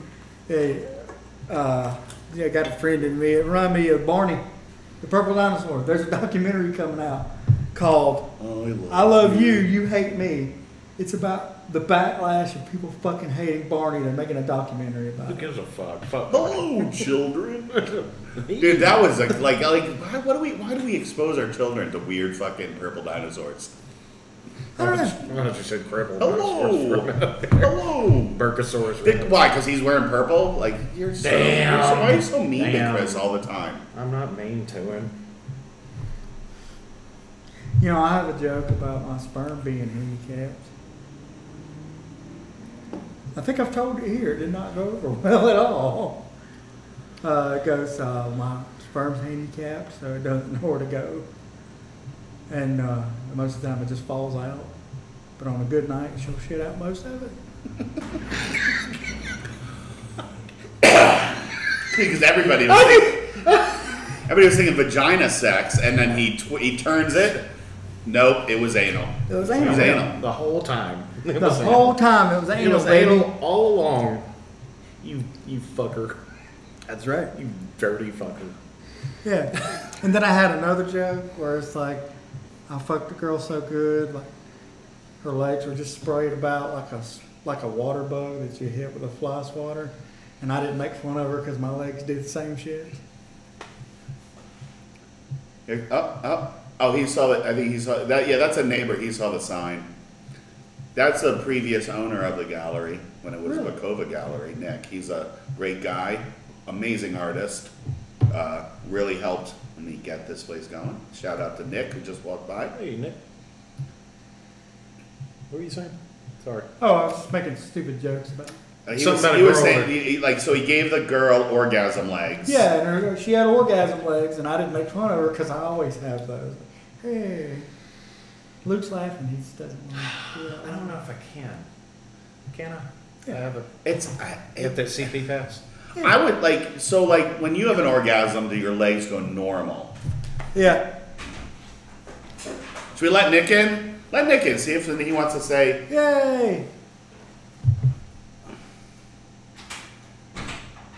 B: Uh, uh, yeah, I got a friend in me. It reminded me of Barney, the purple dinosaur. There's a documentary coming out called
C: Oh, I love
B: I Love You, You Hate Me. It's about the backlash of people fucking hating Barney. They're making a documentary
A: Who
B: about it.
A: gives a fuck? Fuck.
C: Hello, oh, children. Dude, that was like, like, like, why, what do we, why do we expose our children to weird fucking purple dinosaurs?
B: I don't know.
A: I just said crippled.
C: Hello, hello.
A: Burkosaurus.
C: Big, why? Because he's wearing purple. Like you're so, You're so why are you so mean
A: Damn.
C: to Chris all the time?
A: I'm not mean to him.
B: You know, I have a joke about my sperm being handicapped. I think I've told it here. It did not go over well at all. Uh, it goes, uh, my sperm's handicapped, so it doesn't know where to go. And uh, most of the time it just falls out. But on a good night, she'll shit out most of it.
C: Because everybody was thinking, everybody was thinking vagina sex, and then he tw- he turns it. Nope, it was anal.
B: It was
C: It was
B: anal.
C: anal.
A: The whole time. It
B: The
A: was
B: whole time it was
A: anal. It
B: anal,
A: was
B: baby.
A: anal all along. You you fucker.
B: That's right.
A: You dirty fucker.
B: Yeah. And then I had another joke where it's like, I fucked a girl so good, like her legs were just sprayed about like a s- like a water bug that you hit with a fly swatter, and I didn't make fun of her because my legs did the same shit.
C: Here- Up, up. Oh, he saw that. I think he saw that. Yeah, that's a neighbor. He saw the sign. That's a previous owner of the gallery when it was
B: Really?
C: Bakova Gallery. Nick, he's a great guy, amazing artist. Uh, really helped me get this place going. Shout out to Nick who just walked by.
A: Hey Nick. What were you saying? Sorry.
B: Oh, I was just making stupid jokes about.
C: Uh, he
A: Something
C: was,
A: about a
C: he was
A: girl
C: saying
A: or-
C: he, he- like so he gave the girl orgasm legs.
B: Yeah, and her, she had orgasm legs, and I didn't make fun of her because I always have those. Hey, Luke's laughing. He just doesn't.
A: I don't know if I can. Can I?
B: Yeah.
A: I have a
C: It's I,
A: hit
C: it,
A: that CP pass.
C: I would like so like when you have an orgasm, do your legs go normal?
B: Yeah,
C: Should we let Nick in? Let Nick in. See if he wants to say.
B: yay!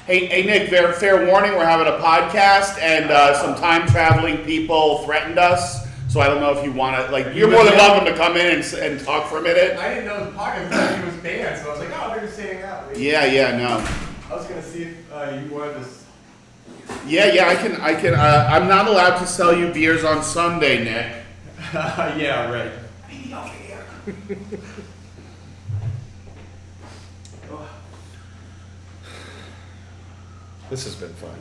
C: Hey, hey, Nick. Fair, fair warning. We're having a podcast, and uh, some time traveling people threatened us. So I don't know if you want to. Like, you're more than welcome to come in and, s- and talk for a minute.
F: I didn't know the podcast was banned, so I was like, oh, they're just saying that. Wait,
C: Yeah, yeah, no.
F: I was gonna see if uh, you wanted to. s-
C: Yeah, yeah. I can, I can. Uh, I'm not allowed to sell you beers on Sunday, Nick.
F: uh, yeah, right.
A: This has been fun.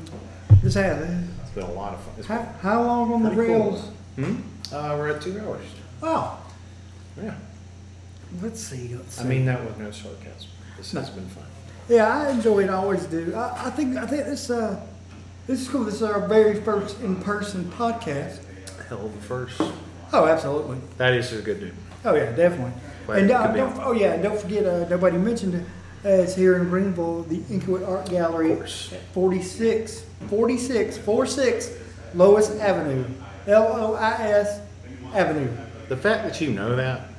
B: This happened.
A: It's been a lot of fun. It's
B: How,
A: been,
B: how long on the
A: Pretty cool.
B: rails?
A: uh, we're at two hours.
B: Oh,
A: Yeah.
B: let's see. Let's see.
A: I mean that with no sarcasm. This
B: No.
A: has been fun.
B: yeah, I enjoyed. I always do. I, I think. I think this. Uh, this is cool. This is our very first in-person podcast.
A: Hell of a first.
B: Oh, absolutely.
A: That is a good dude.
B: Oh yeah, definitely.
A: Glad
B: and
A: it
B: uh,
A: could be.
B: don't, oh yeah, and don't forget. Uh, nobody mentioned it. Uh, it's here in Greenville, the Inkwood Art Gallery,
A: Of course.
B: 46, 46, 46 Lois Avenue, L O I S Avenue.
A: The fact that you know that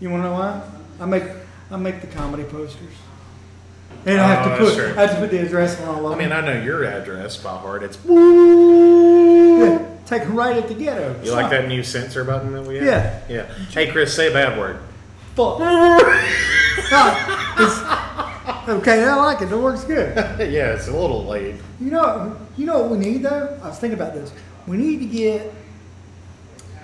B: You want to know why? I make I make the comedy posters, and I have
A: Oh,
B: to
A: that's
B: put
A: true.
B: I have to put the address on all of
A: I mean,
B: them.
A: I know your address by heart. It's
B: Yeah, take them right at the ghetto.
A: you like that new censor button that we have.
B: Yeah.
A: yeah. Hey, Chris, say a bad word.
B: Fuck. God, it's- okay, I like it. It works good.
A: yeah, it's a little late.
B: You know, you know what we need though. I was thinking about this. We need to get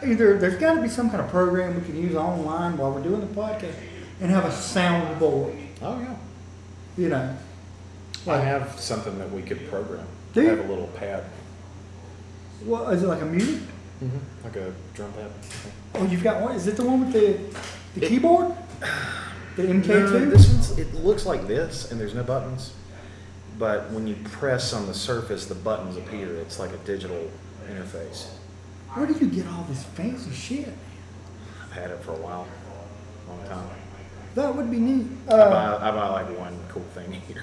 B: either there's got to be some kind of program we can use online while we're doing the podcast, and have a soundboard.
A: Oh yeah.
B: You know,
A: I have something that we could program.
B: Do
A: I
B: you?
A: have a little pad,
B: what is it like a music?
A: like a drum pad.
B: Oh, you've got one. Is it the one with the the keyboard? The MK2.
A: No, Uh, this one's, it looks like this, and there's no buttons. But when you press on the surface, the buttons appear. It's like a digital interface.
B: Where do you get all this fancy shit?
A: I've had it for a while, long time.
B: That would be neat.
A: I,
B: Uh,
A: buy, I buy like one cool thing here.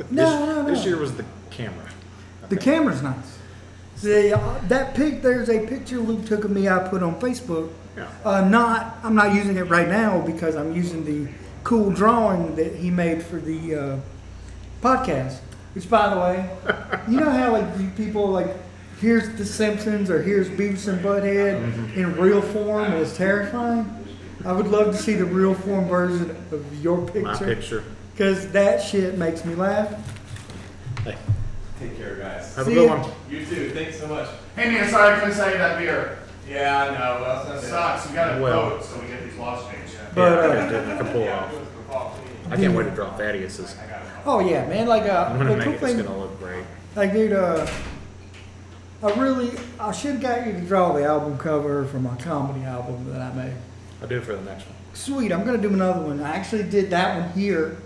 B: No,
A: this,
B: no, no.
A: This year was the camera. I
B: the
A: think.
B: camera's nice. The, uh, that pic, there's a picture Luke took of me. I put on Facebook.
A: Yeah.
B: Uh, not, I'm not using it right now because I'm using the cool drawing that he made for the uh, podcast. Which, by the way, you know how like you people like here's The Simpsons or here's Beavis and Butthead in real form and it's terrifying. I would love to see the real form version of your
H: My
B: picture.
H: picture.
B: Because that shit makes me laugh.
H: Hey,
F: Take care, guys.
H: have a
B: See
H: good
B: ya.
H: one.
F: You too. Thanks so much.
C: Hey man, sorry I couldn't sell you that beer.
F: Yeah, no. Well, it's not
C: It
F: bad.
C: sucks. We got a
H: Well.
C: vote, so we get these laws changed.
H: Yeah, I
B: But, uh,
H: can do it. I can pull it off. I can't wait to draw Thaddeus's.
B: oh yeah, man, like, uh,
H: I'm
B: the
H: gonna make
B: cool
H: it. It's
B: thing,
H: gonna look great.
B: like, dude, uh, I really, I should have got you to draw the album cover for my comedy album that I made.
H: I'll do it for the next one.
B: Sweet, I'm gonna do another one. I actually did that one here.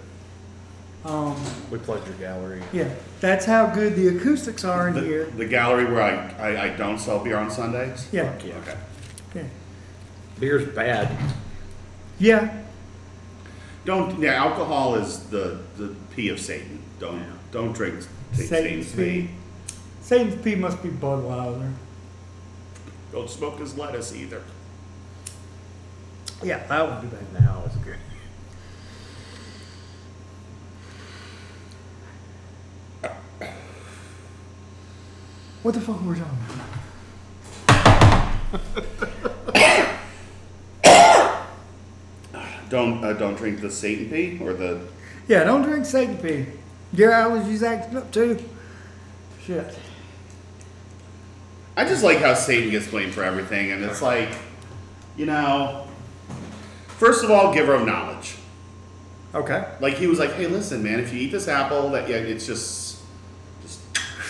B: Um,
H: We plugged your gallery.
B: yeah, that's how good the acoustics are in
C: The,
B: here.
C: the gallery where I, I, I don't sell beer on Sundays.
B: Yeah,
H: Yeah.
C: Okay.
B: yeah,
H: Beer's bad.
B: yeah.
C: Don't. Yeah, alcohol is the the pee of Satan. Don't don't drink
B: Satan's
C: Satan's pee.
B: pee. Satan's P must be Budweiser.
C: Don't smoke his lettuce either.
B: Yeah,
H: I will do that now. It's good.
B: What the fuck were we talking about?
C: Don't uh, don't drink the Satan pee or the.
B: Yeah, don't drink Satan pee. Your allergies acting up too. Shit.
C: I just like how Satan gets blamed for everything, and it's like, you know, first of all, giver of knowledge.
B: Okay.
C: Like he was like, hey, listen, man, if you eat this apple, that yeah, it's just, just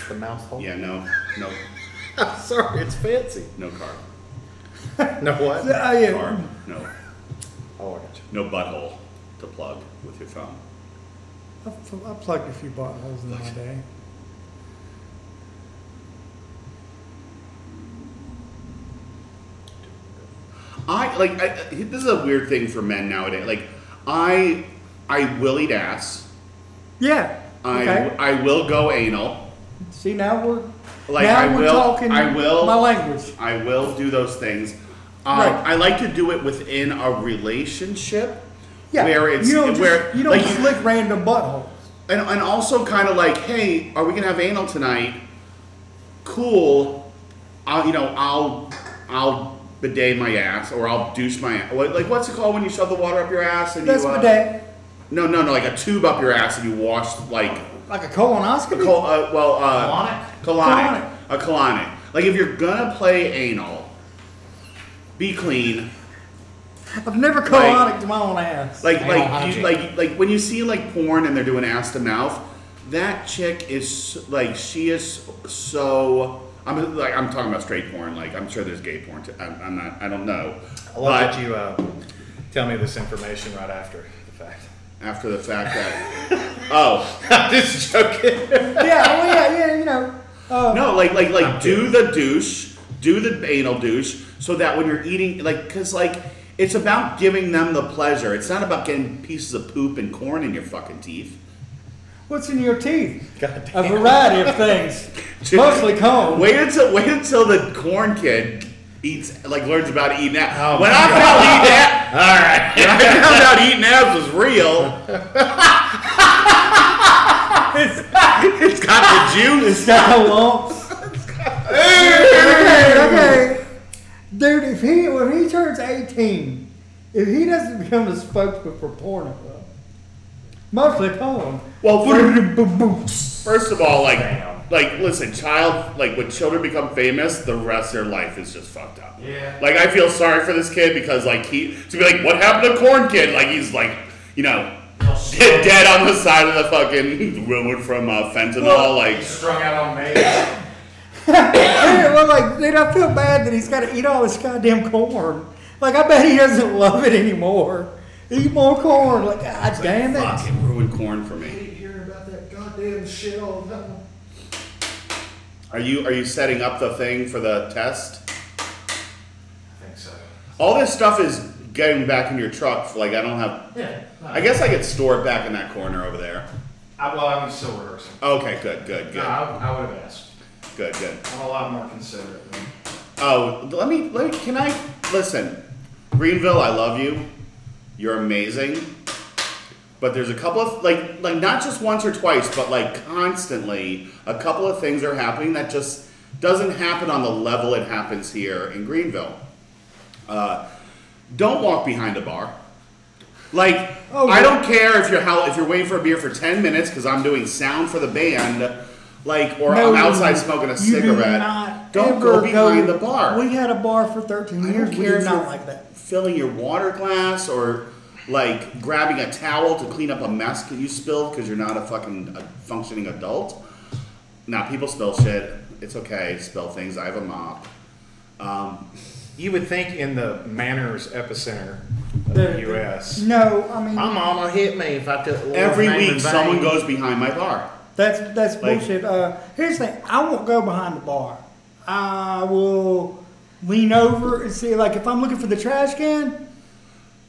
H: The mouthful.
C: yeah, no, no,
H: I'm sorry. It's fancy.
C: no carb,
H: No what?
B: So, uh, yeah.
C: carb, no,
H: Oh, I got you.
C: no butthole to plug with your phone.
B: I, I plugged a few buttholes in my day.
C: I like I, I- this is a weird thing for men nowadays. Like I, I will eat ass.
B: Yeah.
C: I
B: okay.
C: I will go anal.
B: See now we're
C: Like,
B: now
C: I
B: we're
C: will-
B: talking
C: I will-
B: my language.
C: I will do those things. Um,
B: Right.
C: I like to do it within a relationship.
B: Yeah.
C: Where it's
B: you don't
C: where
B: just, you don't
C: like
B: just lick random buttholes.
C: and, and also kind of like, hey, are we gonna have anal tonight? Cool. I'll you know I'll I'll bidet my ass or I'll douche my ass. Like what's it called when you shove the water up your ass and
B: That's
C: you?
B: my
C: uh,
B: day.
C: No, no, no, like a tube up your ass and you wash like
B: Like a
C: a
B: colonoscopy.
C: col- uh, well uh, colonic,
B: Colonic.
C: a colonic. Like if you're gonna play anal, be clean.
B: I've never colonic to my own ass.
C: Like
H: Anal
C: like
H: hygiene.
C: you, like like when you see like porn and they're doing ass to mouth, that chick is s- like she is so. I'm like I'm talking about straight porn. Like I'm sure there's gay porn. Too. I'm, I'm not. I don't know.
A: I love
C: But
A: that you uh, tell me this information right after the fact.
C: after the fact that oh
A: I'm just joking.
B: yeah, well, yeah, yeah, you know. Uh,
C: No, like like like do the douche, do the anal douche, so that when you're eating, like, cause like it's about giving them the pleasure. It's not about getting pieces of poop and corn in your fucking teeth.
B: What's in your teeth?
A: God
B: A variety of things. Mostly cone.
C: Wait until wait until the corn kid eats like learns about eating abs.
A: Oh,
C: when I
A: my
C: found out eating abs, all right. When I found out eating abs was real, it's got the
B: It's
C: juice.
B: got the lumps. okay, okay. Dude, if he when he turns eighteen, if he doesn't become a spokesman for porno, mostly porn.
C: Well, for-
B: Boom-boom-boom.
C: First of all, like, like listen, child, like when children become famous, the rest of their life is just fucked up.
F: Yeah.
C: Like I feel sorry for this kid because like he to be like, what happened to Corn Kid? Like he's like, you know, dead, dead on the side of the fucking rumored from uh, fentanyl. like
F: strung out on me.
B: Hey, well, like, dude, I feel bad that he's got to eat all this goddamn corn. Like, I bet he doesn't love it anymore. Eat more corn. Like, god damn it.
C: fuck, it ruined corn for me.
F: Hearing about that goddamn shit all the time.
C: Are you are you setting up the thing for the
F: I
C: test?
F: think so.
C: All this stuff is getting back in your truck. Like I don't have.
F: Yeah. no.
C: I guess I could store it back in that corner over there.
F: I, well, I'm still rehearsing.
C: Okay, good, good,
F: No,
C: good,
F: I, I would have asked.
C: good, good.
F: I'm a lot more considerate. Than
C: Oh, let me, let me, can I, listen, Greenville, I love you. You're amazing. But there's a couple of, like, like not just once or twice, but like constantly, a couple of things are happening that just doesn't happen on the level it happens here in Greenville. Uh, don't walk behind a bar. Like
B: Oh,
C: I
B: yeah.
C: don't care if you're how if you're waiting for a beer for ten minutes because I'm doing sound for the band, like or
B: No,
C: I'm outside smoking a
B: you do
C: cigarette.
B: not
C: not
B: ever
C: go behind the bar.
B: We had a bar for 13
C: I
B: years.
C: don't
B: We
C: care
B: did
C: if
B: not
C: you're
B: like that.
C: filling your water glass or like grabbing a towel to clean up a mess that you spilled because you're not a fucking uh functioning adult. Now people spill shit. It's okay. to Spill things. I have a mop. Um,
A: You would think in the manners epicenter of
B: There-
A: the U.S.
B: No, I mean
H: My mama hit me if I took Lord's
C: every
H: name in
C: week,
H: vain.
C: someone goes behind my bar.
B: that's that's
C: Like-
B: bullshit. Uh, here's the thing: I won't go behind the bar. I will lean over and see. Like if I'm looking for the trash can,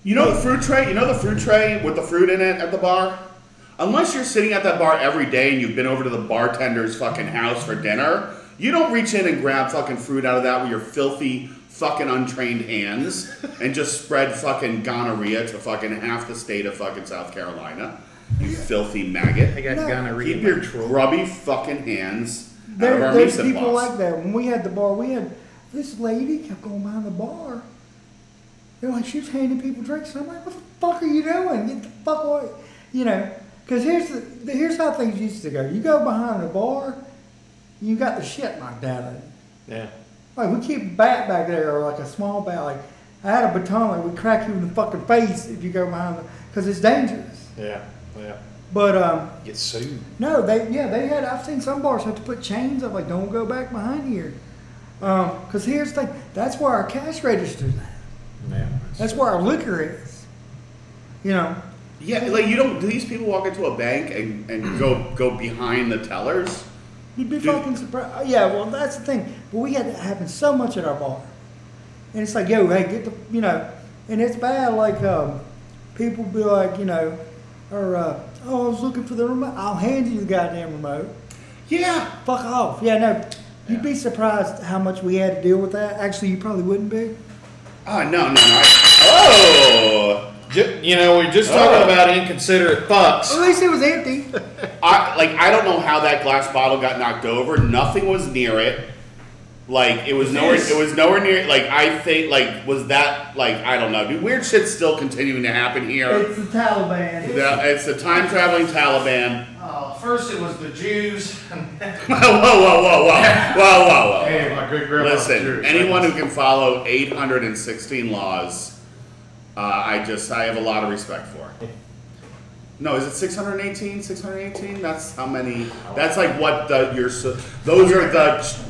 C: You know the fruit tray? You know the fruit tray with the fruit in it at the bar? Unless you're sitting at that bar every day and you've been over to the bartender's fucking house for dinner, you don't reach in and grab fucking fruit out of that with your filthy fucking untrained hands and just spread fucking gonorrhea to fucking half the state of fucking South Carolina. You filthy
H: I
C: maggot.
H: got
B: No.
H: gonorrhea.
C: Keep your grubby fucking hands out of
B: there,
C: our
B: there's
C: mason
B: people
C: box.
B: like that. When we had the bar, we had this lady kept going behind the bar. They're like, she's handing people drinks. And I'm like, what the fuck are you doing? Get the fuck away. You know, because here's the, the- here's how things used to go. You go behind the bar, you got the shit knocked out of you.
A: Yeah.
B: Like we keep a bat back there, or like a small bat. Like I had a baton, like we crack you in the fucking face if you go behind, because it's dangerous.
A: Yeah. Yeah.
B: But um,
A: Get sued.
B: no, they yeah they had. I've seen some bars have to put chains up, like don't go back behind here. Um, cause here's the thing, that's where our cash registers. at.
A: Yeah.
B: That's where our liquor is. You know,
C: Yeah, like you don't. Do these people walk into a bank and, and go go behind the tellers?
B: You'd be
C: Dude.
B: fucking surprised. Yeah, well, that's the thing. But we had that happen so much at our bar, and it's like, yo, hey, get the, you know, and it's bad. Like, um, people be like, you know, or uh, oh, I was looking for the remote. I'll hand you the goddamn remote.
C: Yeah,
B: Fuck off. Yeah, no. You'd be surprised how much we had to deal with that. Actually, you probably wouldn't be.
C: Oh no no Oh! no! I,
A: Ju- you know, we are just
F: Oh.
A: talking about inconsiderate fucks.
B: At least it was empty.
C: oh, I like I don't know how that glass bottle got knocked over. Nothing was near it. Like it was nowhere. It was nowhere near. Like I think. Like was that? Like I don't know. Dude, weird shit's still continuing to happen here.
B: the Taliban.
C: The- It's the time traveling Taliban.
F: Oh, first it was the Jews.
C: Whoa whoa whoa whoa whoa whoa whoa! whoa.
F: hey, my great grandma.
C: Listen, anyone who can follow 816 laws, uh, I just I have a lot of respect for. No, is it 618? 618? That's how many. That's like what the your so- those are the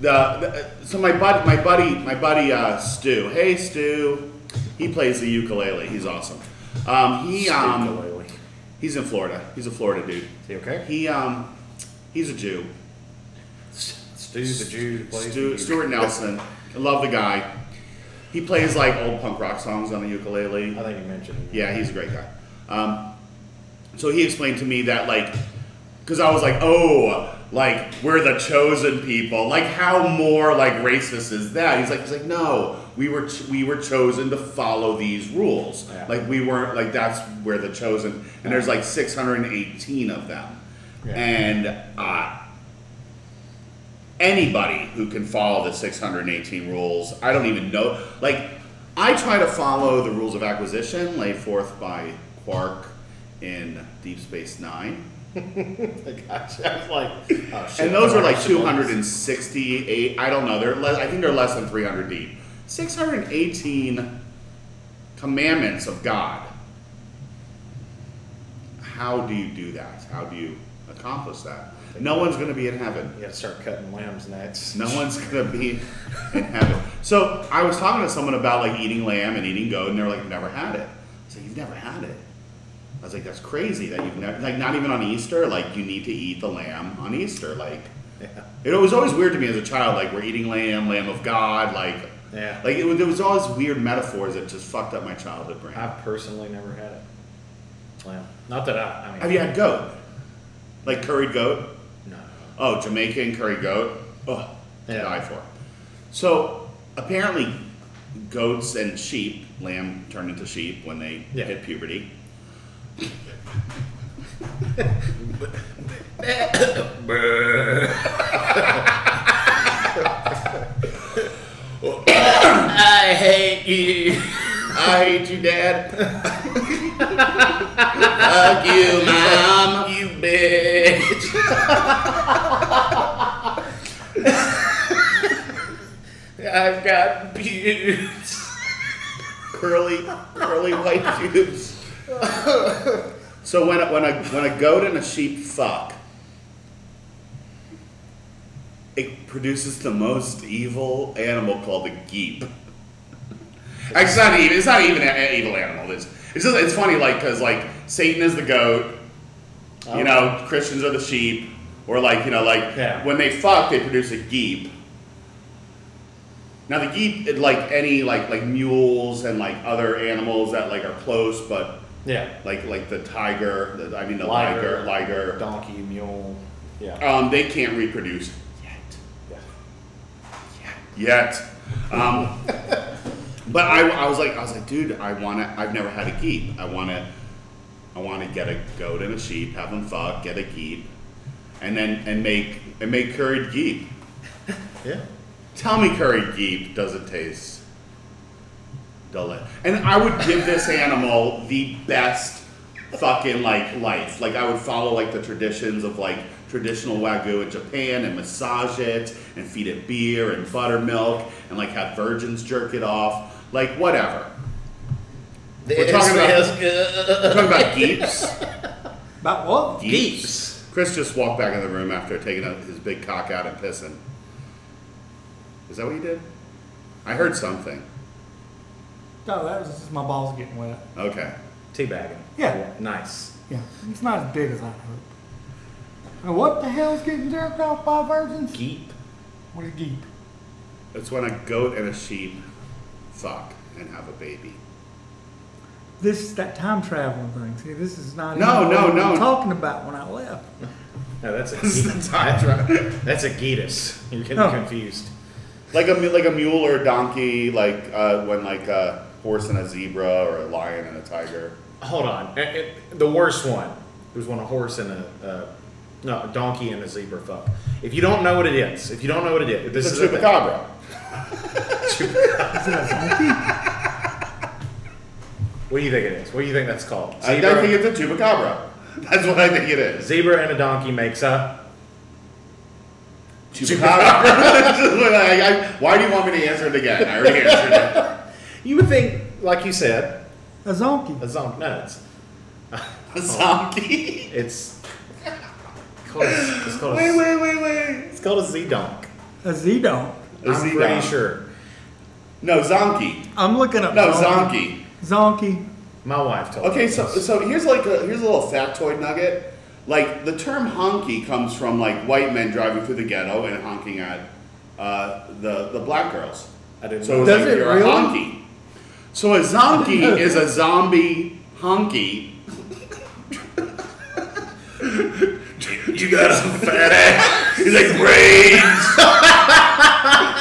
C: the. So my bud, my buddy, my buddy uh, Stu. Hey Stu, he plays the ukulele. He's awesome. Um, he um,
A: Ukulele.
C: he's in Florida. He's a Florida dude.
A: Is he okay?
C: He um, he's a Jew.
A: Stu's a Jew who plays
C: Stu-
A: the-
C: Stuart Nelson. I love the guy. He plays like old punk rock songs on the ukulele.
A: I think you mentioned. him.
C: Yeah, he's a great guy. Um, so he explained to me that like, because I was like, oh, like we're the chosen people. Like how more like racist is that? He's like, he's like, no, we were ch- we were chosen to follow these rules.
A: Yeah.
C: Like we weren't like that's where the chosen. And there's like 618 of them,
A: Yeah.
C: and uh, anybody who can follow the 618 rules. I don't even know. Like, I try to follow the rules of acquisition laid forth by Quark in Deep Space Nine.
A: Gosh, I was like, oh, shit,
C: and those
A: I'm
C: are like
A: actually-
C: 268. I don't know. They're le- I think they're less than 300 deep. 618 commandments of God. How do you do that? How do you accomplish that? No one's going to be in heaven.
A: You gotta start cutting lamb's necks.
C: No one's gonna be in heaven. So I was talking to someone about like eating lamb and eating goat, and they're like, "Never had it." I said, "You've never had it." I was like, "That's crazy that you've never like not even on Easter. Like you need to eat the lamb on Easter. Like
A: Yeah.
C: it was always weird to me as a child. Like we're eating lamb, lamb of God. Like
A: Yeah.
C: like it was, there was all these weird metaphors that just fucked up my childhood brain.
A: I've personally never had it. Well, not that I. I mean,
C: Have you had goat? Like curried goat?
A: No.
C: Oh, Jamaican curry goat. Oh, to
A: Yeah.
C: die for. So apparently, goats and sheep, lamb turned into sheep when they
A: Yeah.
C: hit puberty.
H: I hate you.
C: I hate you, Dad. Fuck you, Mom. You bitch. I've got pubes. Curly, curly white pubes. so when a, when a when a goat and a sheep fuck, it produces the most evil animal called a geep. It's not even. It's not even an evil animal. It's it's just it's funny like because like Satan is the goat, you know Christians are the sheep, or like you know like
A: Yeah.
C: when they fuck they produce a geep. Now the geep it, like any like like mules and like other animals that like are close, but
A: Yeah.
C: like like the tiger, the, I mean the
A: Liger.
C: liger, liger,
A: Donkey, mule. Yeah.
C: um, they can't reproduce yet.
A: yeah.
C: yet. Um, but I, I was like, I was like, dude, I want to. I've never had a geep. I want to. I want to get a goat and a sheep, have them fuck, get a geep, and then and make and make curried geep.
A: Yeah.
C: Tell me, curried geep doesn't taste delicious. And I would give this animal the best fucking like life. Like I would follow like the traditions of like traditional wagyu in Japan and massage it and feed it beer and buttermilk and like have virgins jerk it off. Like whatever. We're talking about we're talking about geeps.
B: About what?
C: Geeps. Chris just walked back in the room after taking out his big cock out and pissing. Is that what he did? I heard something.
B: No, that was just my balls getting wet.
C: Okay.
A: Teabagging.
B: Yeah.
A: Nice.
B: Yeah, it's not as big as I hoped. Now, what the hell is getting jerked off by virgins?
A: Geep.
B: What a geek.
C: It's when a goat and a sheep fuck and have a baby.
B: This is that time traveling thing. See, this is not
C: No,
B: even
C: no,
B: what we were
C: no.
B: talking about when I left.
A: No, that's a
C: This is
A: geep.
C: the time travel.
A: That's a geetus. You're getting
C: Oh.
B: No.
A: confused.
C: Like a mu- like a mule or a donkey, like uh, when like a horse and a zebra or a lion and a tiger.
A: Hold on. Eh, eh, the worst one. There's one a horse and a uh, no a donkey and a zebra fuck. If you don't know what it is, if you don't know what it is, this
C: It's
A: is
C: a
A: the thing.
C: chupacabra.
A: What do you think it is? What do you think that's called?
C: I, I
A: Zebra,
C: think it's a chupacabra. That's what I think it is.
A: zebra and a donkey makes a
C: Chupacabra. I- I- why do you want me to answer it again? I already answered it.
A: You would think, like you said,
B: A zonky.
A: a zonk. No, it's
C: A zonkey.
A: it's called a, it's called a,
C: Wait, wait, wait, wait.
A: it's called a z donk.
B: A Z don't.
C: A
A: I'm
C: zebra.
A: pretty sure.
C: No, zonkey.
B: I'm looking up.
C: No, zonkey.
B: Zonky.
A: My wife told me.
C: Okay, so
A: this.
C: so here's like a, here's a little factoid nugget. Like the term honky comes from like white men driving through the ghetto and honking at uh, the the black girls.
A: I didn't
C: So it's
B: Does
C: like
B: it
C: you're
B: really?
C: a honky. So a zonky is a zombie honky. you got some fat ass. He's like brains.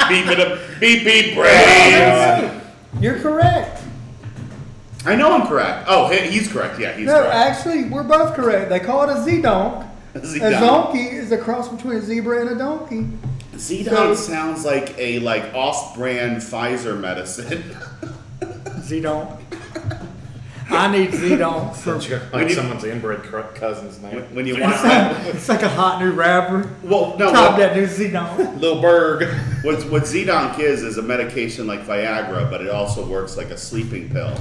C: beep it up. Beep beep brains.
B: You're correct.
C: I know I'm correct. Oh, he- he's correct. Yeah, he's
B: no,
C: correct.
B: actually, we're both correct. They call it a Z donk. A
C: Z-donk.
B: zonky is a cross between a zebra and a donkey.
C: Zedon
B: So-
C: sounds like a like off-brand Pfizer medicine.
B: Z donk. I need Z donk for.
A: like
C: you-
A: someone's inbred cr- cousin's name.
C: when you want that.
B: it's like a hot new rapper.
C: Well, no.
B: Top
C: What,
B: that new Z donk.
A: Lil Berg.
C: what, what Zedonk is is a medication like Viagra, but it also works like a sleeping pill.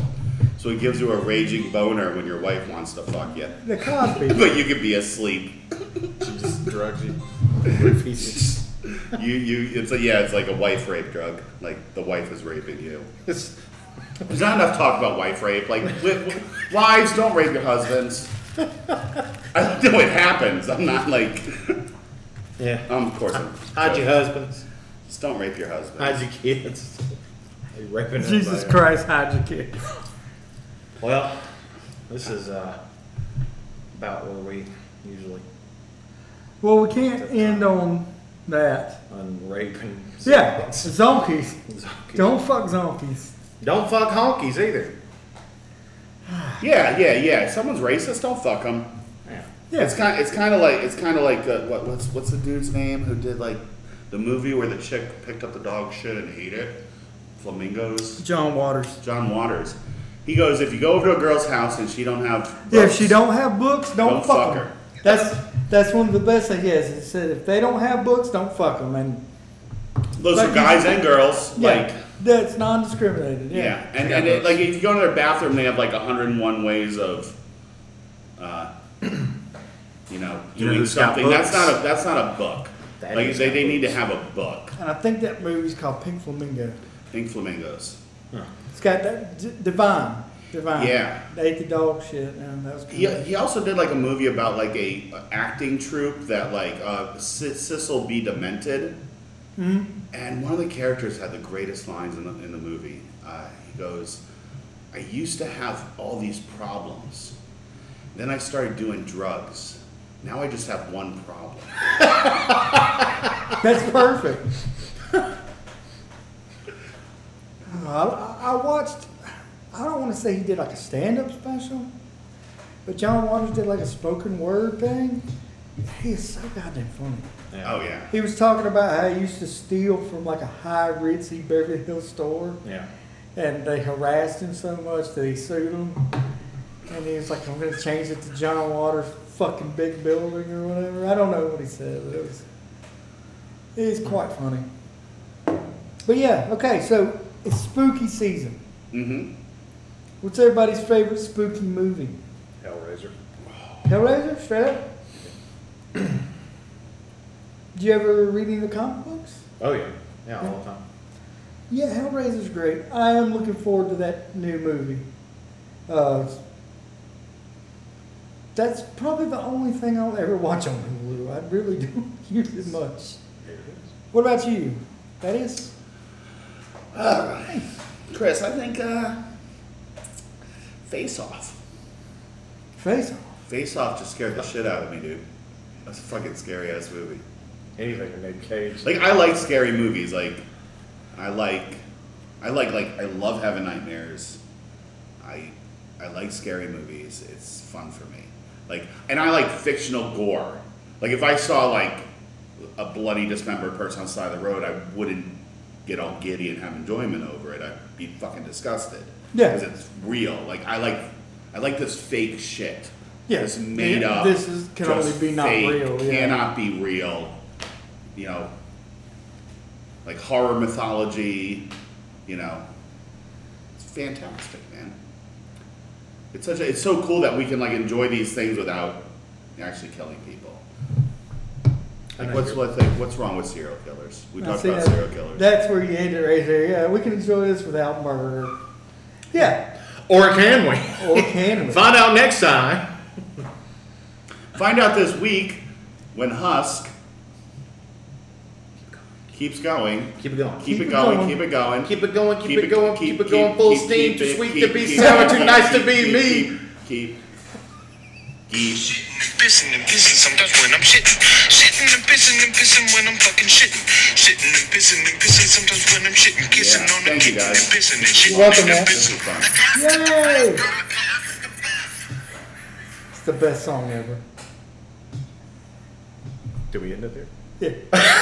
C: So it gives you a raging boner when your wife wants to fuck you,
B: The Cosby.
C: but you could be asleep.
A: She just drugs you. With feces.
C: You you it's a yeah it's like a wife rape drug. Like the wife is raping you.
A: It's-
C: There's not enough talk about wife rape. Like wi- wi- wives don't rape your husbands. I know it happens. I'm not like
A: yeah.
C: um of course. I'm,
A: Hide your husbands.
C: Just don't rape your husband.
A: Hide your kids. Are you raping
B: Jesus
A: everybody?
B: Christ, hide your kid.
A: Well, this is uh, about where we usually
B: Well, we can't end on that.
A: unrape and
B: Yeah, zonkies.
A: Zonkies.
B: Don't fuck zonkies.
A: Don't fuck honkies either.
C: yeah, yeah, yeah. If someone's racist, don't fuck them.
A: Yeah.
B: Yeah.
C: It's kind. It's kind of like. It's kind of like uh, what, what's what's the dude's name who did like the movie where the chick picked up the dog shit and ate it. Flamingos.
B: John Waters.
C: John Waters. He goes, if you go over to a girl's house and she don't have
B: Yeah, if
C: books,
B: she don't have books, don't,
C: Don't
B: fuck,
C: fuck
B: them.
C: her.
B: That's that's one of the best things. Yes, it said if they don't have books, don't fuck them. And
C: those
B: like
C: are
B: you-
C: guys and girls,
B: yeah,
C: like
B: that's non-discriminated.
C: yeah,
B: Yeah.
C: and, and it, like if you go into their bathroom, they have like 101 ways of, uh, you know,
H: You know
C: doing
H: who's got
C: something. That's
H: books?
C: not a that's not a book.
H: That
C: like
H: is
C: they,
H: got
C: they need to have a book.
B: And I think that movie's called Pink Flamingo.
C: Pink flamingos.
B: It's got that D- divine, divine.
C: Yeah.
B: They ate the dog shit, and that was
C: He, he also did like a movie about like a acting troupe that like uh, Sis- Sissel be demented, and one of the characters had the greatest lines in the in the movie. Uh, he goes, "I used to have all these problems, then I started doing drugs. Now I just have one problem."
B: That's perfect. I, I watched. I don't want to say he did like a stand-up special, but John Waters did like a spoken word thing. He is so goddamn funny.
C: Oh yeah,
B: He was talking about how he used to steal from like a high ritzy Beverly Hills store,
A: Yeah.
B: and they harassed him so much that he sued them. And he was like, "I'm gonna change it to John Waters' fucking big building or whatever." I don't know what he said, but it was it's quite funny. But yeah, okay, so it's spooky season.
C: mm-hmm.
B: What's everybody's favorite spooky movie?
A: Hellraiser.
B: Hellraiser, straight up. Do you ever read any of the comic books?
A: Oh yeah, yeah, all the time.
B: Yeah, Hellraiser's great. I am looking forward to that new movie. Uh, that's probably the only thing I'll ever watch on Hulu. I really don't use it much. What about you? That is?
C: Chris, I think uh, Face Off.
B: Face Off.
C: Face Off just scared the shit out of me, dude. That's a fucking scary ass movie.
A: Anything in Nick Cage.
C: Like I like scary movies. Like I like I like like I love having nightmares. I I like scary movies. It's fun for me. Like and I like fictional gore. Like if I saw like a bloody dismembered person on the side of the road, I wouldn't get all giddy and have enjoyment over it. I'd be fucking disgusted.
B: Yeah.
C: Because it's real. Like I like I like this fake shit.
B: Yeah.
C: This made
B: Yeah,
C: up.
B: this is- can only
C: just
B: be not real, yeah.
C: Cannot be real. You know, like horror mythology, you know. It's fantastic, man. It's such a, it's so cool that we can like enjoy these things without actually killing people. Like what's what's like, what's wrong with serial killers? We
B: Now,
C: talked
B: see,
C: about
B: that-
C: serial killers.
B: That's where you hit it right there. Yeah, we can enjoy this without murder. Yeah.
A: Or can we?
B: Or can we?
A: Find out next time.
C: Find out this week when Husk keeps going.
A: Keep it going.
C: Keep,
B: Keep
C: it
B: it
C: going,
B: going.
C: keep it going.
A: Keep it going. Keep, it, going. Keep, it going. Full
C: keep-
A: steam.
C: keep
A: Too
C: it,
A: sweet
C: keep-
A: to be
C: keep-
A: sour. Too
C: keep-
A: nice to be
C: keep-
A: me.
C: Keep, keep, keep.
D: Shitting and pissing and pissing sometimes when I'm shitting. Shitting and pissing and pissing when I'm fucking shitting. Shitting and pissing and pissing sometimes when I'm shitting. Kissing
C: Yeah,
D: on the
C: thank you,
D: kitten
C: guys.
D: and pissing and shitting
B: welcome,
D: and pissing.
B: man. Yay! It's the best song ever.
A: Do we end it there?
B: Yeah.